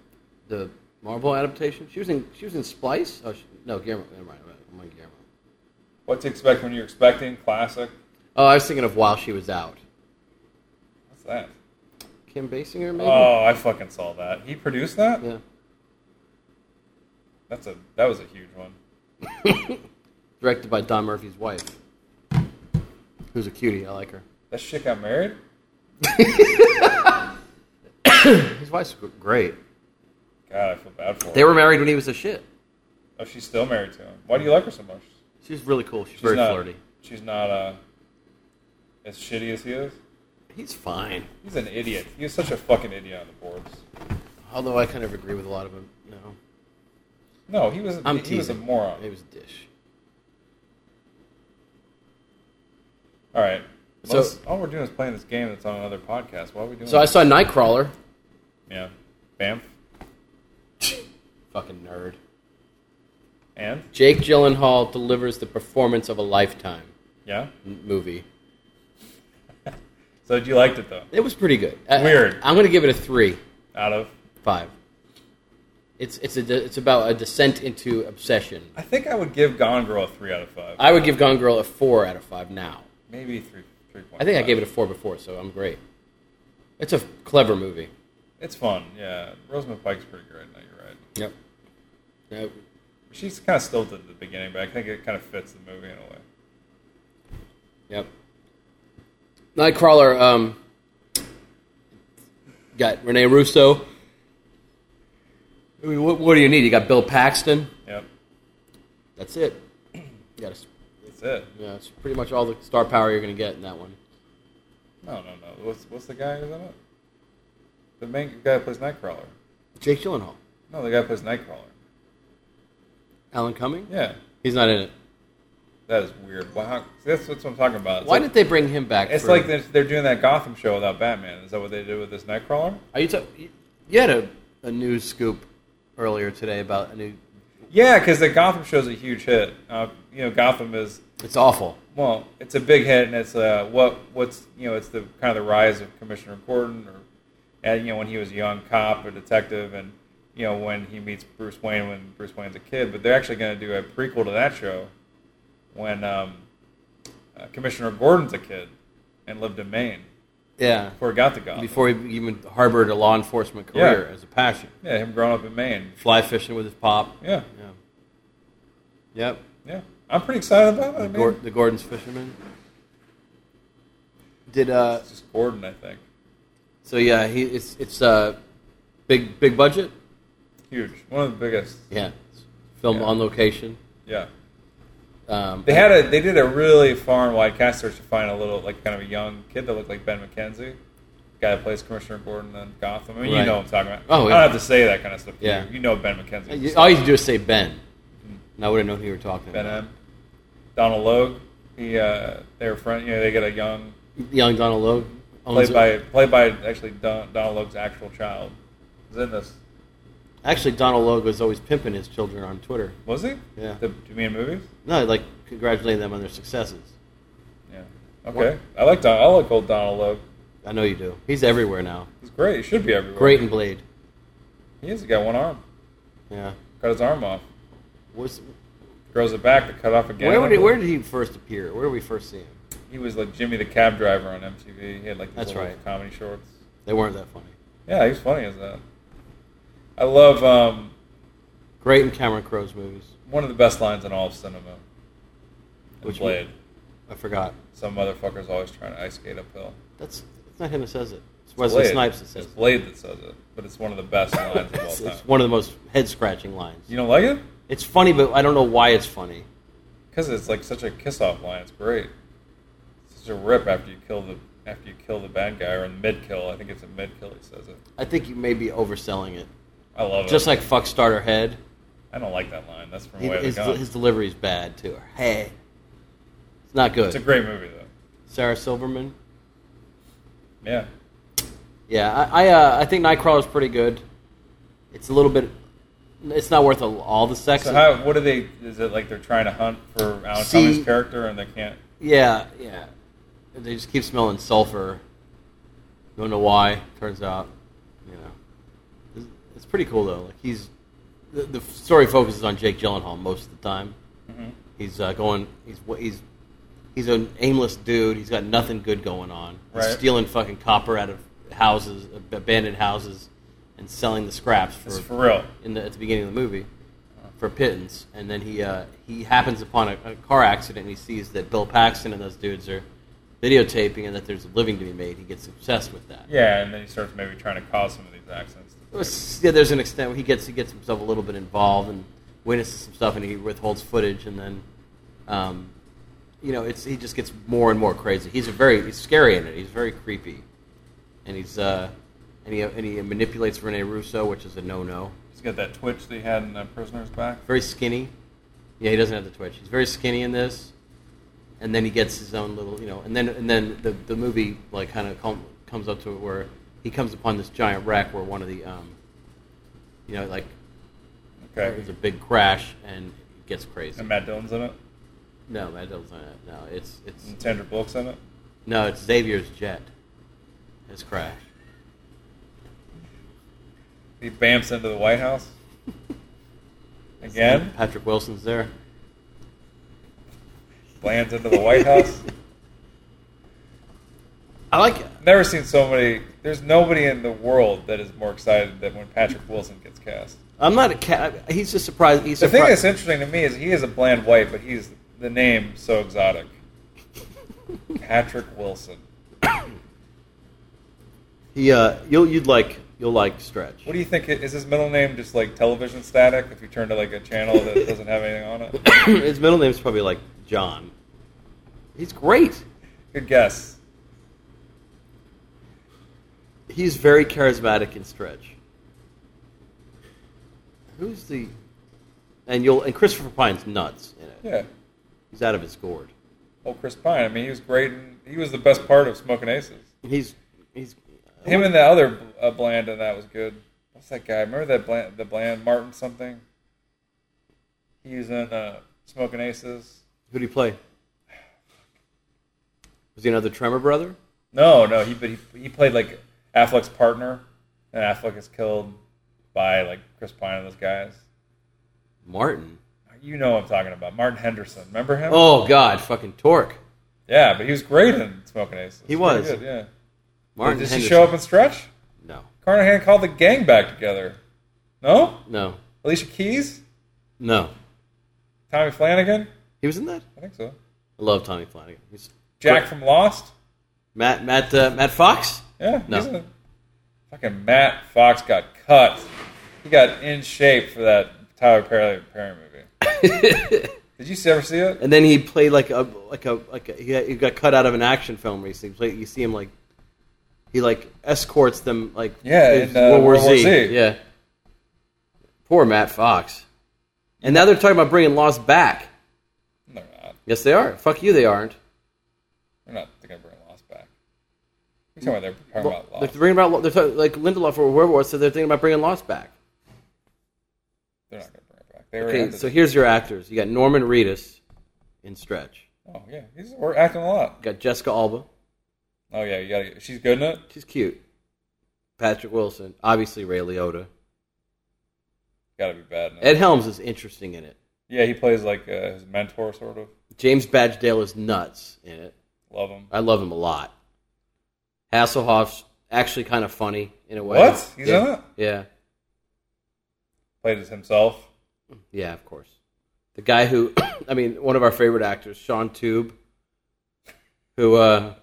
Speaker 2: The Marvel adaptation. She was in. She was in Splice. Oh she, no, Guillermo. Never mind. I'm on Guillermo.
Speaker 3: What to expect when you're expecting classic?
Speaker 2: Oh, I was thinking of While She Was Out.
Speaker 3: What's that?
Speaker 2: Kim Basinger, maybe.
Speaker 3: Oh, I fucking saw that. He produced that.
Speaker 2: Yeah.
Speaker 3: That's a that was a huge one.
Speaker 2: Directed by Don Murphy's wife, who's a cutie. I like her.
Speaker 3: That shit got married.
Speaker 2: His wife's gr- great.
Speaker 3: God, I feel bad for her.
Speaker 2: They were married when he was a shit.
Speaker 3: Oh, she's still married to him. Why do you like her so much?
Speaker 2: She's really cool. She's,
Speaker 3: She's
Speaker 2: very
Speaker 3: not,
Speaker 2: flirty.
Speaker 3: She's not uh, as shitty as he is.
Speaker 2: He's fine.
Speaker 3: He's an idiot. He was such a fucking idiot on the boards.
Speaker 2: Although I kind of agree with a lot of him. No,
Speaker 3: No, he was.
Speaker 2: I'm
Speaker 3: he
Speaker 2: teasing.
Speaker 3: was a moron.
Speaker 2: It was a dish.
Speaker 3: All right.
Speaker 2: So-
Speaker 3: Let's- all we're doing is playing this game that's on another podcast. Why are we doing?
Speaker 2: So I
Speaker 3: this?
Speaker 2: saw Nightcrawler.
Speaker 3: Yeah. Bam.
Speaker 2: Fucking nerd.
Speaker 3: And
Speaker 2: Jake Gyllenhaal delivers the performance of a lifetime
Speaker 3: yeah.
Speaker 2: m- movie.
Speaker 3: So you liked it though?
Speaker 2: It was pretty good. I-
Speaker 3: Weird.
Speaker 2: I, am gonna give it a three,
Speaker 3: Out of.
Speaker 2: five. It's it's a de- it's about a descent into obsession.
Speaker 3: I think I would give Gone Girl a three out of five.
Speaker 2: I would give Gone Girl a four out of five now.
Speaker 3: Maybe three. Three point.
Speaker 2: I think I gave it a four before, so I'm great. It's a clever movie.
Speaker 3: It's fun. Yeah. Rosamund Pike's pretty great. Now you're right.
Speaker 2: Yep. Yep.
Speaker 3: She's kind of stilted at the beginning, but I think it kind of fits the movie in a way.
Speaker 2: Yep. Nightcrawler um, got Rene Russo. I mean, what, what do you need? You got Bill Paxton.
Speaker 3: Yep.
Speaker 2: That's it. You got a,
Speaker 3: That's it.
Speaker 2: yeah, it's pretty much all the star power you're going to get in that one.
Speaker 3: No, no, no. What's what's the guy who's in it? The main guy who plays Nightcrawler.
Speaker 2: Jake Gyllenhaal,
Speaker 3: No, the guy who plays Nightcrawler.
Speaker 2: Alan Cumming.
Speaker 3: Yeah.
Speaker 2: He's not in it.
Speaker 3: That is weird. Wow. That's, that's what I'm talking about. It's
Speaker 2: Why
Speaker 3: like-
Speaker 2: did they bring him back?
Speaker 3: It's
Speaker 2: for-
Speaker 3: like they're, they're doing that Gotham show without Batman. Is that what they did with this Nightcrawler?
Speaker 2: Are you? ta- you- you had a, a news scoop earlier today about a new.
Speaker 3: Yeah, because the Gotham show's a huge hit. Uh, you know, Gotham is
Speaker 2: It's awful.
Speaker 3: well, it's a big hit, and it's uh, what what's you know, it's the kind of the rise of Commissioner Gordon, or and you know when he was a young cop or detective, and you know when he meets Bruce Wayne when Bruce Wayne's a kid. But they're actually going to do a prequel to that show when um, uh, Commissioner Gordon's a kid and lived in Maine
Speaker 2: Yeah.
Speaker 3: before he got to Gotham.
Speaker 2: Before he even harbored a law enforcement career
Speaker 3: Yeah.
Speaker 2: as a passion.
Speaker 3: yeah, him growing up in Maine.
Speaker 2: fly fishing with his pop.
Speaker 3: Yeah,
Speaker 2: Yeah. Yep.
Speaker 3: yeah, I'm pretty excited about it. I
Speaker 2: The,
Speaker 3: mean,
Speaker 2: Gor- the Gordon's fisherman. Did uh?
Speaker 3: It's just Gordon, I think.
Speaker 2: So yeah, he it's it's uh, big big budget.
Speaker 3: Huge. One of the biggest.
Speaker 2: Yeah. It's filmed
Speaker 3: Yeah.
Speaker 2: on location.
Speaker 3: Yeah.
Speaker 2: Um,
Speaker 3: They had a they did a really far and wide cast search to find a little like kind of a young kid that looked like Ben McKenzie. Guy that plays Commissioner Gordon in Gotham. I mean, you
Speaker 2: Right.
Speaker 3: know what I'm talking about.
Speaker 2: Oh,
Speaker 3: I
Speaker 2: yeah.
Speaker 3: don't have to say that kind of stuff. to
Speaker 2: Yeah.
Speaker 3: You, you know Ben McKenzie.
Speaker 2: you- oh, all you had to do is say Ben, and I would have known who you were talking
Speaker 3: ben
Speaker 2: about.
Speaker 3: M. Donald Logue. He uh, they were friend. You know, they get a young
Speaker 2: Young Donald Logue. owns
Speaker 3: played
Speaker 2: a-
Speaker 3: by played by actually Don, Donald Logue's actual child. Was in this.
Speaker 2: Actually, Donald Logue was always pimping his children on Twitter.
Speaker 3: Was he?
Speaker 2: Yeah.
Speaker 3: The, do you mean movies?
Speaker 2: No, like congratulating them on their successes.
Speaker 3: Yeah. Okay. I like Don. I like old Donald Logue.
Speaker 2: I know you do. He's everywhere now.
Speaker 3: He's great. He should be everywhere.
Speaker 2: Great and Blade.
Speaker 3: He has got one arm.
Speaker 2: Yeah.
Speaker 3: Cut his arm off.
Speaker 2: Was
Speaker 3: grows it back to cut off again.
Speaker 2: Where, would he, where did he first appear? Where did we first see him?
Speaker 3: he was like Jimmy the cab driver on MTV? He had like these
Speaker 2: That's
Speaker 3: little
Speaker 2: right.
Speaker 3: comedy shorts.
Speaker 2: They weren't that funny.
Speaker 3: Yeah, he was funny as that. I love um,
Speaker 2: Great in Cameron Crowe's movies.
Speaker 3: one of the best lines in all of cinema. In
Speaker 2: Which
Speaker 3: Blade.
Speaker 2: I forgot.
Speaker 3: Some motherfucker's always trying to ice skate uphill.
Speaker 2: That's, that's not him that says it. It's Wesley
Speaker 3: Blade.
Speaker 2: Snipes that says
Speaker 3: It's
Speaker 2: it.
Speaker 3: Blade that says it, but it's one of the best lines of all
Speaker 2: It's,
Speaker 3: time.
Speaker 2: it's one of the most head scratching lines.
Speaker 3: You don't like it?
Speaker 2: It's funny, but I don't know why it's funny.
Speaker 3: Because it's like such a kiss off line. It's great. It's such a rip after you kill the after you kill the bad guy or in mid kill. I think it's a mid kill. He says it.
Speaker 2: I think you may be overselling it.
Speaker 3: I love
Speaker 2: Just
Speaker 3: it.
Speaker 2: like fuck starter head.
Speaker 3: I don't like that line. That's from
Speaker 2: He-
Speaker 3: Way of the
Speaker 2: his,
Speaker 3: Gun.
Speaker 2: his delivery's bad too. Hey, it's not good.
Speaker 3: It's a great movie though.
Speaker 2: Sarah Silverman.
Speaker 3: Yeah.
Speaker 2: Yeah, I I, uh, I think Nightcrawler's pretty good. It's a little bit. It's not worth a- all the sex.
Speaker 3: So how? What are they? Is it like they're trying to hunt for Alan
Speaker 2: See-
Speaker 3: Cumming's character and they can't?
Speaker 2: yeah, yeah. They just keep smelling sulfur. Don't know why. Turns out, you know, it's, it's pretty cool though. Like he's the, the story focuses on Jake Gyllenhaal most of the time.
Speaker 3: Mm-hmm.
Speaker 2: He's uh, going. He's wh- he's he's an aimless dude. He's got nothing good going on. He's
Speaker 3: Right.
Speaker 2: stealing fucking copper out of houses, ab- abandoned houses, and selling the scraps for,
Speaker 3: It's for real.
Speaker 2: in the, at the beginning of the movie for pittance. And then he uh, he happens upon a, a car accident and he sees that Bill Paxton and those dudes are videotaping and that there's a living to be made. He gets obsessed with that.
Speaker 3: Yeah, and then he starts maybe trying to cause some of these accidents.
Speaker 2: It was- yeah, there's an extent where he gets he gets himself a little bit involved and witnesses some stuff, and he withholds footage, and then, um, you know, it's he just gets more and more crazy. He's a very he's scary in it. He's very creepy, and he's uh, and he and he manipulates Rene Russo, which is a no no.
Speaker 3: He's got that twitch that he had in uh, Prisoner's Back.
Speaker 2: Very skinny. Yeah, he doesn't have the twitch. He's very skinny in this, and then he gets his own little, you know, and then and then the the movie like kind of com- comes up to it where he comes upon this giant wreck where one of the, um, you know, like
Speaker 3: Okay.
Speaker 2: there's a big crash and it gets crazy.
Speaker 3: And Matt Dillon's in it.
Speaker 2: No, Matt Dillon's not in it. No, it's it's
Speaker 3: And Sandra Bullock's in it.
Speaker 2: no, it's Xavier's jet. His crash.
Speaker 3: He bamps into the White House. Again,
Speaker 2: Patrick Wilson's there.
Speaker 3: lands into the White House.
Speaker 2: I like it.
Speaker 3: Never seen so many. There's nobody in the world that is more excited than when Patrick Wilson gets cast.
Speaker 2: I'm not a cat. He's just surprised. He's
Speaker 3: The thing
Speaker 2: surprised.
Speaker 3: that's interesting to me is he is a bland white, but he's the name so exotic. Patrick Wilson.
Speaker 2: he uh, you'll you'd like you'll like stretch.
Speaker 3: What do you think? Is his middle name just like television static? If you turn to like a channel that doesn't have anything on it,
Speaker 2: His middle name's probably like John. He's great.
Speaker 3: good guess.
Speaker 2: He's very charismatic in Stretch. Who's the and you'll and Christopher Pine's nuts in it.
Speaker 3: Yeah.
Speaker 2: He's out of his gourd.
Speaker 3: Well, Chris Pine. I mean, he was great. And he was the best part of Smoking Aces.
Speaker 2: He's he's
Speaker 3: Him and the other uh, Bland and that was good. What's that guy? Remember that Bland, the Bland Martin something? He's in uh, Smoking Aces.
Speaker 2: who do you play? Was he another Tremor brother?
Speaker 3: No, no, he but he, he played like Affleck's partner, and Affleck is killed by like Chris Pine and those guys.
Speaker 2: Martin.
Speaker 3: You know what I'm talking about. Martin Henderson. Remember him?
Speaker 2: Oh God, fucking Torque.
Speaker 3: Yeah, but he was great in Smoking Aces.
Speaker 2: He
Speaker 3: Pretty
Speaker 2: was.
Speaker 3: Good, yeah.
Speaker 2: Martin.
Speaker 3: Did she
Speaker 2: Henderson.
Speaker 3: show up and stretch?
Speaker 2: No,
Speaker 3: Carnahan called the gang back together. No?
Speaker 2: no,
Speaker 3: Alicia Keys?
Speaker 2: no.
Speaker 3: Tommy Flanagan?
Speaker 2: He was in that.
Speaker 3: I think so.
Speaker 2: I love Tommy Flanagan. He's
Speaker 3: Jack from Lost?
Speaker 2: Matt Matt uh, Matt Fox.
Speaker 3: Yeah.
Speaker 2: No.
Speaker 3: he's in it. Fucking Matt Fox got cut. He got in shape for that Tyler Perry, Perry movie. Did you see- ever see it?
Speaker 2: And then he played like a like a like a, he, he got cut out of an action film recently. He played- you see him like he like escorts them like
Speaker 3: Yeah,
Speaker 2: it's
Speaker 3: in, uh, World War Z.
Speaker 2: Yeah. Poor Matt Fox. And now they're talking about bringing Lost back.
Speaker 3: No, they're not.
Speaker 2: Yes, they are. Fuck you, they aren't.
Speaker 3: They're not going to bring Lost back. You're talking about, they're talking about
Speaker 2: They're
Speaker 3: Lost.
Speaker 2: bringing about they're talking, like Lindelof or whoever it was said they're thinking about bringing Lost back.
Speaker 3: They're not going to bring it back. They already
Speaker 2: Okay,
Speaker 3: ended
Speaker 2: so
Speaker 3: it.
Speaker 2: here's your actors. You got Norman Reedus in Stretch.
Speaker 3: Oh, yeah. He's, we're acting a lot.
Speaker 2: You got Jessica Alba.
Speaker 3: Oh, yeah. You gotta, she's good in it?
Speaker 2: She's cute. Patrick Wilson, obviously Ray Liotta.
Speaker 3: Got to be bad in it.
Speaker 2: Ed Helms is interesting in it.
Speaker 3: Yeah, he plays like uh, his mentor, sort of.
Speaker 2: James Badgedale is nuts in it.
Speaker 3: Love him.
Speaker 2: I love him a lot. Hasselhoff's actually kind of funny in a way.
Speaker 3: What? He's
Speaker 2: yeah.
Speaker 3: in it?
Speaker 2: Yeah.
Speaker 3: Played as himself.
Speaker 2: Yeah, of course. The guy who, I mean, one of our favorite actors, Sean Tube, who uh,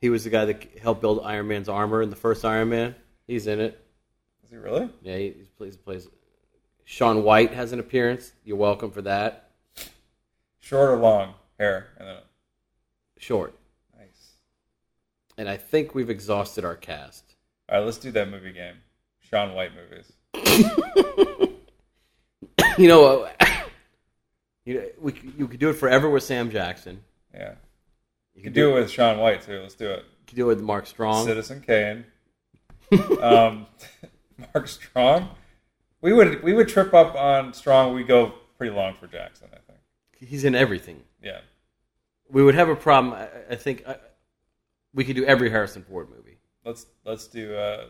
Speaker 2: he was the guy that helped build Iron Man's armor in the first Iron Man. He's in it.
Speaker 3: Is he really?
Speaker 2: Yeah, he, he plays plays. Sean White has an appearance. You're welcome for that.
Speaker 3: Short or long hair? And then
Speaker 2: Short.
Speaker 3: nice.
Speaker 2: And I think we've exhausted our cast.
Speaker 3: All right, let's do that movie game. Sean White movies.
Speaker 2: You know, uh, you know, we c- you could do it forever with Sam Jackson.
Speaker 3: Yeah,
Speaker 2: You
Speaker 3: you can do it with Sean White too. Let's do it.
Speaker 2: You could do it with Mark Strong.
Speaker 3: Citizen Kane. um, Mark Strong. We would we would trip up on Strong. We go pretty long for Jackson. I think.
Speaker 2: He's in everything.
Speaker 3: Yeah.
Speaker 2: We would have a problem. I, I- I think uh we could do every Harrison Ford movie.
Speaker 3: Let's let's do uh,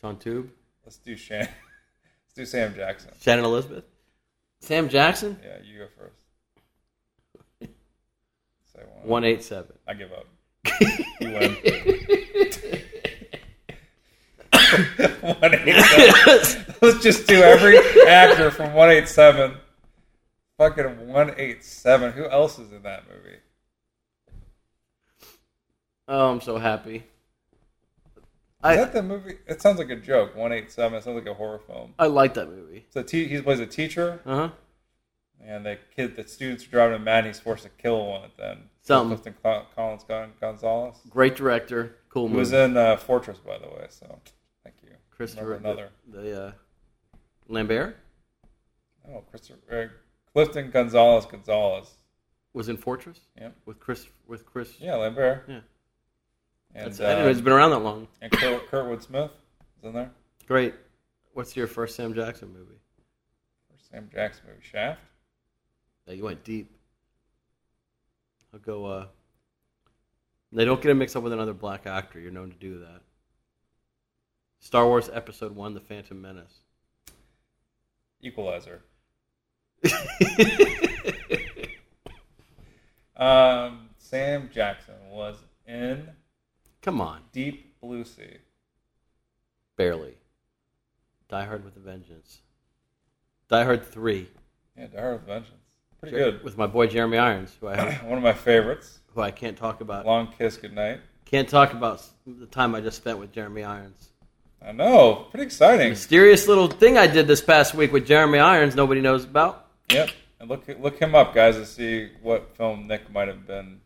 Speaker 2: Sean Tube,
Speaker 3: let's do Shan. let's do Sam Jackson.
Speaker 2: Shannon Elizabeth, Sam Jackson,
Speaker 3: Yeah, you go first. Say one.
Speaker 2: one eight seven.
Speaker 3: I give up. You win. One eight seven. Let's just do every actor from one eight seven. Fucking one eight seven. Who else is in that movie?
Speaker 2: Oh, I'm so happy.
Speaker 3: Is
Speaker 2: I-
Speaker 3: that the movie? It sounds like a joke. One eight seven. It sounds like a horror film.
Speaker 2: I like that movie.
Speaker 3: So te- he plays a teacher,
Speaker 2: Uh huh.
Speaker 3: and the kid, the students are driving him mad. and He's forced to kill one of them.
Speaker 2: Some.
Speaker 3: Clifton Col- Collins Gon- Gonzalez.
Speaker 2: Great director. Cool
Speaker 3: He was
Speaker 2: movie.
Speaker 3: in uh, Fortress, by the way. So thank you,
Speaker 2: Christopher
Speaker 3: Another.
Speaker 2: the uh, Lambert
Speaker 3: Oh, Christopher, uh, Clifton Gonzalez Gonzalez.
Speaker 2: was in Fortress
Speaker 3: Yeah,
Speaker 2: with Chris with Chris.
Speaker 3: yeah, Lambert.
Speaker 2: Yeah.
Speaker 3: and,
Speaker 2: That's,
Speaker 3: uh,
Speaker 2: I didn't know it's been around that long.
Speaker 3: and Kurt, Kurtwood Smith is in there.
Speaker 2: Great. What's your first Sam Jackson movie?
Speaker 3: Sam Jackson movie Shaft.
Speaker 2: Yeah, you went deep. I'll go. uh They don't get him mixed up with another black actor. You're known to do that. Star Wars Episode One: The Phantom Menace.
Speaker 3: Equalizer. um, Sam Jackson was in
Speaker 2: Come on,
Speaker 3: Deep Blue Sea.
Speaker 2: barely. Die Hard with a Vengeance. Die Hard Three.
Speaker 3: Yeah, Die Hard with Vengeance. Pretty
Speaker 2: With my boy Jeremy Irons, who I
Speaker 3: good. One of my favorites.
Speaker 2: who I can't talk about.
Speaker 3: Long Kiss Goodnight.
Speaker 2: Can't talk about the time I just spent with Jeremy Irons.
Speaker 3: I know. Pretty exciting.
Speaker 2: Mysterious little thing I did this past week with Jeremy Irons. Nobody knows about.
Speaker 3: Yep. And look look him up, guys, to see what film Nick might have been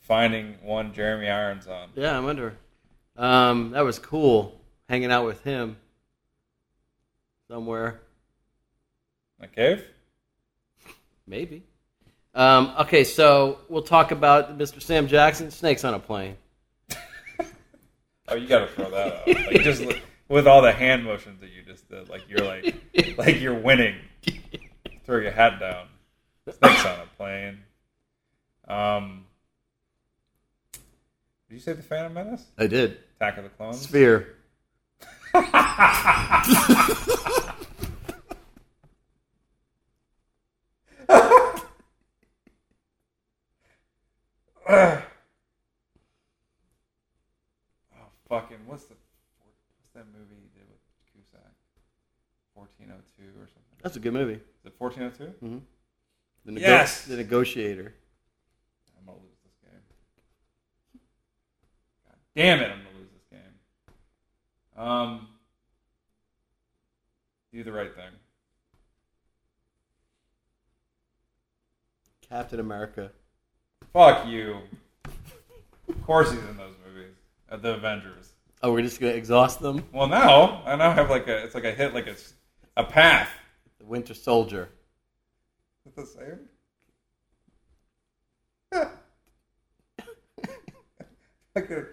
Speaker 3: finding one Jeremy Irons on.
Speaker 2: Yeah, I'm under. Um, that was cool hanging out with him somewhere,
Speaker 3: In a cave?
Speaker 2: maybe. Um, okay, so we'll talk about Mr. Sam Jackson, Snakes on a Plane.
Speaker 3: Oh, you gotta throw that out. Like just li- with all the hand motions that you just did, like you're like like you're winning. Throw your hat down. Snakes on a plane. Um Did you say the Phantom Menace?
Speaker 2: I did.
Speaker 3: Attack of the Clones?
Speaker 2: Sphere.
Speaker 3: Fucking what's the what's that movie he did with Cusack? Fourteen oh two or something.
Speaker 2: That's a good movie.
Speaker 3: Is it fourteen oh two?
Speaker 2: The nego-
Speaker 3: Yes!
Speaker 2: The Negotiator.
Speaker 3: I'm gonna lose this game. God damn it, I'm gonna lose this game. Um, do the right thing.
Speaker 2: Captain America.
Speaker 3: Fuck you. of course he's in those movies. Uh, the Avengers.
Speaker 2: Oh, we're just going to exhaust them?
Speaker 3: Well, now I now have like a it's like a hit like a s- a path.
Speaker 2: The Winter Soldier.
Speaker 3: Is it the same? like a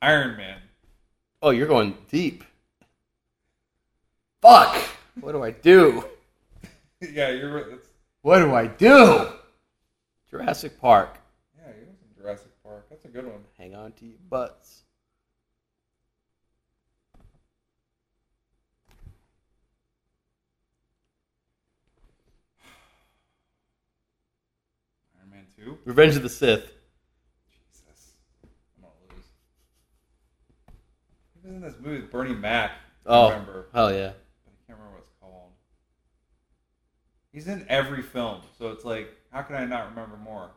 Speaker 3: Iron Man.
Speaker 2: Oh, you're going deep. Fuck! What do I do?
Speaker 3: yeah, you're. right, It's,
Speaker 2: What do I do? Jurassic Park.
Speaker 3: yeah, you're in Jurassic Park. That's a good one.
Speaker 2: Hang on to your butts.
Speaker 3: Two.
Speaker 2: Revenge of the Sith.
Speaker 3: Jesus, I'm gonna lose. He was in this movie with Bernie Mac.
Speaker 2: Oh,
Speaker 3: I remember, but
Speaker 2: hell yeah.
Speaker 3: I can't remember what it's called. He's in every film, so it's like, how can I not remember more?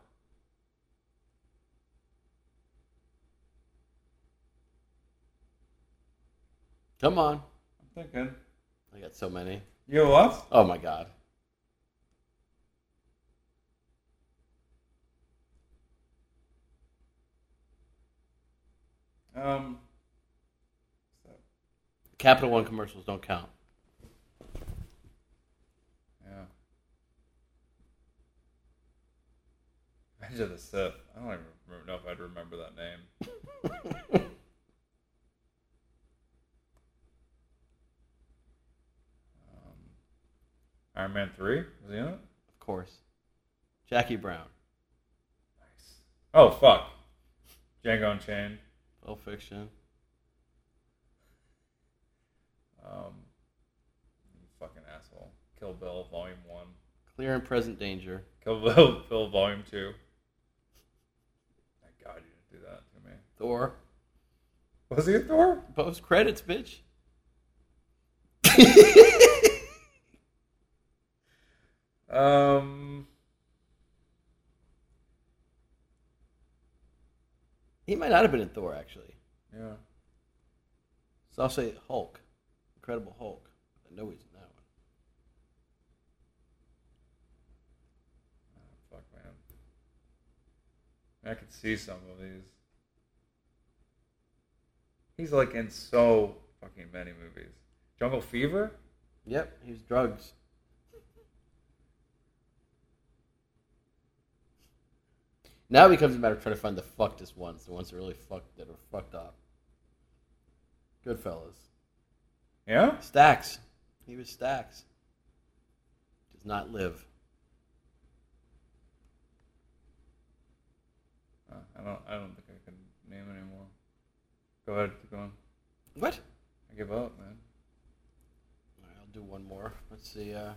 Speaker 2: Come on.
Speaker 3: I'm thinking,
Speaker 2: I got so many.
Speaker 3: you know what?
Speaker 2: Oh my god.
Speaker 3: Um, so,
Speaker 2: Capital One commercials don't count.
Speaker 3: yeah. Revenge of the Sith. I don't even remember- know if I'd remember that name. um, Iron Man 3? Was he in it?
Speaker 2: Of course. Jackie Brown.
Speaker 3: Nice. Oh, fuck. Django Unchained.
Speaker 2: Pulp Fiction.
Speaker 3: Um, you fucking asshole. Kill Bill Volume 1.
Speaker 2: Clear and Present Danger.
Speaker 3: Kill Bill, Bill Volume 2. Thank God you didn't do that to me.
Speaker 2: Thor.
Speaker 3: Was he a Thor?
Speaker 2: Post credits, bitch.
Speaker 3: Um,
Speaker 2: He might not have been in Thor, actually.
Speaker 3: yeah.
Speaker 2: So I'll say Hulk. Incredible Hulk. I know he's in that one.
Speaker 3: Oh, fuck, man. I could see some of these. He's like in so fucking many movies. Jungle Fever?
Speaker 2: Yep, he was drugs. Now it becomes a matter of trying to find the fuckedest ones, the ones that really fucked that are fucked up. Goodfellas.
Speaker 3: Yeah?
Speaker 2: Stacks. He was Stacks. Does not live.
Speaker 3: Uh, I don't. I don't think I can name anymore. Go ahead, keep going.
Speaker 2: What?
Speaker 3: I give up, man.
Speaker 2: All right, I'll do one more. Let's see. Uh,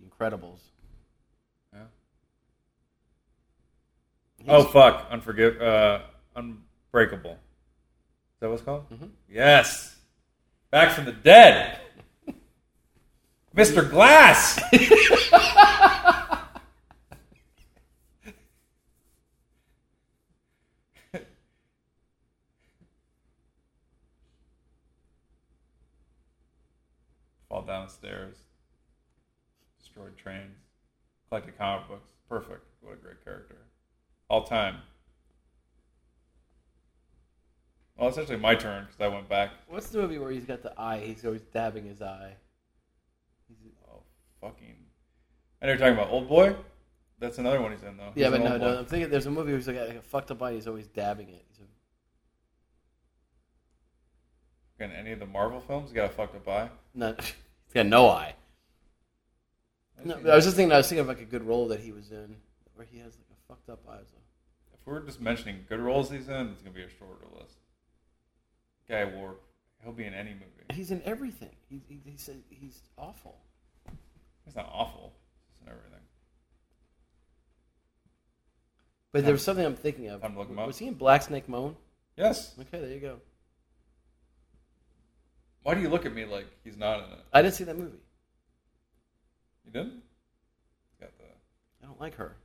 Speaker 2: The Incredibles.
Speaker 3: Yeah. Oh fuck! Unforgive. Uh, unbreakable. Is that what's called? Mm-hmm. Yes. Back from the dead. Mr. Glass. Fall downstairs. Destroyed trains collected comic books. Perfect. What a great character. All time. Well, it's actually my turn because I went back.
Speaker 2: What's the movie where he's got the eye? He's always dabbing his eye.
Speaker 3: Oh, fucking. I know you're talking about Old Boy. That's another one he's in, though.
Speaker 2: Yeah,
Speaker 3: He's
Speaker 2: but
Speaker 3: in
Speaker 2: no,
Speaker 3: Old Boy.
Speaker 2: no. I'm thinking there's a movie where he's like, got, like a fucked up eye. He's always dabbing it. He's a-
Speaker 3: In any of the Marvel films, he got a fucked up eye.
Speaker 2: not, he's got no eye. No, but I was just thinking. I was thinking of like a good role that he was in where he has like a fucked up eye. It's like,
Speaker 3: If we're just mentioning good roles he's in, it's going to be a shorter list. Guy War. He'll be in any movie.
Speaker 2: He's in everything. He, he, he said he's awful.
Speaker 3: He's not awful. He's in everything.
Speaker 2: But there was something I'm thinking of.
Speaker 3: Time to look him up.
Speaker 2: Was he in Black Snake Moan?
Speaker 3: Yes.
Speaker 2: Okay, there you go.
Speaker 3: Why do you look at me like he's not in it?
Speaker 2: I didn't see that movie.
Speaker 3: You didn't? Got the
Speaker 2: I don't like her.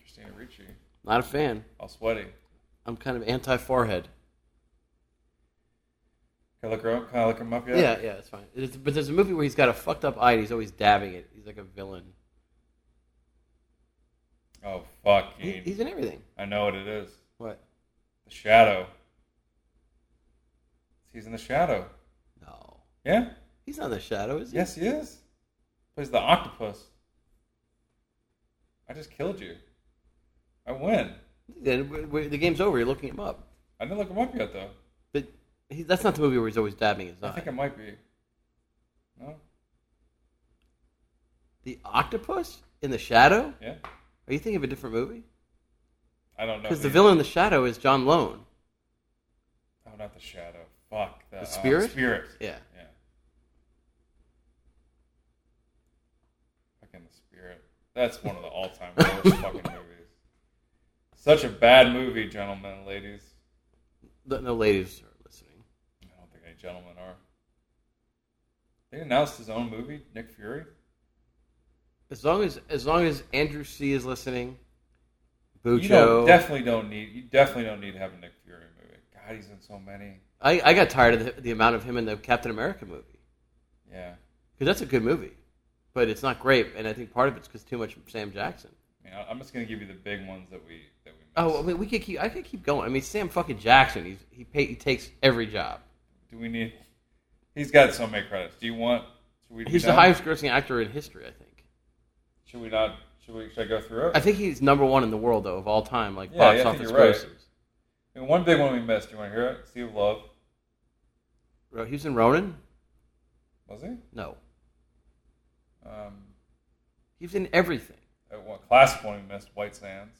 Speaker 3: Christina Ricci.
Speaker 2: Not a fan.
Speaker 3: All sweaty.
Speaker 2: I'm kind of anti forehead.
Speaker 3: Can I look her up? Can I look him up yet?
Speaker 2: Yeah, yeah, it's fine. It's, but there's a movie where he's got a fucked up eye. and He's always dabbing it. He's like a villain.
Speaker 3: Oh fucking!
Speaker 2: He, he's in everything.
Speaker 3: I know what it is.
Speaker 2: What?
Speaker 3: The shadow. He's in the shadow.
Speaker 2: No.
Speaker 3: Yeah.
Speaker 2: He's not in the shadow, is he?
Speaker 3: Yes, he is. Plays the octopus. I just killed you. I win.
Speaker 2: Yeah, w- w- the game's over. You're looking him up.
Speaker 3: I didn't look him up yet though.
Speaker 2: But he, that's not the movie where he's always dabbing his
Speaker 3: I think
Speaker 2: eye.
Speaker 3: it might be. No.
Speaker 2: The octopus in the shadow?
Speaker 3: Yeah.
Speaker 2: Are you thinking of a different movie?
Speaker 3: I don't know.
Speaker 2: Because the
Speaker 3: either.
Speaker 2: villain in the shadow is John Lone.
Speaker 3: Oh, not the shadow. Fuck the,
Speaker 2: The
Speaker 3: uh,
Speaker 2: spirit?
Speaker 3: spirit.
Speaker 2: Yeah.
Speaker 3: Yeah. Fucking the spirit. That's one of the all-time worst fucking movies. Such a bad movie, gentlemen and ladies.
Speaker 2: The, no ladies are listening.
Speaker 3: I don't think any gentlemen are. They announced his own movie, Nick Fury.
Speaker 2: As long as as long as Andrew C is listening,
Speaker 3: You don't,
Speaker 2: Bucho.
Speaker 3: definitely don't need. You definitely don't need to have a Nick Fury movie. God, he's in so many.
Speaker 2: I, I got tired of the, the amount of him in the Captain America movie
Speaker 3: Yeah,
Speaker 2: because that's a good movie, but it's not great, and I think part of it's because too much Sam Jackson.
Speaker 3: I mean, I- I'm just gonna give you the big ones that we that we. Missed.
Speaker 2: Oh, I mean, we could keep. I could keep going. I mean, Sam fucking Jackson. He's he pay, he takes every job.
Speaker 3: do we need? He's got so many credits. Do you want? Should we? be
Speaker 2: He's the
Speaker 3: done?
Speaker 2: highest grossing actor in history, I think.
Speaker 3: Should we not? Should we? Should I go through it?
Speaker 2: I think he's number one in the world though of all time, like
Speaker 3: Yeah, yeah,
Speaker 2: box
Speaker 3: I think
Speaker 2: office
Speaker 3: you're right.
Speaker 2: grosses.
Speaker 3: I mean, one big one we missed. Do you want to hear it? Sea of Love.
Speaker 2: Ro- He was in Ronin.
Speaker 3: Was he?
Speaker 2: No,
Speaker 3: Um,
Speaker 2: he was in everything.
Speaker 3: uh, one classic one we missed. White Sands.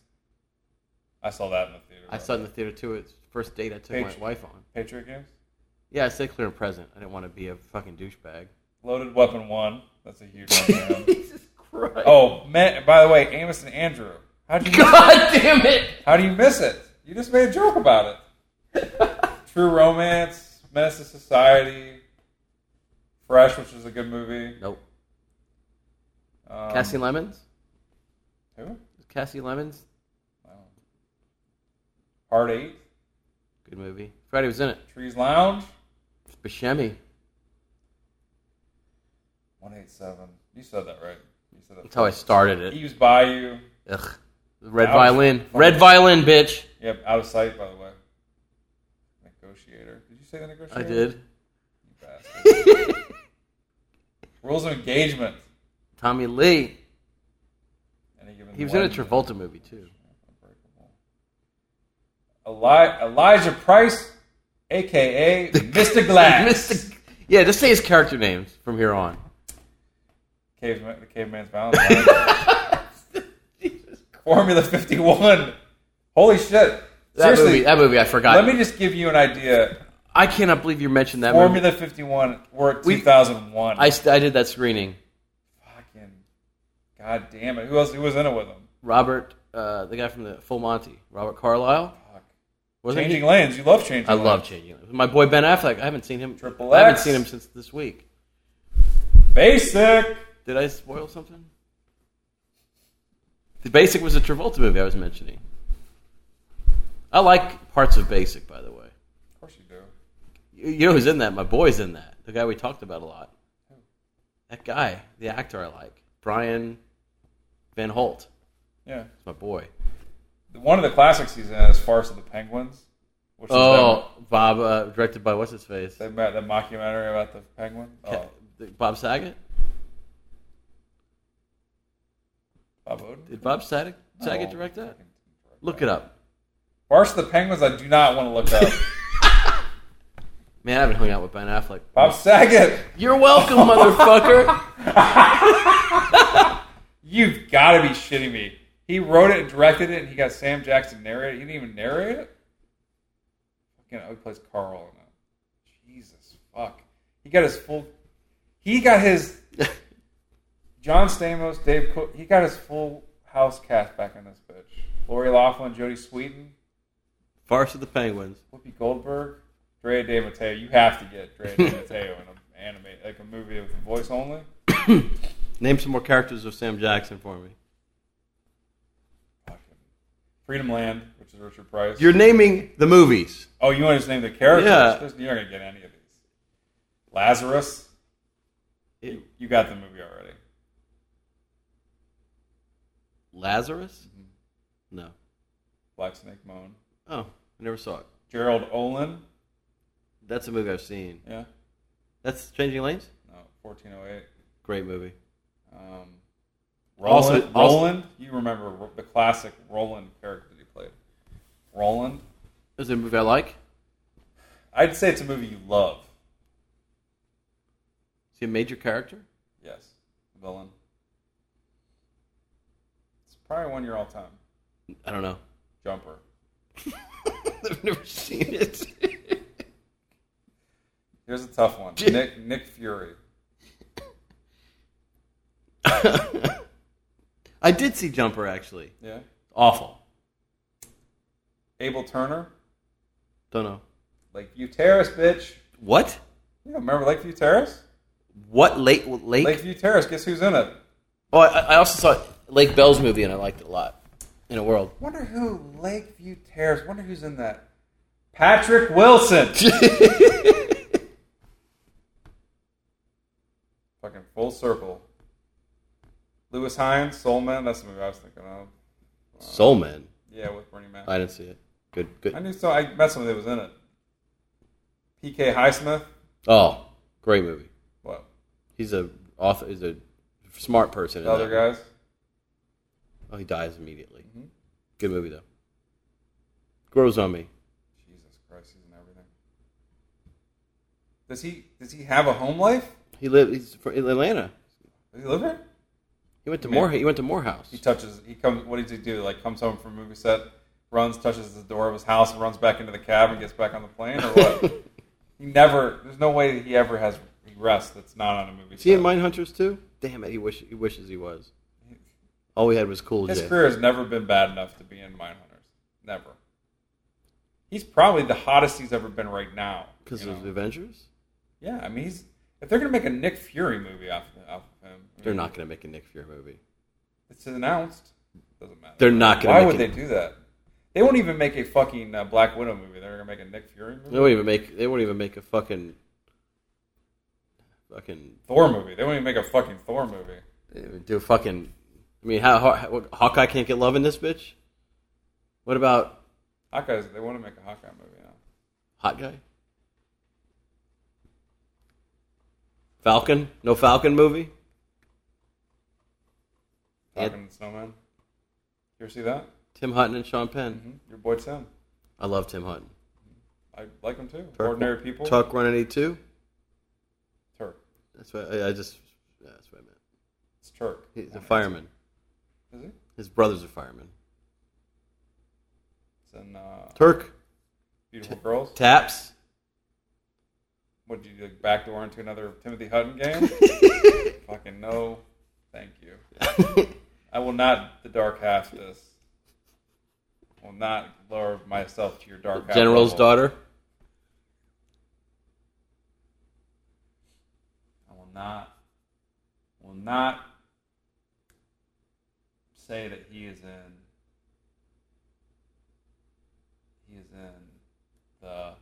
Speaker 3: I saw that in the theater.
Speaker 2: I saw it in the theater too. It's the first date I took
Speaker 3: Patriot-
Speaker 2: my wife on.
Speaker 3: Patriot Games.
Speaker 2: Yeah, I said clear and present. I didn't want to be a fucking douchebag.
Speaker 3: Loaded Weapon One. That's a huge one. Jesus Christ. Oh man! By the way, Amos and Andrew. How do you?
Speaker 2: God damn it!
Speaker 3: How do you miss it? You just made a joke about it. True Romance, Menace to Society, Fresh, which was a good movie.
Speaker 2: Nope.
Speaker 3: Um,
Speaker 2: Cassie Lemons.
Speaker 3: who?
Speaker 2: Cassie Lemons.
Speaker 3: Heart Eight,
Speaker 2: Good movie. Friday was in it.
Speaker 3: Trees Lounge,
Speaker 2: It's Buscemi.
Speaker 3: One Eight Seven. You said that right. You said that.
Speaker 2: That's how I started it.
Speaker 3: Eve's Bayou.
Speaker 2: Ugh. The Red
Speaker 3: Ouch.
Speaker 2: violin. Red violin, bitch.
Speaker 3: Yep, out of sight. By the way, Negotiator. Did you say the Negotiator?
Speaker 2: I did.
Speaker 3: You bastard. Rules of Engagement.
Speaker 2: Tommy Lee.
Speaker 3: Any given
Speaker 2: He was in a
Speaker 3: Wednesday.
Speaker 2: Travolta movie too.
Speaker 3: Unbreakable. Eli- Elijah Price, aka Mr. Glass.
Speaker 2: Mr. Yeah, just say his character names from here on.
Speaker 3: Caveman, the Caveman's Valentine. Formula 51. Holy shit.
Speaker 2: That
Speaker 3: Seriously,
Speaker 2: movie. That movie. I forgot.
Speaker 3: let me just give you an idea.
Speaker 2: I cannot believe you mentioned that movie.
Speaker 3: Formula 51, we're at
Speaker 2: We-
Speaker 3: 2001.
Speaker 2: I, st- I did that screening.
Speaker 3: Fucking. God damn it. Who else? Who was in it with him?
Speaker 2: Robert, uh, the guy from the Full Monty, Robert Carlyle.
Speaker 3: Fuck.
Speaker 2: Wasn't he?
Speaker 3: Changing Lanes. You love Changing
Speaker 2: I
Speaker 3: Lanes.
Speaker 2: love changing. Lanes. My boy Ben Affleck. I haven't seen him.
Speaker 3: Triple
Speaker 2: I haven't
Speaker 3: X.
Speaker 2: seen him since this week.
Speaker 3: Basic.
Speaker 2: Did I spoil something? The Basic was a Travolta movie I was mentioning. I like parts of Basic, by the way.
Speaker 3: Of course you do.
Speaker 2: You, you know who's in that? My boy's in that. The guy we talked about a lot. That guy, the actor I like, Brian Van Holt.
Speaker 3: Yeah.
Speaker 2: It's my boy.
Speaker 3: One of the classics he's in is Farce of the Penguins. Which is
Speaker 2: Oh, Bob, uh, directed by what's his face?
Speaker 3: that, that, that mockumentary about the penguin. Oh,
Speaker 2: Bob Saget.
Speaker 3: Bob Oden?
Speaker 2: Did Bob Saget, Saget
Speaker 3: Oh,
Speaker 2: direct that?
Speaker 3: fucking-
Speaker 2: Look it up.
Speaker 3: Farce of the Penguins, I do not want to look up.
Speaker 2: Man, I haven't hung out with Ben Affleck.
Speaker 3: Bob Saget,
Speaker 2: You're welcome, motherfucker.
Speaker 3: you've got to be shitting me. He wrote it and directed it, and he got Sam Jackson narrated. He didn't even narrate it. Fucking, oh, he plays Carl in it. Jesus fuck. He got his full. He got his. John Stamos, Dave Cook. He got his full house cast back in this bitch. Lori Laughlin, Jodie Sweetin.
Speaker 2: Farce of the Penguins.
Speaker 3: Whoopi Goldberg, Drea De Mateo. You have to get Drea De Mateo in an anime, like a movie with voice only.
Speaker 2: Name some more characters of Sam Jackson for me.
Speaker 3: Fucking Freedom Land, which is Richard Price.
Speaker 2: You're naming the movies.
Speaker 3: oh, you want to just name the characters?
Speaker 2: Yeah.
Speaker 3: There's- You're not gonna get any of these. Lazarus.
Speaker 2: It-
Speaker 3: You got the movie already.
Speaker 2: Lazarus? No.
Speaker 3: Black Snake Moan.
Speaker 2: Oh, I never saw it.
Speaker 3: Gerald Olin.
Speaker 2: That's a movie I've seen.
Speaker 3: Yeah.
Speaker 2: That's Changing Lanes?
Speaker 3: No, 1408.
Speaker 2: Great movie.
Speaker 3: Um,
Speaker 2: Also-
Speaker 3: Roland,
Speaker 2: also-
Speaker 3: Roland, you remember Ro- the classic Roland character that he played. Roland,
Speaker 2: Is it a movie I like?
Speaker 3: I'd say it's a movie you love.
Speaker 2: Is he a major character?
Speaker 3: Yes, villain. It's probably one year all time.
Speaker 2: I don't know.
Speaker 3: Jumper.
Speaker 2: I've never seen it.
Speaker 3: Here's a tough one. Nick Nick Fury.
Speaker 2: I did see Jumper, actually.
Speaker 3: Yeah.
Speaker 2: Awful.
Speaker 3: Abel Turner,
Speaker 2: Don't know.
Speaker 3: Lakeview Terrace, bitch.
Speaker 2: What?
Speaker 3: You don't remember Lakeview Terrace?
Speaker 2: What lake? Lake?
Speaker 3: Lakeview Terrace. Guess who's in it?
Speaker 2: Oh, I, I also saw Lake Bell's movie and I liked it a lot. In a world.
Speaker 3: Wonder who Lakeview Terrace. Wonder who's in that. Patrick Wilson. Fucking full circle. Lewis Hines, Soul Man. That's the movie I was thinking of.
Speaker 2: Soul Man.
Speaker 3: Yeah, with Bernie Mac.
Speaker 2: I didn't see it. Good.
Speaker 3: I
Speaker 2: Good.
Speaker 3: knew so. I met somebody that was in it. PK Highsmith.
Speaker 2: Oh, great movie.
Speaker 3: What?
Speaker 2: He's a author. He's a smart person. in
Speaker 3: The other Mm-hmm.
Speaker 2: that one.
Speaker 3: guys.
Speaker 2: Oh, he dies immediately. Good movie though. Grows on me.
Speaker 3: Jesus Christ, he's in everything. Does he? Does he have a home life?
Speaker 2: He lived. He's from Atlanta.
Speaker 3: Does he live here?
Speaker 2: He went to
Speaker 3: Man.
Speaker 2: More. He went to Morehouse.
Speaker 3: He touches. He comes. What does he do? Like comes home from a movie set, runs, touches the door of his house, and runs back into the cab and gets back on the plane, or what? he never. There's no way that he ever has rest that's not on a movie.
Speaker 2: Is he
Speaker 3: set.
Speaker 2: in Mindhunters too? Damn it. He wish. He wishes he was. All we had was Cool
Speaker 3: His
Speaker 2: J.
Speaker 3: career has never been bad enough to be in Mindhunters. Never. He's probably the hottest he's ever been right now.
Speaker 2: Because
Speaker 3: you
Speaker 2: of the
Speaker 3: know?
Speaker 2: Avengers.
Speaker 3: yeah, I mean, he's if they're gonna make a Nick Fury movie off, off of him, I
Speaker 2: They're
Speaker 3: mean,
Speaker 2: not going to make a Nick Fury movie.
Speaker 3: It's announced. Doesn't matter.
Speaker 2: They're not going
Speaker 3: Why
Speaker 2: to. make
Speaker 3: would
Speaker 2: a-
Speaker 3: they do that? They won't even make a fucking uh, Black Widow movie. They're gonna make a Nick Fury movie.
Speaker 2: They won't even make. They won't even make a fucking. Fucking.
Speaker 3: Thor movie. They won't even make a fucking Thor movie.
Speaker 2: they even Do a fucking. I mean, how, how what, Hawkeye can't get love in this bitch? What about
Speaker 3: Hawkeye's. They want to make a Hawkeye movie now.
Speaker 2: hot guy? Falcon? No Falcon movie? Yeah.
Speaker 3: Falcon and the Snowman. You ever see that?
Speaker 2: Tim Hutton and Sean Penn.
Speaker 3: Hmm? Your boy Tim.
Speaker 2: I love Tim Hutton.
Speaker 3: I like him too.
Speaker 2: Turk-
Speaker 3: Ordinary people.
Speaker 2: Tuck Run eighty two.
Speaker 3: Turk.
Speaker 2: That's what I, I just. yeah, That's what I meant.
Speaker 3: It's Turk.
Speaker 2: He's a fireman.
Speaker 3: Is he?
Speaker 2: His brother's a fireman.
Speaker 3: It's in uh,
Speaker 2: Turk
Speaker 3: Beautiful Girls.
Speaker 2: taps.
Speaker 3: What did you like, backdoor into another Timothy Hutton game? Fucking no, thank you. I will not the dark half this. Will not lower myself to your dark half.
Speaker 2: General's
Speaker 3: level.
Speaker 2: daughter.
Speaker 3: I will not. Will not say that he is in. He is in the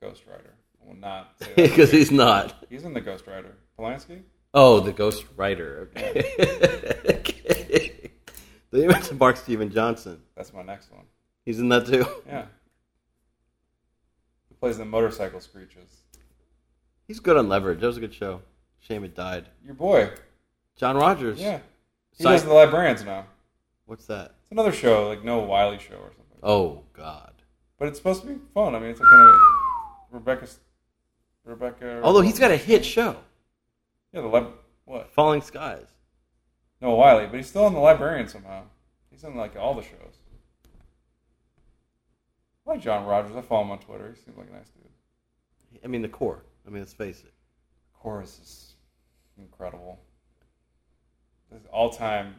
Speaker 3: Ghost Rider. I will not say that.
Speaker 2: Because he's not.
Speaker 3: He's in the Ghost Rider. Polanski.
Speaker 2: Oh, the Ghost Rider. Okay. they mentioned Mark Steven Johnson.
Speaker 3: That's my next one.
Speaker 2: He's in that too.
Speaker 3: Yeah. He plays the motorcycle screeches.
Speaker 2: He's good on Leverage. That was a good show. Shame it died.
Speaker 3: Your boy.
Speaker 2: John Rogers.
Speaker 3: Yeah. He
Speaker 2: Sci-
Speaker 3: does the librarians now.
Speaker 2: What's that?
Speaker 3: It's another show, like No Wiley show or something.
Speaker 2: Oh God.
Speaker 3: But it's supposed to be fun. I mean, it's like kind of Rebecca. Rebecca.
Speaker 2: Although he's got a hit show,
Speaker 3: yeah, the lib. What?
Speaker 2: Falling Skies.
Speaker 3: No Wiley, but he's still in the librarian somehow. He's in like all the shows. I like John Rogers. I follow him on Twitter. He seems like a nice dude.
Speaker 2: I mean the core. I mean let's face it.
Speaker 3: chorus is incredible. This is all time,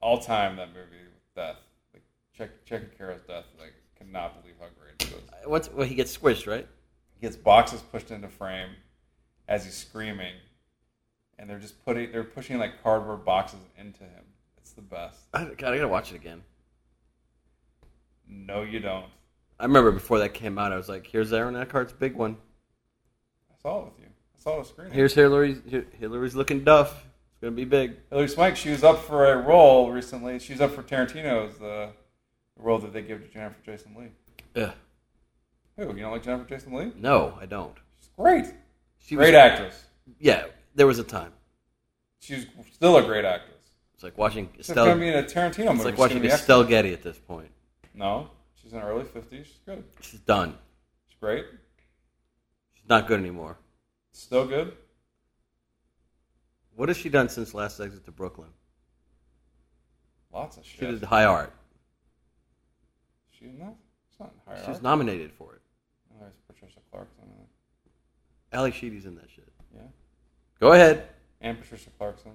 Speaker 3: all time that movie with death. Like check check Kara's death. Like cannot believe how great it was.
Speaker 2: What's well he gets squished right?
Speaker 3: He gets boxes pushed into frame as he's screaming, and they're just putting they're pushing like cardboard boxes into him. It's the best.
Speaker 2: I, God, I gotta watch it again.
Speaker 3: No, you don't.
Speaker 2: I remember before that came out, I was like, "Here's Aaron Eckhart's big one.
Speaker 3: I saw it with you. I saw it on screen.
Speaker 2: Here's Hillary's Hillary's looking duff. It's gonna be big."
Speaker 3: Hillary Swank, she was up for a role recently. She was up for Tarantino's the role that they give to Jennifer Jason Lee.
Speaker 2: Ugh.
Speaker 3: Who you don't like Jennifer Jason Lee?
Speaker 2: No, I don't.
Speaker 3: She's great.
Speaker 2: She
Speaker 3: great
Speaker 2: was,
Speaker 3: actress.
Speaker 2: Yeah, there was a time.
Speaker 3: She's still a great actress.
Speaker 2: It's like watching
Speaker 3: She's going to
Speaker 2: Estelle.
Speaker 3: be in a Tarantino movie.
Speaker 2: It's like
Speaker 3: She's
Speaker 2: watching
Speaker 3: gonna be
Speaker 2: Estelle Getty at this point.
Speaker 3: excellent. No, she's in her early fifties. She's good.
Speaker 2: She's done.
Speaker 3: She's great.
Speaker 2: She's not good anymore.
Speaker 3: Still good.
Speaker 2: What has she done since Last Exit to Brooklyn?
Speaker 3: Lots of
Speaker 2: She
Speaker 3: shit.
Speaker 2: did High Art.
Speaker 3: She's not. She's not in higher.
Speaker 2: She was nominated for it.
Speaker 3: There's Patricia Clark. something like
Speaker 2: Ali Sheedy's in that shit.
Speaker 3: that. Yeah.
Speaker 2: Go ahead.
Speaker 3: And Patricia Clarkson.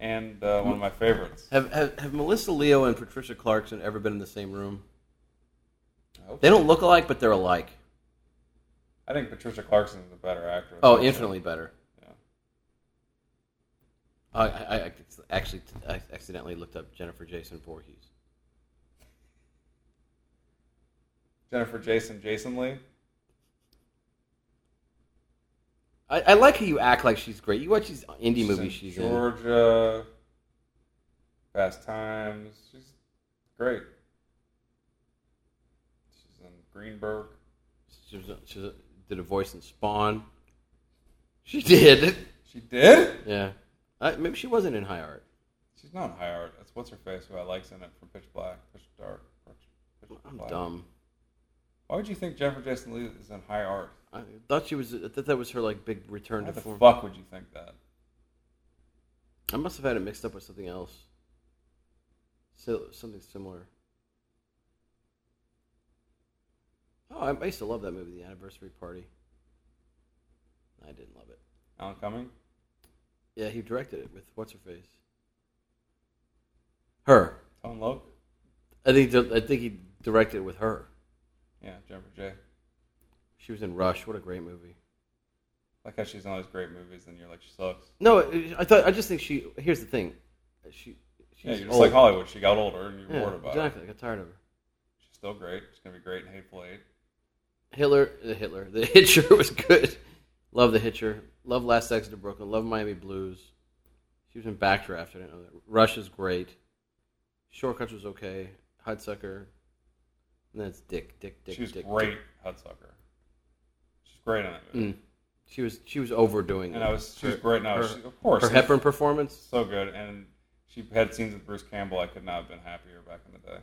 Speaker 3: and uh, one of my favorites.
Speaker 2: Have, have have Melissa Leo and Patricia Clarkson ever been in the same room?
Speaker 3: Nope.
Speaker 2: They don't look alike, but they're alike.
Speaker 3: I think Patricia Clarkson's a better actress.
Speaker 2: Oh, infinitely better.
Speaker 3: Yeah.
Speaker 2: I, I, I actually I accidentally looked up Jennifer Jason Voorhees.
Speaker 3: Jennifer Jason Jason Lee.
Speaker 2: I, I like how you act like she's great. You watch these indie movies she's
Speaker 3: in
Speaker 2: in.
Speaker 3: Georgia. Fast Times. She's great. She's in Greenberg.
Speaker 2: She, was, she was, did a voice in Spawn. She did.
Speaker 3: She did.
Speaker 2: Yeah. I, maybe she wasn't in high art.
Speaker 3: She's not in high art. That's what's her face who I like's in it from Pitch Black, Pitch Dark. Pitch, Pitch
Speaker 2: I'm
Speaker 3: Black.
Speaker 2: dumb.
Speaker 3: Why would you think Jennifer Jason Lee is in high art?
Speaker 2: I thought she was. I thought that was her like big return
Speaker 3: How
Speaker 2: to
Speaker 3: the
Speaker 2: form.
Speaker 3: fuck would you think that?
Speaker 2: I must have had it mixed up with something else. So, something similar. Oh, I, I used to love that movie, The Anniversary Party. I didn't love it.
Speaker 3: Alan Cumming?
Speaker 2: Yeah, he directed it with what's her face. Her.
Speaker 3: Tone Loc?
Speaker 2: I think. I think he directed it with her.
Speaker 3: Yeah, Jennifer J.
Speaker 2: She was in Rush. What a great movie.
Speaker 3: Like how she's in all these great movies, and you're like, she sucks.
Speaker 2: No, I- I thought. I just think she. Here's the thing. She. She's
Speaker 3: yeah, you're just
Speaker 2: old.
Speaker 3: like Hollywood. She got older, and you're
Speaker 2: Yeah,
Speaker 3: bored about
Speaker 2: exactly. I got tired of her.
Speaker 3: it. She's still great. She's gonna be great in Hateful Eight.
Speaker 2: Hitler, the Hitler, the Hitcher was good. Love the Hitcher. Love Last Exit to Brooklyn. Love Miami Blues. She was in Backdraft. I didn't know that. Rush is great. Shortcuts was okay. Hudsucker. And that's Dick. Dick. Dick.
Speaker 3: she was
Speaker 2: Dick.
Speaker 3: great, Hudsucker. She's great in that movie.
Speaker 2: Mm. She was. She was overdoing
Speaker 3: And
Speaker 2: it.
Speaker 3: I was, she was
Speaker 2: Her-
Speaker 3: great. Now,
Speaker 2: her-
Speaker 3: she, of course,
Speaker 2: Mm. Her
Speaker 3: she's
Speaker 2: Hepburn performance.
Speaker 3: so good. And she had scenes with Bruce Campbell. I could not have been happier back in the day.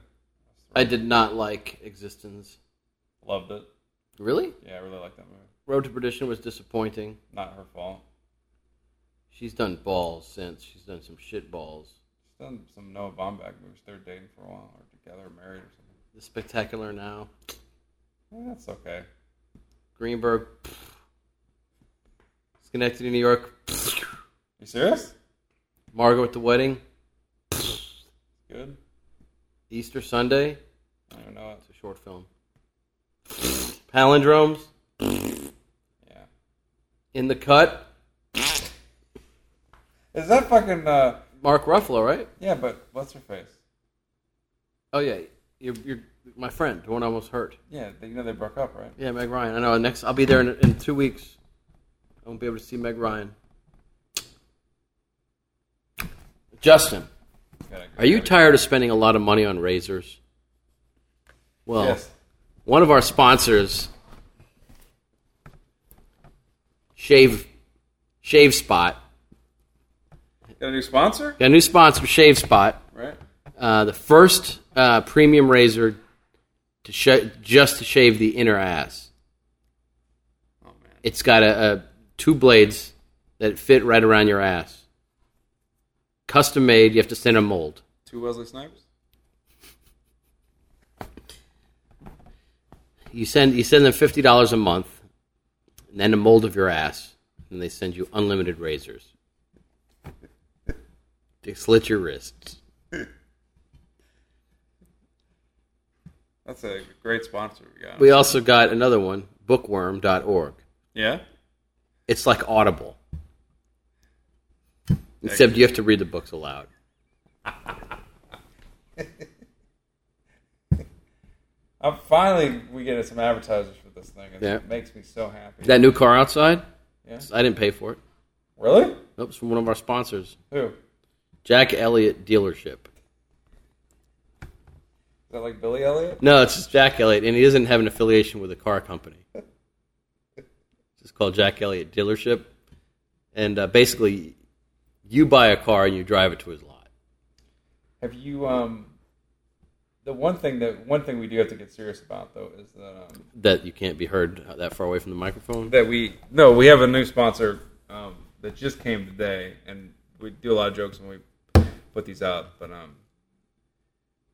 Speaker 2: I did not like Existence.
Speaker 3: Loved it.
Speaker 2: Really?
Speaker 3: Yeah, I really liked that movie.
Speaker 2: Road to Perdition was disappointing.
Speaker 3: Not her fault.
Speaker 2: She's done balls since. She's done some shit balls.
Speaker 3: She's done some Noah Baumbach movies. They were dating for a while, or together, or married, or something.
Speaker 2: The Spectacular now.
Speaker 3: Yeah, that's okay.
Speaker 2: Greenberg. Schenectady, New York.
Speaker 3: You serious?
Speaker 2: Margo at the wedding.
Speaker 3: Good.
Speaker 2: Easter Sunday. It's
Speaker 3: I don't even know it.
Speaker 2: a short film. Palindromes.
Speaker 3: Yeah.
Speaker 2: In the cut.
Speaker 3: Is that fucking? uh
Speaker 2: Mark Ruffalo, right?
Speaker 3: Yeah, but what's her face?
Speaker 2: Oh yeah, you're, you're my friend. The one I almost hurt.
Speaker 3: Yeah, they, you know they broke up, right?
Speaker 2: Yeah, Meg Ryan. I know. Next, I'll be there in, in two weeks. I won't be able to see Meg Ryan. Justin,
Speaker 3: Gotta go-
Speaker 2: are you
Speaker 3: gotta-
Speaker 2: tired of spending a lot of money on razors? Well,
Speaker 3: Yes.
Speaker 2: one of our sponsors, Shave Shave Spot,
Speaker 3: Got a new sponsor,
Speaker 2: got a new sponsor, Shave Spot.
Speaker 3: right?
Speaker 2: Uh, the first uh, premium razor to sh- just to shave the inner ass.
Speaker 3: Oh man.
Speaker 2: It's got a, a two blades that fit right around your ass. Custom made. You have to send a mold.
Speaker 3: Two Wesley Snipes.
Speaker 2: You send you send them fifty dollars a month, and then a mold of your ass, and they send you unlimited razors. They slit your wrists.
Speaker 3: That's a great sponsor we got.
Speaker 2: We also got another one, bookworm.org.
Speaker 3: yeah.
Speaker 2: It's like Audible. Except you have to read the books aloud.
Speaker 3: I'm finally we get some advertisers for this thing. It
Speaker 2: Yeah.
Speaker 3: makes me so happy.
Speaker 2: That new car outside?
Speaker 3: Yeah.
Speaker 2: I didn't pay for it.
Speaker 3: really?
Speaker 2: Nope, it's from one of our sponsors.
Speaker 3: Who? Is
Speaker 2: Jack Elliott Dealership.
Speaker 3: that like Billy Elliot?
Speaker 2: No, it's just Jack Elliott, and he doesn't have an affiliation with a car company. It's just called Jack Elliott Dealership. And uh, basically, you buy a car and you drive it to his lot.
Speaker 3: Have you um? The one thing that one thing we do have to get serious about though is that um,
Speaker 2: That you can't be heard that far away from the microphone.
Speaker 3: that we no we have a new sponsor um, that just came today and we do a lot of jokes when we put these out but um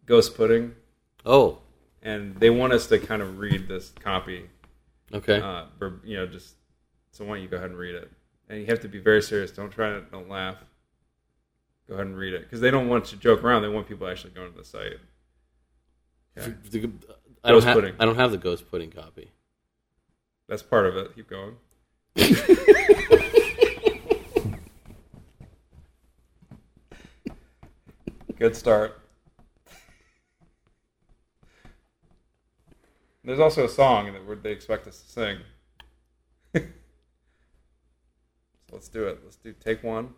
Speaker 3: ghost pudding
Speaker 2: Oh,
Speaker 3: and they want us to kind of read this copy
Speaker 2: okay.
Speaker 3: uh ver- you know just so why don't you go ahead and read it and you have to be very serious don't try to don't laugh Go ahead and read it because they don't want to joke around. They want people actually going to the site.
Speaker 2: The- I, don't
Speaker 3: Ghost
Speaker 2: ha-
Speaker 3: pudding.
Speaker 2: I don't have the ghost pudding copy.
Speaker 3: That's part of it. Keep going. Good start. There's also a song that we're- they expect us to sing. so let's do it. Let's do take one.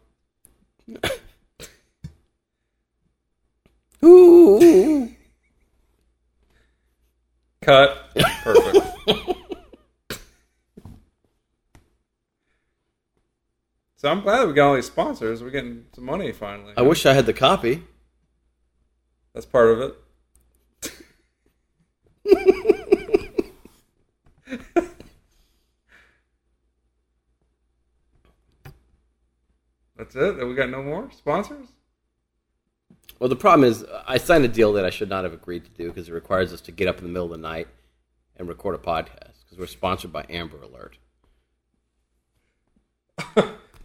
Speaker 3: Cut. Perfect. so I'm glad that we got all these sponsors. We're getting some money finally.
Speaker 2: I wish I had the copy.
Speaker 3: That's part of it. That's it? We got no more sponsors?
Speaker 2: Well, the problem is, I signed a deal that I should not have agreed to do because it requires us to get up in the middle of the night and record a podcast because we're sponsored by Amber Alert.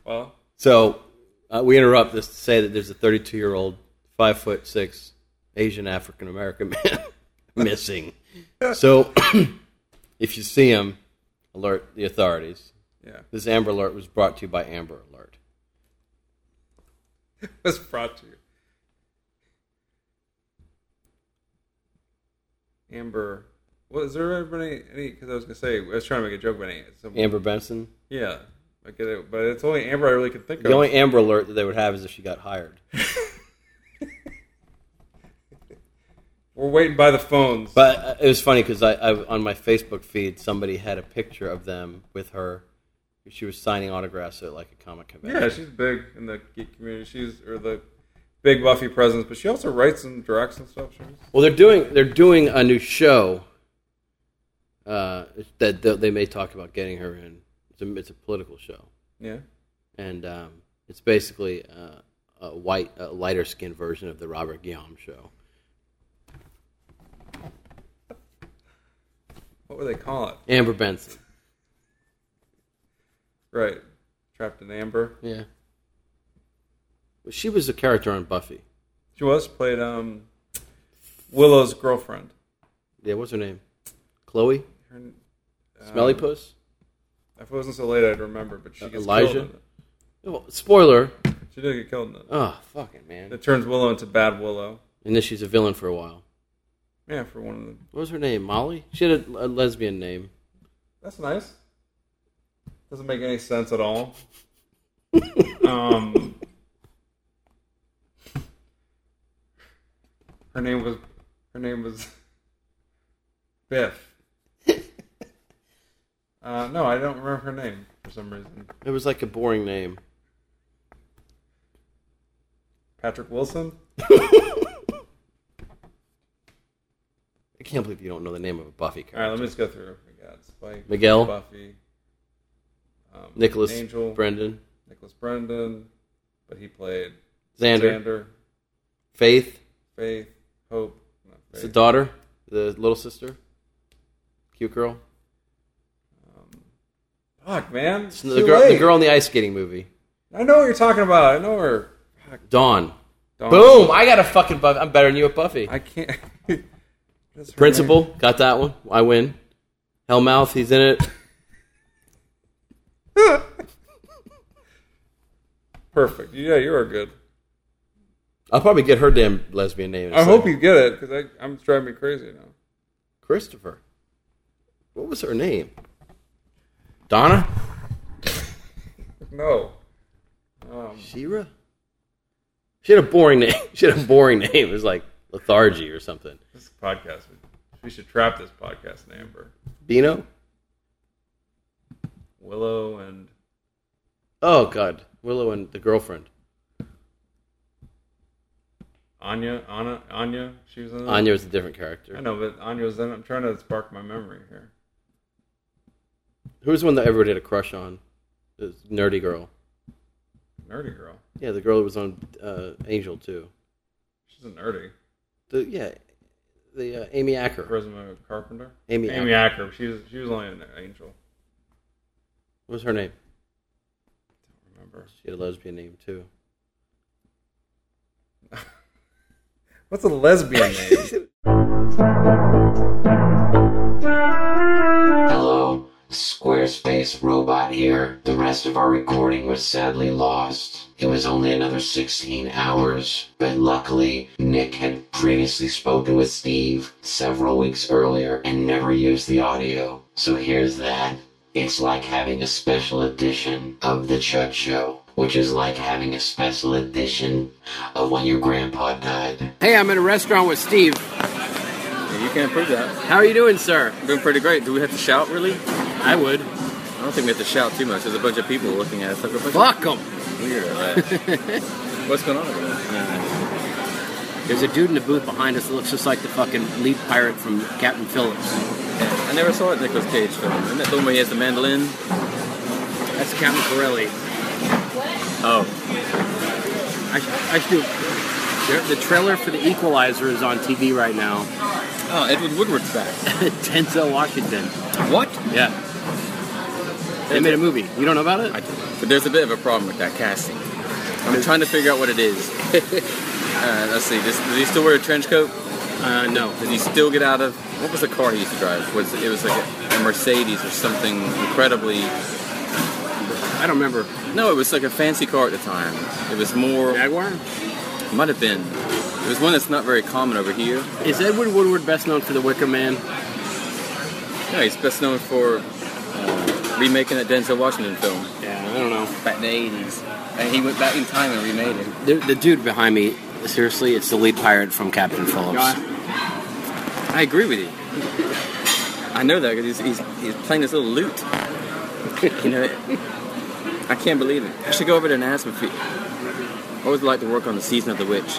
Speaker 3: Well,
Speaker 2: So uh, we interrupt this to say that there's a 32 year old, five foot six Asian African American man missing. So if you see him, alert the authorities.
Speaker 3: yeah.
Speaker 2: This Amber Alert was brought to you by Amber Alert.
Speaker 3: That's brought to you. Amber. Well, is there ever any? Because I was gonna say I was trying to make a joke about it. Some,
Speaker 2: Amber Benson.
Speaker 3: Yeah, I get it, but it's only Amber I really could think
Speaker 2: The
Speaker 3: of.
Speaker 2: only Amber Alert that they would have is if she got hired.
Speaker 3: We're waiting by the phones.
Speaker 2: But uh, it was funny because I, I on my Facebook feed somebody had a picture of them with her. She was signing autographs at like a comic convention.
Speaker 3: yeah, she's big in the geek community. She's or the big Buffy presence, but she also writes and directs and stuff. She's,
Speaker 2: Well, they're doing they're doing a new show uh, that th- they may talk about getting her in. It's a, it's a political show,
Speaker 3: yeah,
Speaker 2: and um, it's basically uh, a white, a lighter skinned version of the Robert Guillaume show.
Speaker 3: what would they call it?
Speaker 2: Amber Benson.
Speaker 3: Right, trapped in Amber.
Speaker 2: Yeah. Well, she was a character on Buffy.
Speaker 3: She was played um, Willow's girlfriend.
Speaker 2: Yeah, what's her name? Chloe
Speaker 3: Her, um,
Speaker 2: Smelly Puss.
Speaker 3: If it wasn't so late, I'd remember. But she
Speaker 2: Uh,
Speaker 3: gets
Speaker 2: Elijah?
Speaker 3: Killed in it.
Speaker 2: Oh, spoiler.
Speaker 3: She did get killed in it.
Speaker 2: Oh, fucking man.
Speaker 3: It turns Willow into Bad Willow.
Speaker 2: And then she's a villain for a while.
Speaker 3: Yeah, for one of them.
Speaker 2: What was her name? Molly. She had a, a lesbian name.
Speaker 3: That's nice. Doesn't make any sense at all. um, her name was her name was Biff. Uh, no, I don't remember her name for some reason.
Speaker 2: It was like a boring name.
Speaker 3: Patrick Wilson.
Speaker 2: I can't believe you don't know the name of a Buffy
Speaker 3: All right,
Speaker 2: character.
Speaker 3: let me just go through. We got Spike,
Speaker 2: Miguel.
Speaker 3: Buffy, um,
Speaker 2: Nicholas
Speaker 3: Angel,
Speaker 2: Brendan,
Speaker 3: Nicholas Brendan, but he played
Speaker 2: Xander,
Speaker 3: Xander,
Speaker 2: Faith,
Speaker 3: Faith, Hope. Not
Speaker 2: it's
Speaker 3: Faith.
Speaker 2: the daughter, the little sister, cute girl,
Speaker 3: Fuck, man. It's
Speaker 2: the,
Speaker 3: too
Speaker 2: girl the
Speaker 3: late.
Speaker 2: girl in the ice skating movie,
Speaker 3: I know what you're talking about. I know her. Fuck,
Speaker 2: Dawn.
Speaker 3: Dawn.
Speaker 2: Boom! I got a fucking Buffy. I'm better than you at Buffy.
Speaker 3: I can't. That's her
Speaker 2: Principal,
Speaker 3: name.
Speaker 2: got that one. I win. Hellmouth, he's in it.
Speaker 3: Perfect. Yeah, you are good.
Speaker 2: I'll probably get her damn lesbian name. in a
Speaker 3: I hope
Speaker 2: second.
Speaker 3: you get it because I'm it's driving me crazy now.
Speaker 2: Christopher. What was her name? Donna.
Speaker 3: No. Um,
Speaker 2: Shira. She had a boring name. She had a boring name. It was like lethargy or something.
Speaker 3: this podcast. We should trap this podcast in Amber.
Speaker 2: Bino.
Speaker 3: Willow and
Speaker 2: Oh God, Willow and the girlfriend
Speaker 3: Anya. Anna, Anya. She was in it.
Speaker 2: Anya was a different
Speaker 3: I
Speaker 2: character.
Speaker 3: know, but Anya was in it. I'm trying to spark my memory here.
Speaker 2: Who was the one that everybody had a crush on? This nerdy girl.
Speaker 3: Nerdy girl.
Speaker 2: Yeah, the girl that was on uh, Angel too.
Speaker 3: She's a nerdy.
Speaker 2: The yeah, the uh, Amy Acker.
Speaker 3: Charisma Carpenter.
Speaker 2: Amy
Speaker 3: Amy Acker. She was. She was only an angel.
Speaker 2: What was her name?
Speaker 3: Remember.
Speaker 2: She had a lesbian name too.
Speaker 3: What's a lesbian name?
Speaker 4: Hello, Squarespace Robot here. The rest of our recording was sadly lost. It was only another 16 hours, but luckily, Nick had previously spoken with Steve several weeks earlier and never used the audio. So here's that. It's like having a special edition of The Chud Show, which is like having a special edition of when your grandpa died.
Speaker 2: Hey, I'm in a restaurant with Steve.
Speaker 6: You can't prove that.
Speaker 2: How are you doing, sir?
Speaker 6: I'm doing pretty great. Do we have to shout, really?
Speaker 2: I would.
Speaker 6: I don't think we have to shout too much. There's a bunch of people looking at us. Like a bunch
Speaker 2: Fuck them.
Speaker 6: of weirdos. What's going on over there?
Speaker 2: There's a dude in the booth behind us that looks just like the fucking lead pirate from Captain Phillips.
Speaker 6: I never saw a Nicolas Cage film. Isn't that the one where he has the mandolin?
Speaker 2: That's Captain Corelli.
Speaker 6: Oh.
Speaker 2: I, sh- I should do. there- The trailer for The Equalizer is on TV right now.
Speaker 6: Oh, Edward Woodward's back.
Speaker 2: Denzel Washington.
Speaker 6: What?
Speaker 2: Yeah. They made a movie. You don't know about it?
Speaker 6: I do. But there's a bit of a problem with that casting. I'm trying to figure out what it is. uh, let's see. Does, does he still wear a trench coat?
Speaker 2: Uh, no.
Speaker 6: Did he still get out of what was the car he used to drive? Was it was like a, a Mercedes or something incredibly?
Speaker 2: I don't remember.
Speaker 6: No, it was like a fancy car at the time. It was more
Speaker 2: Jaguar?
Speaker 6: might have been. It was one that's not very common over here.
Speaker 2: Is Edward Woodward best known for The Wicker Man?
Speaker 6: No, he's best known for uh, remaking that Denzel Washington film
Speaker 2: Yeah, I don't know.
Speaker 6: back in the '80s. And he went back in time and remade it.
Speaker 2: The, the dude behind me, seriously, it's the lead pirate from Captain Phillips.
Speaker 6: I agree with you. I know that because he's, he's, he's playing this little lute. You know, I can't believe it. I should go over there and ask him if he. I would like to work on the season of the witch.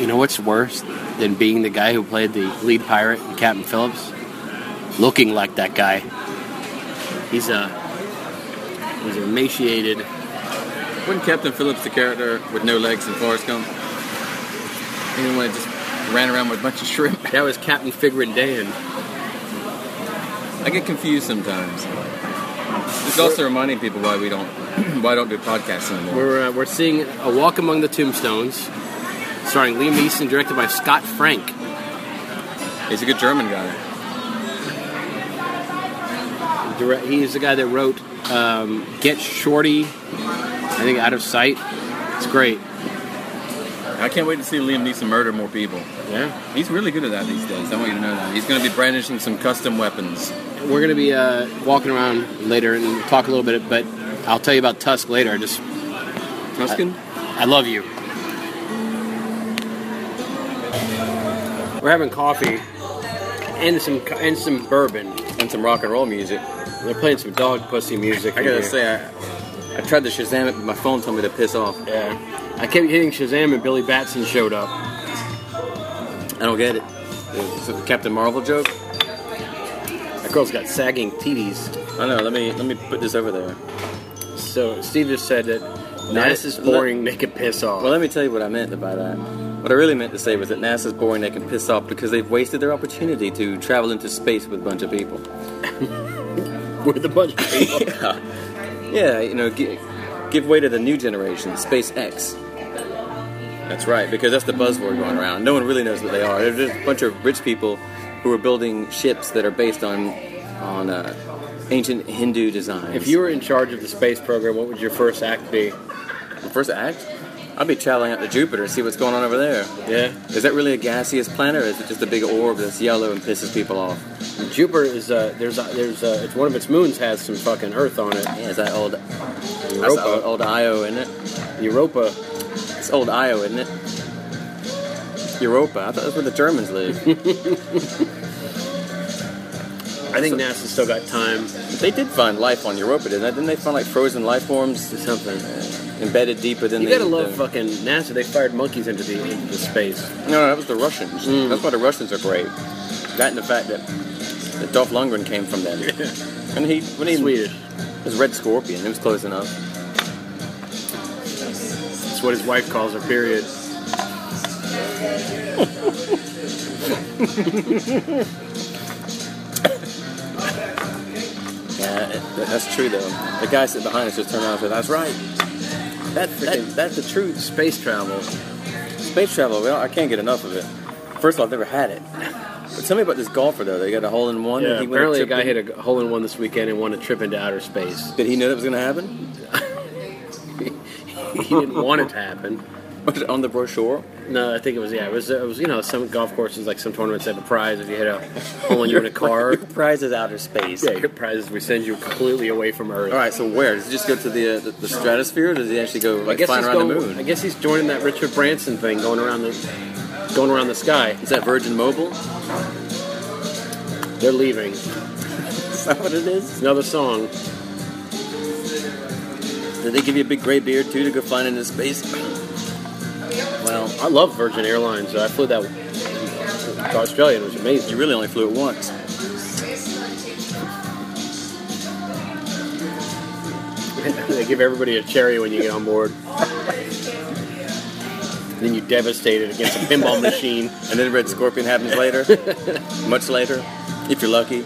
Speaker 2: You know what's worse than being the guy who played the lead pirate in Captain Phillips? Looking like that guy. He's a he's emaciated.
Speaker 6: Wasn't Captain Phillips the character with no legs and Forrest Gump? Anyone that just ran around with a bunch of shrimp.
Speaker 2: That was Captain Figurin Dan.
Speaker 6: I get confused sometimes. It's also reminding people why we don't why I don't do podcasts anymore.
Speaker 2: We're uh, we're seeing a Walk Among the Tombstones, starring Liam Neeson, directed by Scott Frank.
Speaker 6: He's a good German guy.
Speaker 2: Direct, he is the guy that wrote um, Get Shorty, I think Out of Sight. It's great.
Speaker 6: I can't wait to see Liam Neeson murder more people.
Speaker 2: Yeah,
Speaker 6: He's really good at that these days. I want you to know that. He's going to be brandishing some custom weapons.
Speaker 2: we're gonna be uh, walking around later and talk a little bit, but I'll tell you about Tusk later. I just
Speaker 6: Tuscan?
Speaker 2: I love you. We're having coffee and some and some bourbon.
Speaker 6: And some rock and roll music.
Speaker 2: They're playing some dog pussy music.
Speaker 6: I
Speaker 2: in
Speaker 6: gotta
Speaker 2: here.
Speaker 6: say, I, I tried to Shazam it, but my phone told me to piss off.
Speaker 2: yeah, I kept hitting Shazam and Billy Batson showed up.
Speaker 6: I don't get it. Is it a Captain Marvel joke?
Speaker 2: That girl's got sagging titties.
Speaker 6: I know. Let me let me put this over there.
Speaker 2: So Steve just said that
Speaker 6: Nice.
Speaker 2: NAS is boring. They could piss off.
Speaker 6: Well, let me tell you what I meant by that. What I really meant to say was that NASA's boring, they can piss off because they've wasted their opportunity to travel into space with a bunch of people.
Speaker 2: with a bunch of people.
Speaker 6: Yeah, you know, gi- give way to the new generation, SpaceX. That's right, because that's the buzzword going around. No one really knows what they are. They're just a bunch of rich people who are building ships that are based on on uh, ancient Hindu designs.
Speaker 2: if you were in charge of the space program, what would your first act be?
Speaker 6: The first act, I'd be traveling out to Jupiter and see what's going on over there.
Speaker 2: Yeah.
Speaker 6: Is that really a gaseous planet, or is it just a big orb that's yellow and pisses people off?
Speaker 2: Jupiter is uh, there's a, there's a, it's one of its moons has some fucking Earth on it.
Speaker 6: Yeah, is that old? That's
Speaker 2: Europa,
Speaker 6: old, old Io, isn't it?
Speaker 2: Europa.
Speaker 6: It's old Io, isn't it? Europa. I thought that's where the Germans live.
Speaker 2: I think NASA's still got time.
Speaker 6: they did find life on Europa, didn't they? Didn't they find like frozen life forms or something embedded deeper than
Speaker 2: You
Speaker 6: the?
Speaker 2: gotta love
Speaker 6: the-
Speaker 2: fucking NASA. They fired monkeys into the into the space. Mm.
Speaker 6: no, no, that was the Russians. That's why the Russians are great. That and the fact that, that Dolph Lundgren came from them. and he when he
Speaker 2: Swedish.
Speaker 6: it was Red Scorpion. It was close enough.
Speaker 2: That's what his wife calls her period.
Speaker 6: Yeah, that- that's true though. The guy sitting behind us just turned around and said, "That's right. that, that, that's the truth. Space travel. Space travel. Well, I can't get enough of it. First of all, I've never had it. But tell me about this golfer though. They got a hole in one.
Speaker 2: Yeah,
Speaker 6: and he went
Speaker 2: apparently a
Speaker 6: and
Speaker 2: guy
Speaker 6: tripped
Speaker 2: hit a hole in one this weekend and won a trip into outer space.
Speaker 6: in- Did he know that was going to happen?
Speaker 2: He didn't want it to happen.
Speaker 6: Was it on the brochure?
Speaker 2: No, I think it was yeah. It was it was you know some golf courses like some tournaments have a prize if you hit a hole in you in a car.
Speaker 6: Your prize is outer space.
Speaker 2: Yeah, your prize is we send you completely away from Earth.
Speaker 6: All right. So where does it just go to the uh, the, the stratosphere? Or does he actually go
Speaker 2: I
Speaker 6: like
Speaker 2: guess
Speaker 6: flying
Speaker 2: he's
Speaker 6: around
Speaker 2: going,
Speaker 6: the moon?
Speaker 2: I guess he's joining that Richard Branson thing, going around the going around the sky.
Speaker 6: Is that Virgin Mobile? Is
Speaker 2: They're leaving.
Speaker 6: that what it is?
Speaker 2: Another song.
Speaker 6: Did they give you a big gray beard too to go flying into space? Well,
Speaker 2: I love Virgin Airlines. though. I flew that to Australia. and It was amazing.
Speaker 6: you really only flew it once.
Speaker 2: they give everybody a cherry when you get on board. then you devastate it against a pinball machine.
Speaker 6: And then Red Scorpion happens later, much later, if you're lucky.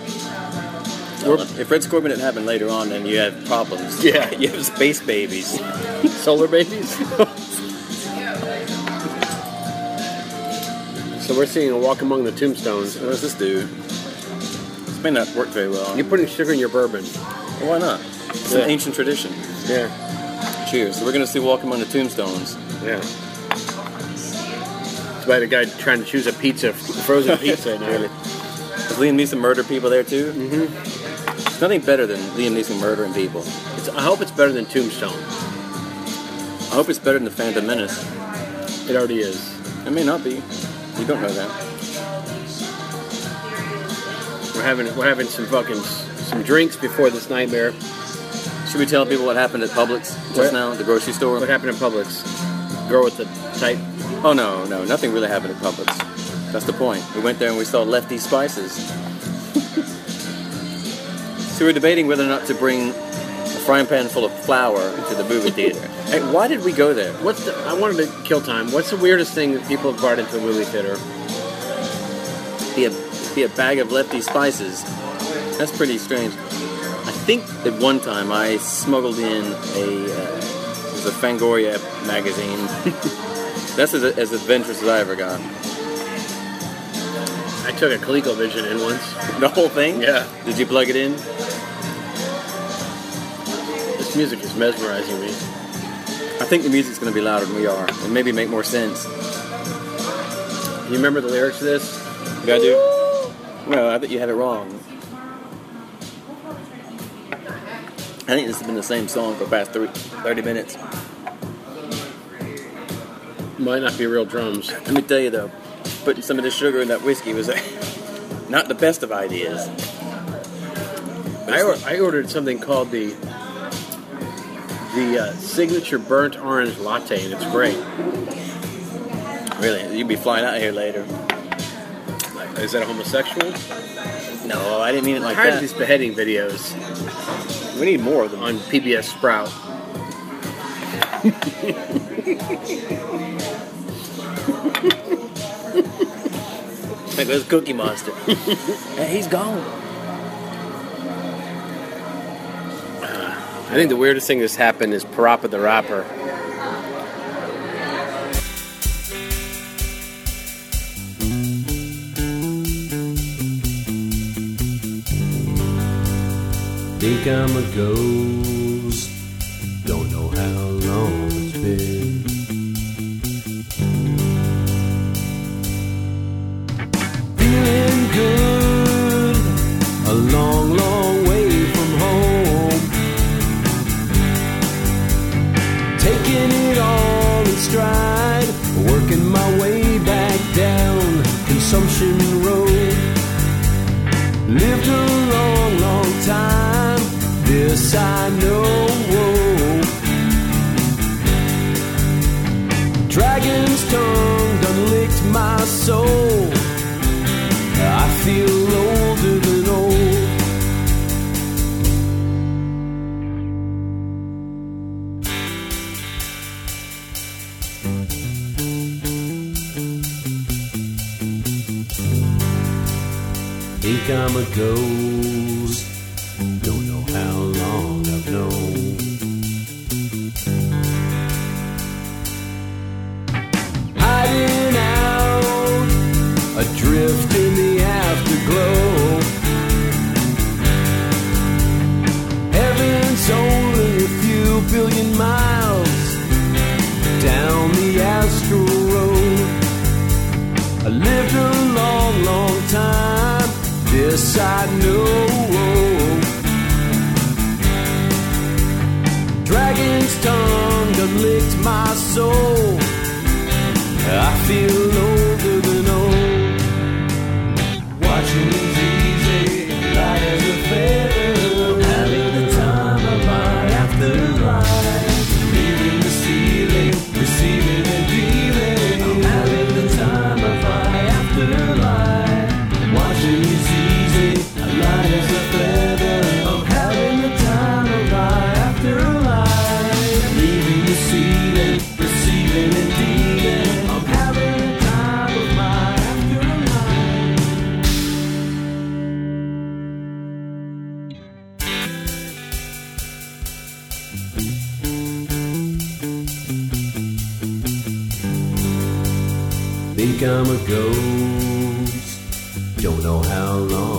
Speaker 6: Or if Red Scorpion didn't happen later on, then you have problems.
Speaker 2: Yeah.
Speaker 6: you have space babies.
Speaker 2: Solar babies. so we're seeing a walk among the tombstones.
Speaker 6: What does this do? This may not work very well.
Speaker 2: You're putting sugar in your bourbon.
Speaker 6: Why not? It's
Speaker 2: Yeah.
Speaker 6: an ancient tradition.
Speaker 2: Yeah.
Speaker 6: Cheers. So we're gonna see Walk Among the Tombstones.
Speaker 2: Yeah. It's by the guy trying to choose a pizza, frozen pizza. now.
Speaker 6: Does Liam Neeson murder people there too? Mm-hmm. There's nothing better than Liam Neeson murdering people.
Speaker 2: It's, I hope it's better than Tombstone.
Speaker 6: I hope it's better than the Phantom Menace.
Speaker 2: It already is.
Speaker 6: It may not be. You don't know that.
Speaker 2: We're having we're having some fucking s- some drinks before this nightmare.
Speaker 6: Should we tell people what happened at Publix just
Speaker 2: What?
Speaker 6: now, the grocery store?
Speaker 2: What happened in Publix? Girl with the tight.
Speaker 6: Oh no, no, nothing really happened at Publix. That's the point. We went there and we saw Lefty Spices. so we were debating whether or not to bring a frying pan full of flour into the movie theater. hey, why did we go there?
Speaker 2: What's the? I wanted to kill time. What's the weirdest thing that people have brought into a movie theater?
Speaker 6: Be a, be a bag of Lefty Spices. That's pretty strange. I think at one time I smuggled in a uh, it was a Fangoria magazine. That's as, as adventurous as I ever got.
Speaker 2: I took a ColecoVision in once.
Speaker 6: The whole thing.
Speaker 2: Yeah.
Speaker 6: Did you plug it in?
Speaker 2: This music is mesmerizing me.
Speaker 6: I think the music's going to be louder than we are, and maybe make more sense.
Speaker 2: You remember the lyrics of this?
Speaker 6: You I do? No, I bet you have it wrong. I think this has been the same song for the past three, 30 minutes.
Speaker 2: Might not be real drums.
Speaker 6: Let me tell you though, putting some of the sugar in that whiskey was not the best of ideas. But
Speaker 2: I, or,
Speaker 6: it's-
Speaker 2: I ordered something called the the uh, signature burnt orange latte, and it's great.
Speaker 6: really, you'd be flying out of here later.
Speaker 2: Is that homosexual?
Speaker 6: No, I didn't mean it like
Speaker 2: Tired of
Speaker 6: that.
Speaker 2: these beheading videos
Speaker 6: We need more of them.
Speaker 2: on PBS Sprout.
Speaker 6: There goes Cookie Monster. Hey, he's gone.
Speaker 2: I think the weirdest thing that's happened is Parappa the Rapper.
Speaker 1: Think I'm a ghost. Don't know how long it's been. Feeling good. A long, long way from home. Taking it all in stride. Working my way back down Consumption Road. Lived a long, long time. This I know. Dragon's tongue done licked my soul. I feel older than old. Think I'm a ghost. Don't know how long I've known. soul. I feel older than old. Watching is easy, light as a feather. Having the time of my afterlife. Leaving the ceiling, receiving and dealing. I'm having the time of my afterlife. Watching is easy, light as a feather. I'm having the time of my afterlife. Leaving the ceiling, receiving and dealing. I'm having the time of my afterlife. Think I'm a ghost. Don't know how long